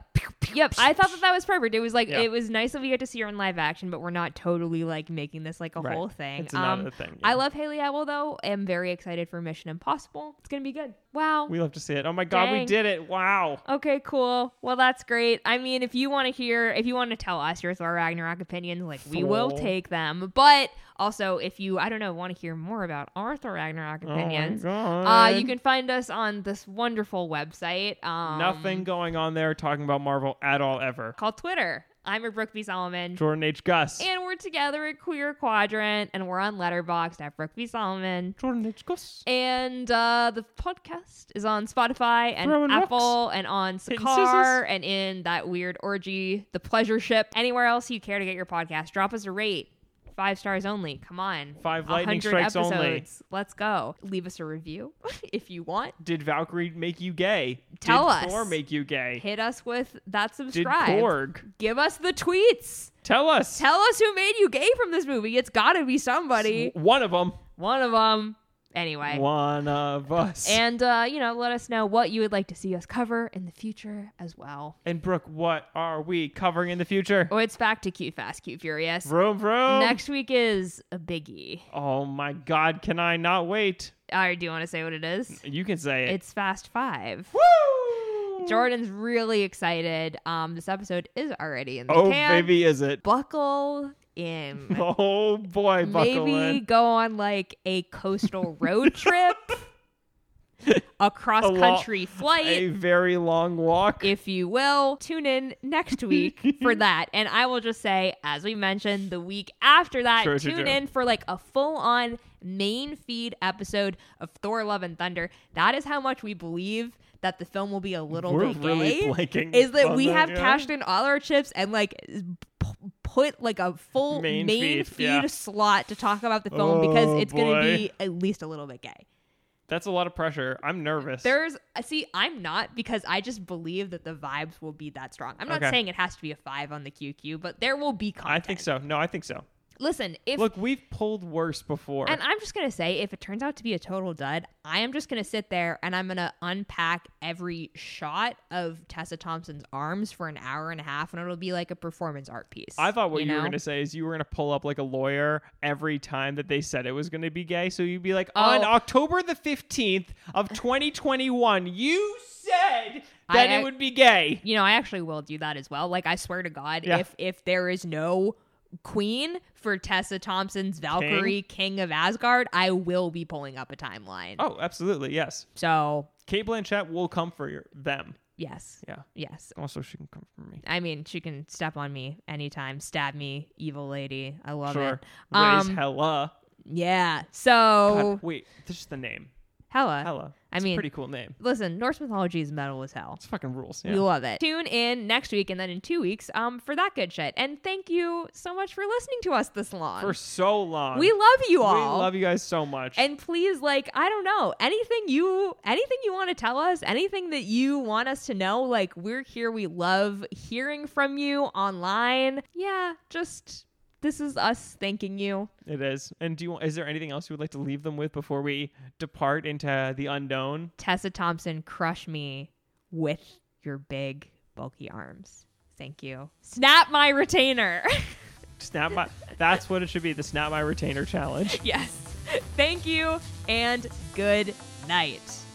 Speaker 1: Yep. I thought that that was perfect. It was like
Speaker 2: Yeah.
Speaker 1: it was nice that we get to see her in live action, but we're not totally like making this like a
Speaker 2: Right.
Speaker 1: whole thing. Um,
Speaker 2: It's not a thing,
Speaker 1: I
Speaker 2: yeah.
Speaker 1: love Haley Atwell though. I'm very excited for Mission Impossible. It's gonna be good. Wow.
Speaker 2: "We love to see it." Oh my god, we
Speaker 1: Dang.
Speaker 2: did it! Wow.
Speaker 1: Okay, cool. Well, that's great. I mean, if you want to hear, if you want to tell us your Thor Ragnarok opinions, like we will
Speaker 2: Fool.
Speaker 1: take them. But also, if you, I don't know, want to hear more about our Thor Ragnarok
Speaker 2: Oh my
Speaker 1: opinions, uh,
Speaker 2: God.
Speaker 1: you can find us on this wonderful website. Um,
Speaker 2: Nothing going on there talking about Marvel at all ever.
Speaker 1: called Twitter. I'm a Brooke B. Solomon.
Speaker 2: Jordan H. Gus.
Speaker 1: And we're together at Queer Quadrant, and we're on Letterboxd at Brooke V. Solomon.
Speaker 2: Jordan H. Gus.
Speaker 1: And uh, the podcast is on Spotify and
Speaker 2: Throwing rocks.
Speaker 1: Apple and on
Speaker 2: Hitting
Speaker 1: Sakar
Speaker 2: scissors.
Speaker 1: and in that weird orgy, the pleasure ship. Anywhere else you care to get your podcast, drop us a rate. Five stars only. Come on.
Speaker 2: Five
Speaker 1: A
Speaker 2: lightning
Speaker 1: hundred
Speaker 2: strikes only.
Speaker 1: episodes. Let's go. Leave us a review if you want.
Speaker 2: Did Valkyrie make you gay?
Speaker 1: Tell
Speaker 2: Did
Speaker 1: us.
Speaker 2: Thor make you gay?
Speaker 1: Hit us with that
Speaker 2: Did
Speaker 1: subscribe.
Speaker 2: Korg?
Speaker 1: Give us the tweets.
Speaker 2: Tell us.
Speaker 1: Tell us who made you gay from this movie. It's got to be somebody.
Speaker 2: One of them.
Speaker 1: One of them. Anyway.
Speaker 2: One of us.
Speaker 1: And, uh, you know, let us know what you would like to see us cover in the future as well.
Speaker 2: And Brooke, what are we covering in the future?
Speaker 1: Oh, it's back to Cute Fast, Cute Furious.
Speaker 2: Vroom vroom.
Speaker 1: Next week is a biggie.
Speaker 2: Oh my God! Can I not wait?
Speaker 1: I do you want to say what it is?
Speaker 2: You can say it.
Speaker 1: It's Fast Five.
Speaker 2: Woo!
Speaker 1: Jordan's really excited. Um, this episode is already in the
Speaker 2: Oh
Speaker 1: can.
Speaker 2: baby, is it?
Speaker 1: Buckle in.
Speaker 2: Oh boy, buckle
Speaker 1: maybe
Speaker 2: in.
Speaker 1: go on like a coastal road trip, a cross country
Speaker 2: A
Speaker 1: flight,
Speaker 2: very long walk.
Speaker 1: if you will. Tune in next week for that. And I will just say, as we mentioned, the week after that,
Speaker 2: True, true,
Speaker 1: tune
Speaker 2: true.
Speaker 1: in for like a full on main feed episode of Thor Love and Thunder. That is how much we believe that the film will be a little
Speaker 2: We're
Speaker 1: bit
Speaker 2: really
Speaker 1: gay
Speaker 2: blanking.
Speaker 1: is that
Speaker 2: on
Speaker 1: we have
Speaker 2: yeah.
Speaker 1: cashed in all our chips and like p- put like a full main,
Speaker 2: Main
Speaker 1: feed,
Speaker 2: feed, yeah.
Speaker 1: slot to talk about the film because
Speaker 2: Oh,
Speaker 1: it's going to
Speaker 2: boy.
Speaker 1: be at least a little bit gay.
Speaker 2: That's a lot of pressure. I'm nervous.
Speaker 1: There's uh, see, I'm not because I just believe that the vibes will be that strong. I'm not
Speaker 2: Okay.
Speaker 1: saying it has to be a five on the QQ, but there will be
Speaker 2: I
Speaker 1: content.
Speaker 2: think so. No, I think so.
Speaker 1: Listen, if
Speaker 2: Look, we've pulled worse before.
Speaker 1: and I'm just gonna say, if it turns out to be a total dud, I am just gonna sit there and I'm gonna unpack every shot of Tessa Thompson's arms for an hour and a half, and it'll be like a performance art piece.
Speaker 2: I thought what you, were
Speaker 1: know?
Speaker 2: going to say is you were going to pull up like a lawyer every time that they said it was going to be gay. So you'd be like, on
Speaker 1: Oh.
Speaker 2: October the 15th of 2021, you said that
Speaker 1: I-
Speaker 2: it would be gay.
Speaker 1: you know, I actually will do that as well. Like I swear to God,
Speaker 2: Yeah.
Speaker 1: if if there is no queen for Tessa Thompson's Valkyrie, King, of Asgard, I will be pulling up a timeline.
Speaker 2: Oh, absolutely. Yes.
Speaker 1: So
Speaker 2: Kate Blanchett will come for your, them.
Speaker 1: yes,
Speaker 2: Yeah.
Speaker 1: yes.
Speaker 2: Also, she can come for me.
Speaker 1: I mean, she can step on me anytime, stab me, evil lady. I love
Speaker 2: Sure.
Speaker 1: it.
Speaker 2: Raise
Speaker 1: Um,
Speaker 2: Hella.
Speaker 1: Yeah. So
Speaker 2: God, wait, this is the name.
Speaker 1: Hella.
Speaker 2: Hella.
Speaker 1: Uh, I
Speaker 2: It's
Speaker 1: mean-
Speaker 2: a pretty cool name.
Speaker 1: Listen, Norse mythology is metal as hell.
Speaker 2: It's fucking rules.
Speaker 1: We
Speaker 2: Yeah.
Speaker 1: love it. Tune in next week and then in two weeks um, for that good shit. And thank you so much for listening to us this long.
Speaker 2: For so long.
Speaker 1: we love you
Speaker 2: We
Speaker 1: all.
Speaker 2: love you guys so much.
Speaker 1: and please like i don't know anything you anything you want to tell us anything that you want us to know like we're here we love hearing from you online yeah just this is us thanking you.
Speaker 2: It is. And do you want, is there anything else you would like to leave them with before we depart into the unknown?
Speaker 1: Tessa Thompson, crush me with your big, bulky arms. Thank you. Snap my retainer.
Speaker 2: Snap my That's what it should be, the snap my retainer challenge.
Speaker 1: yes. Thank you and good night.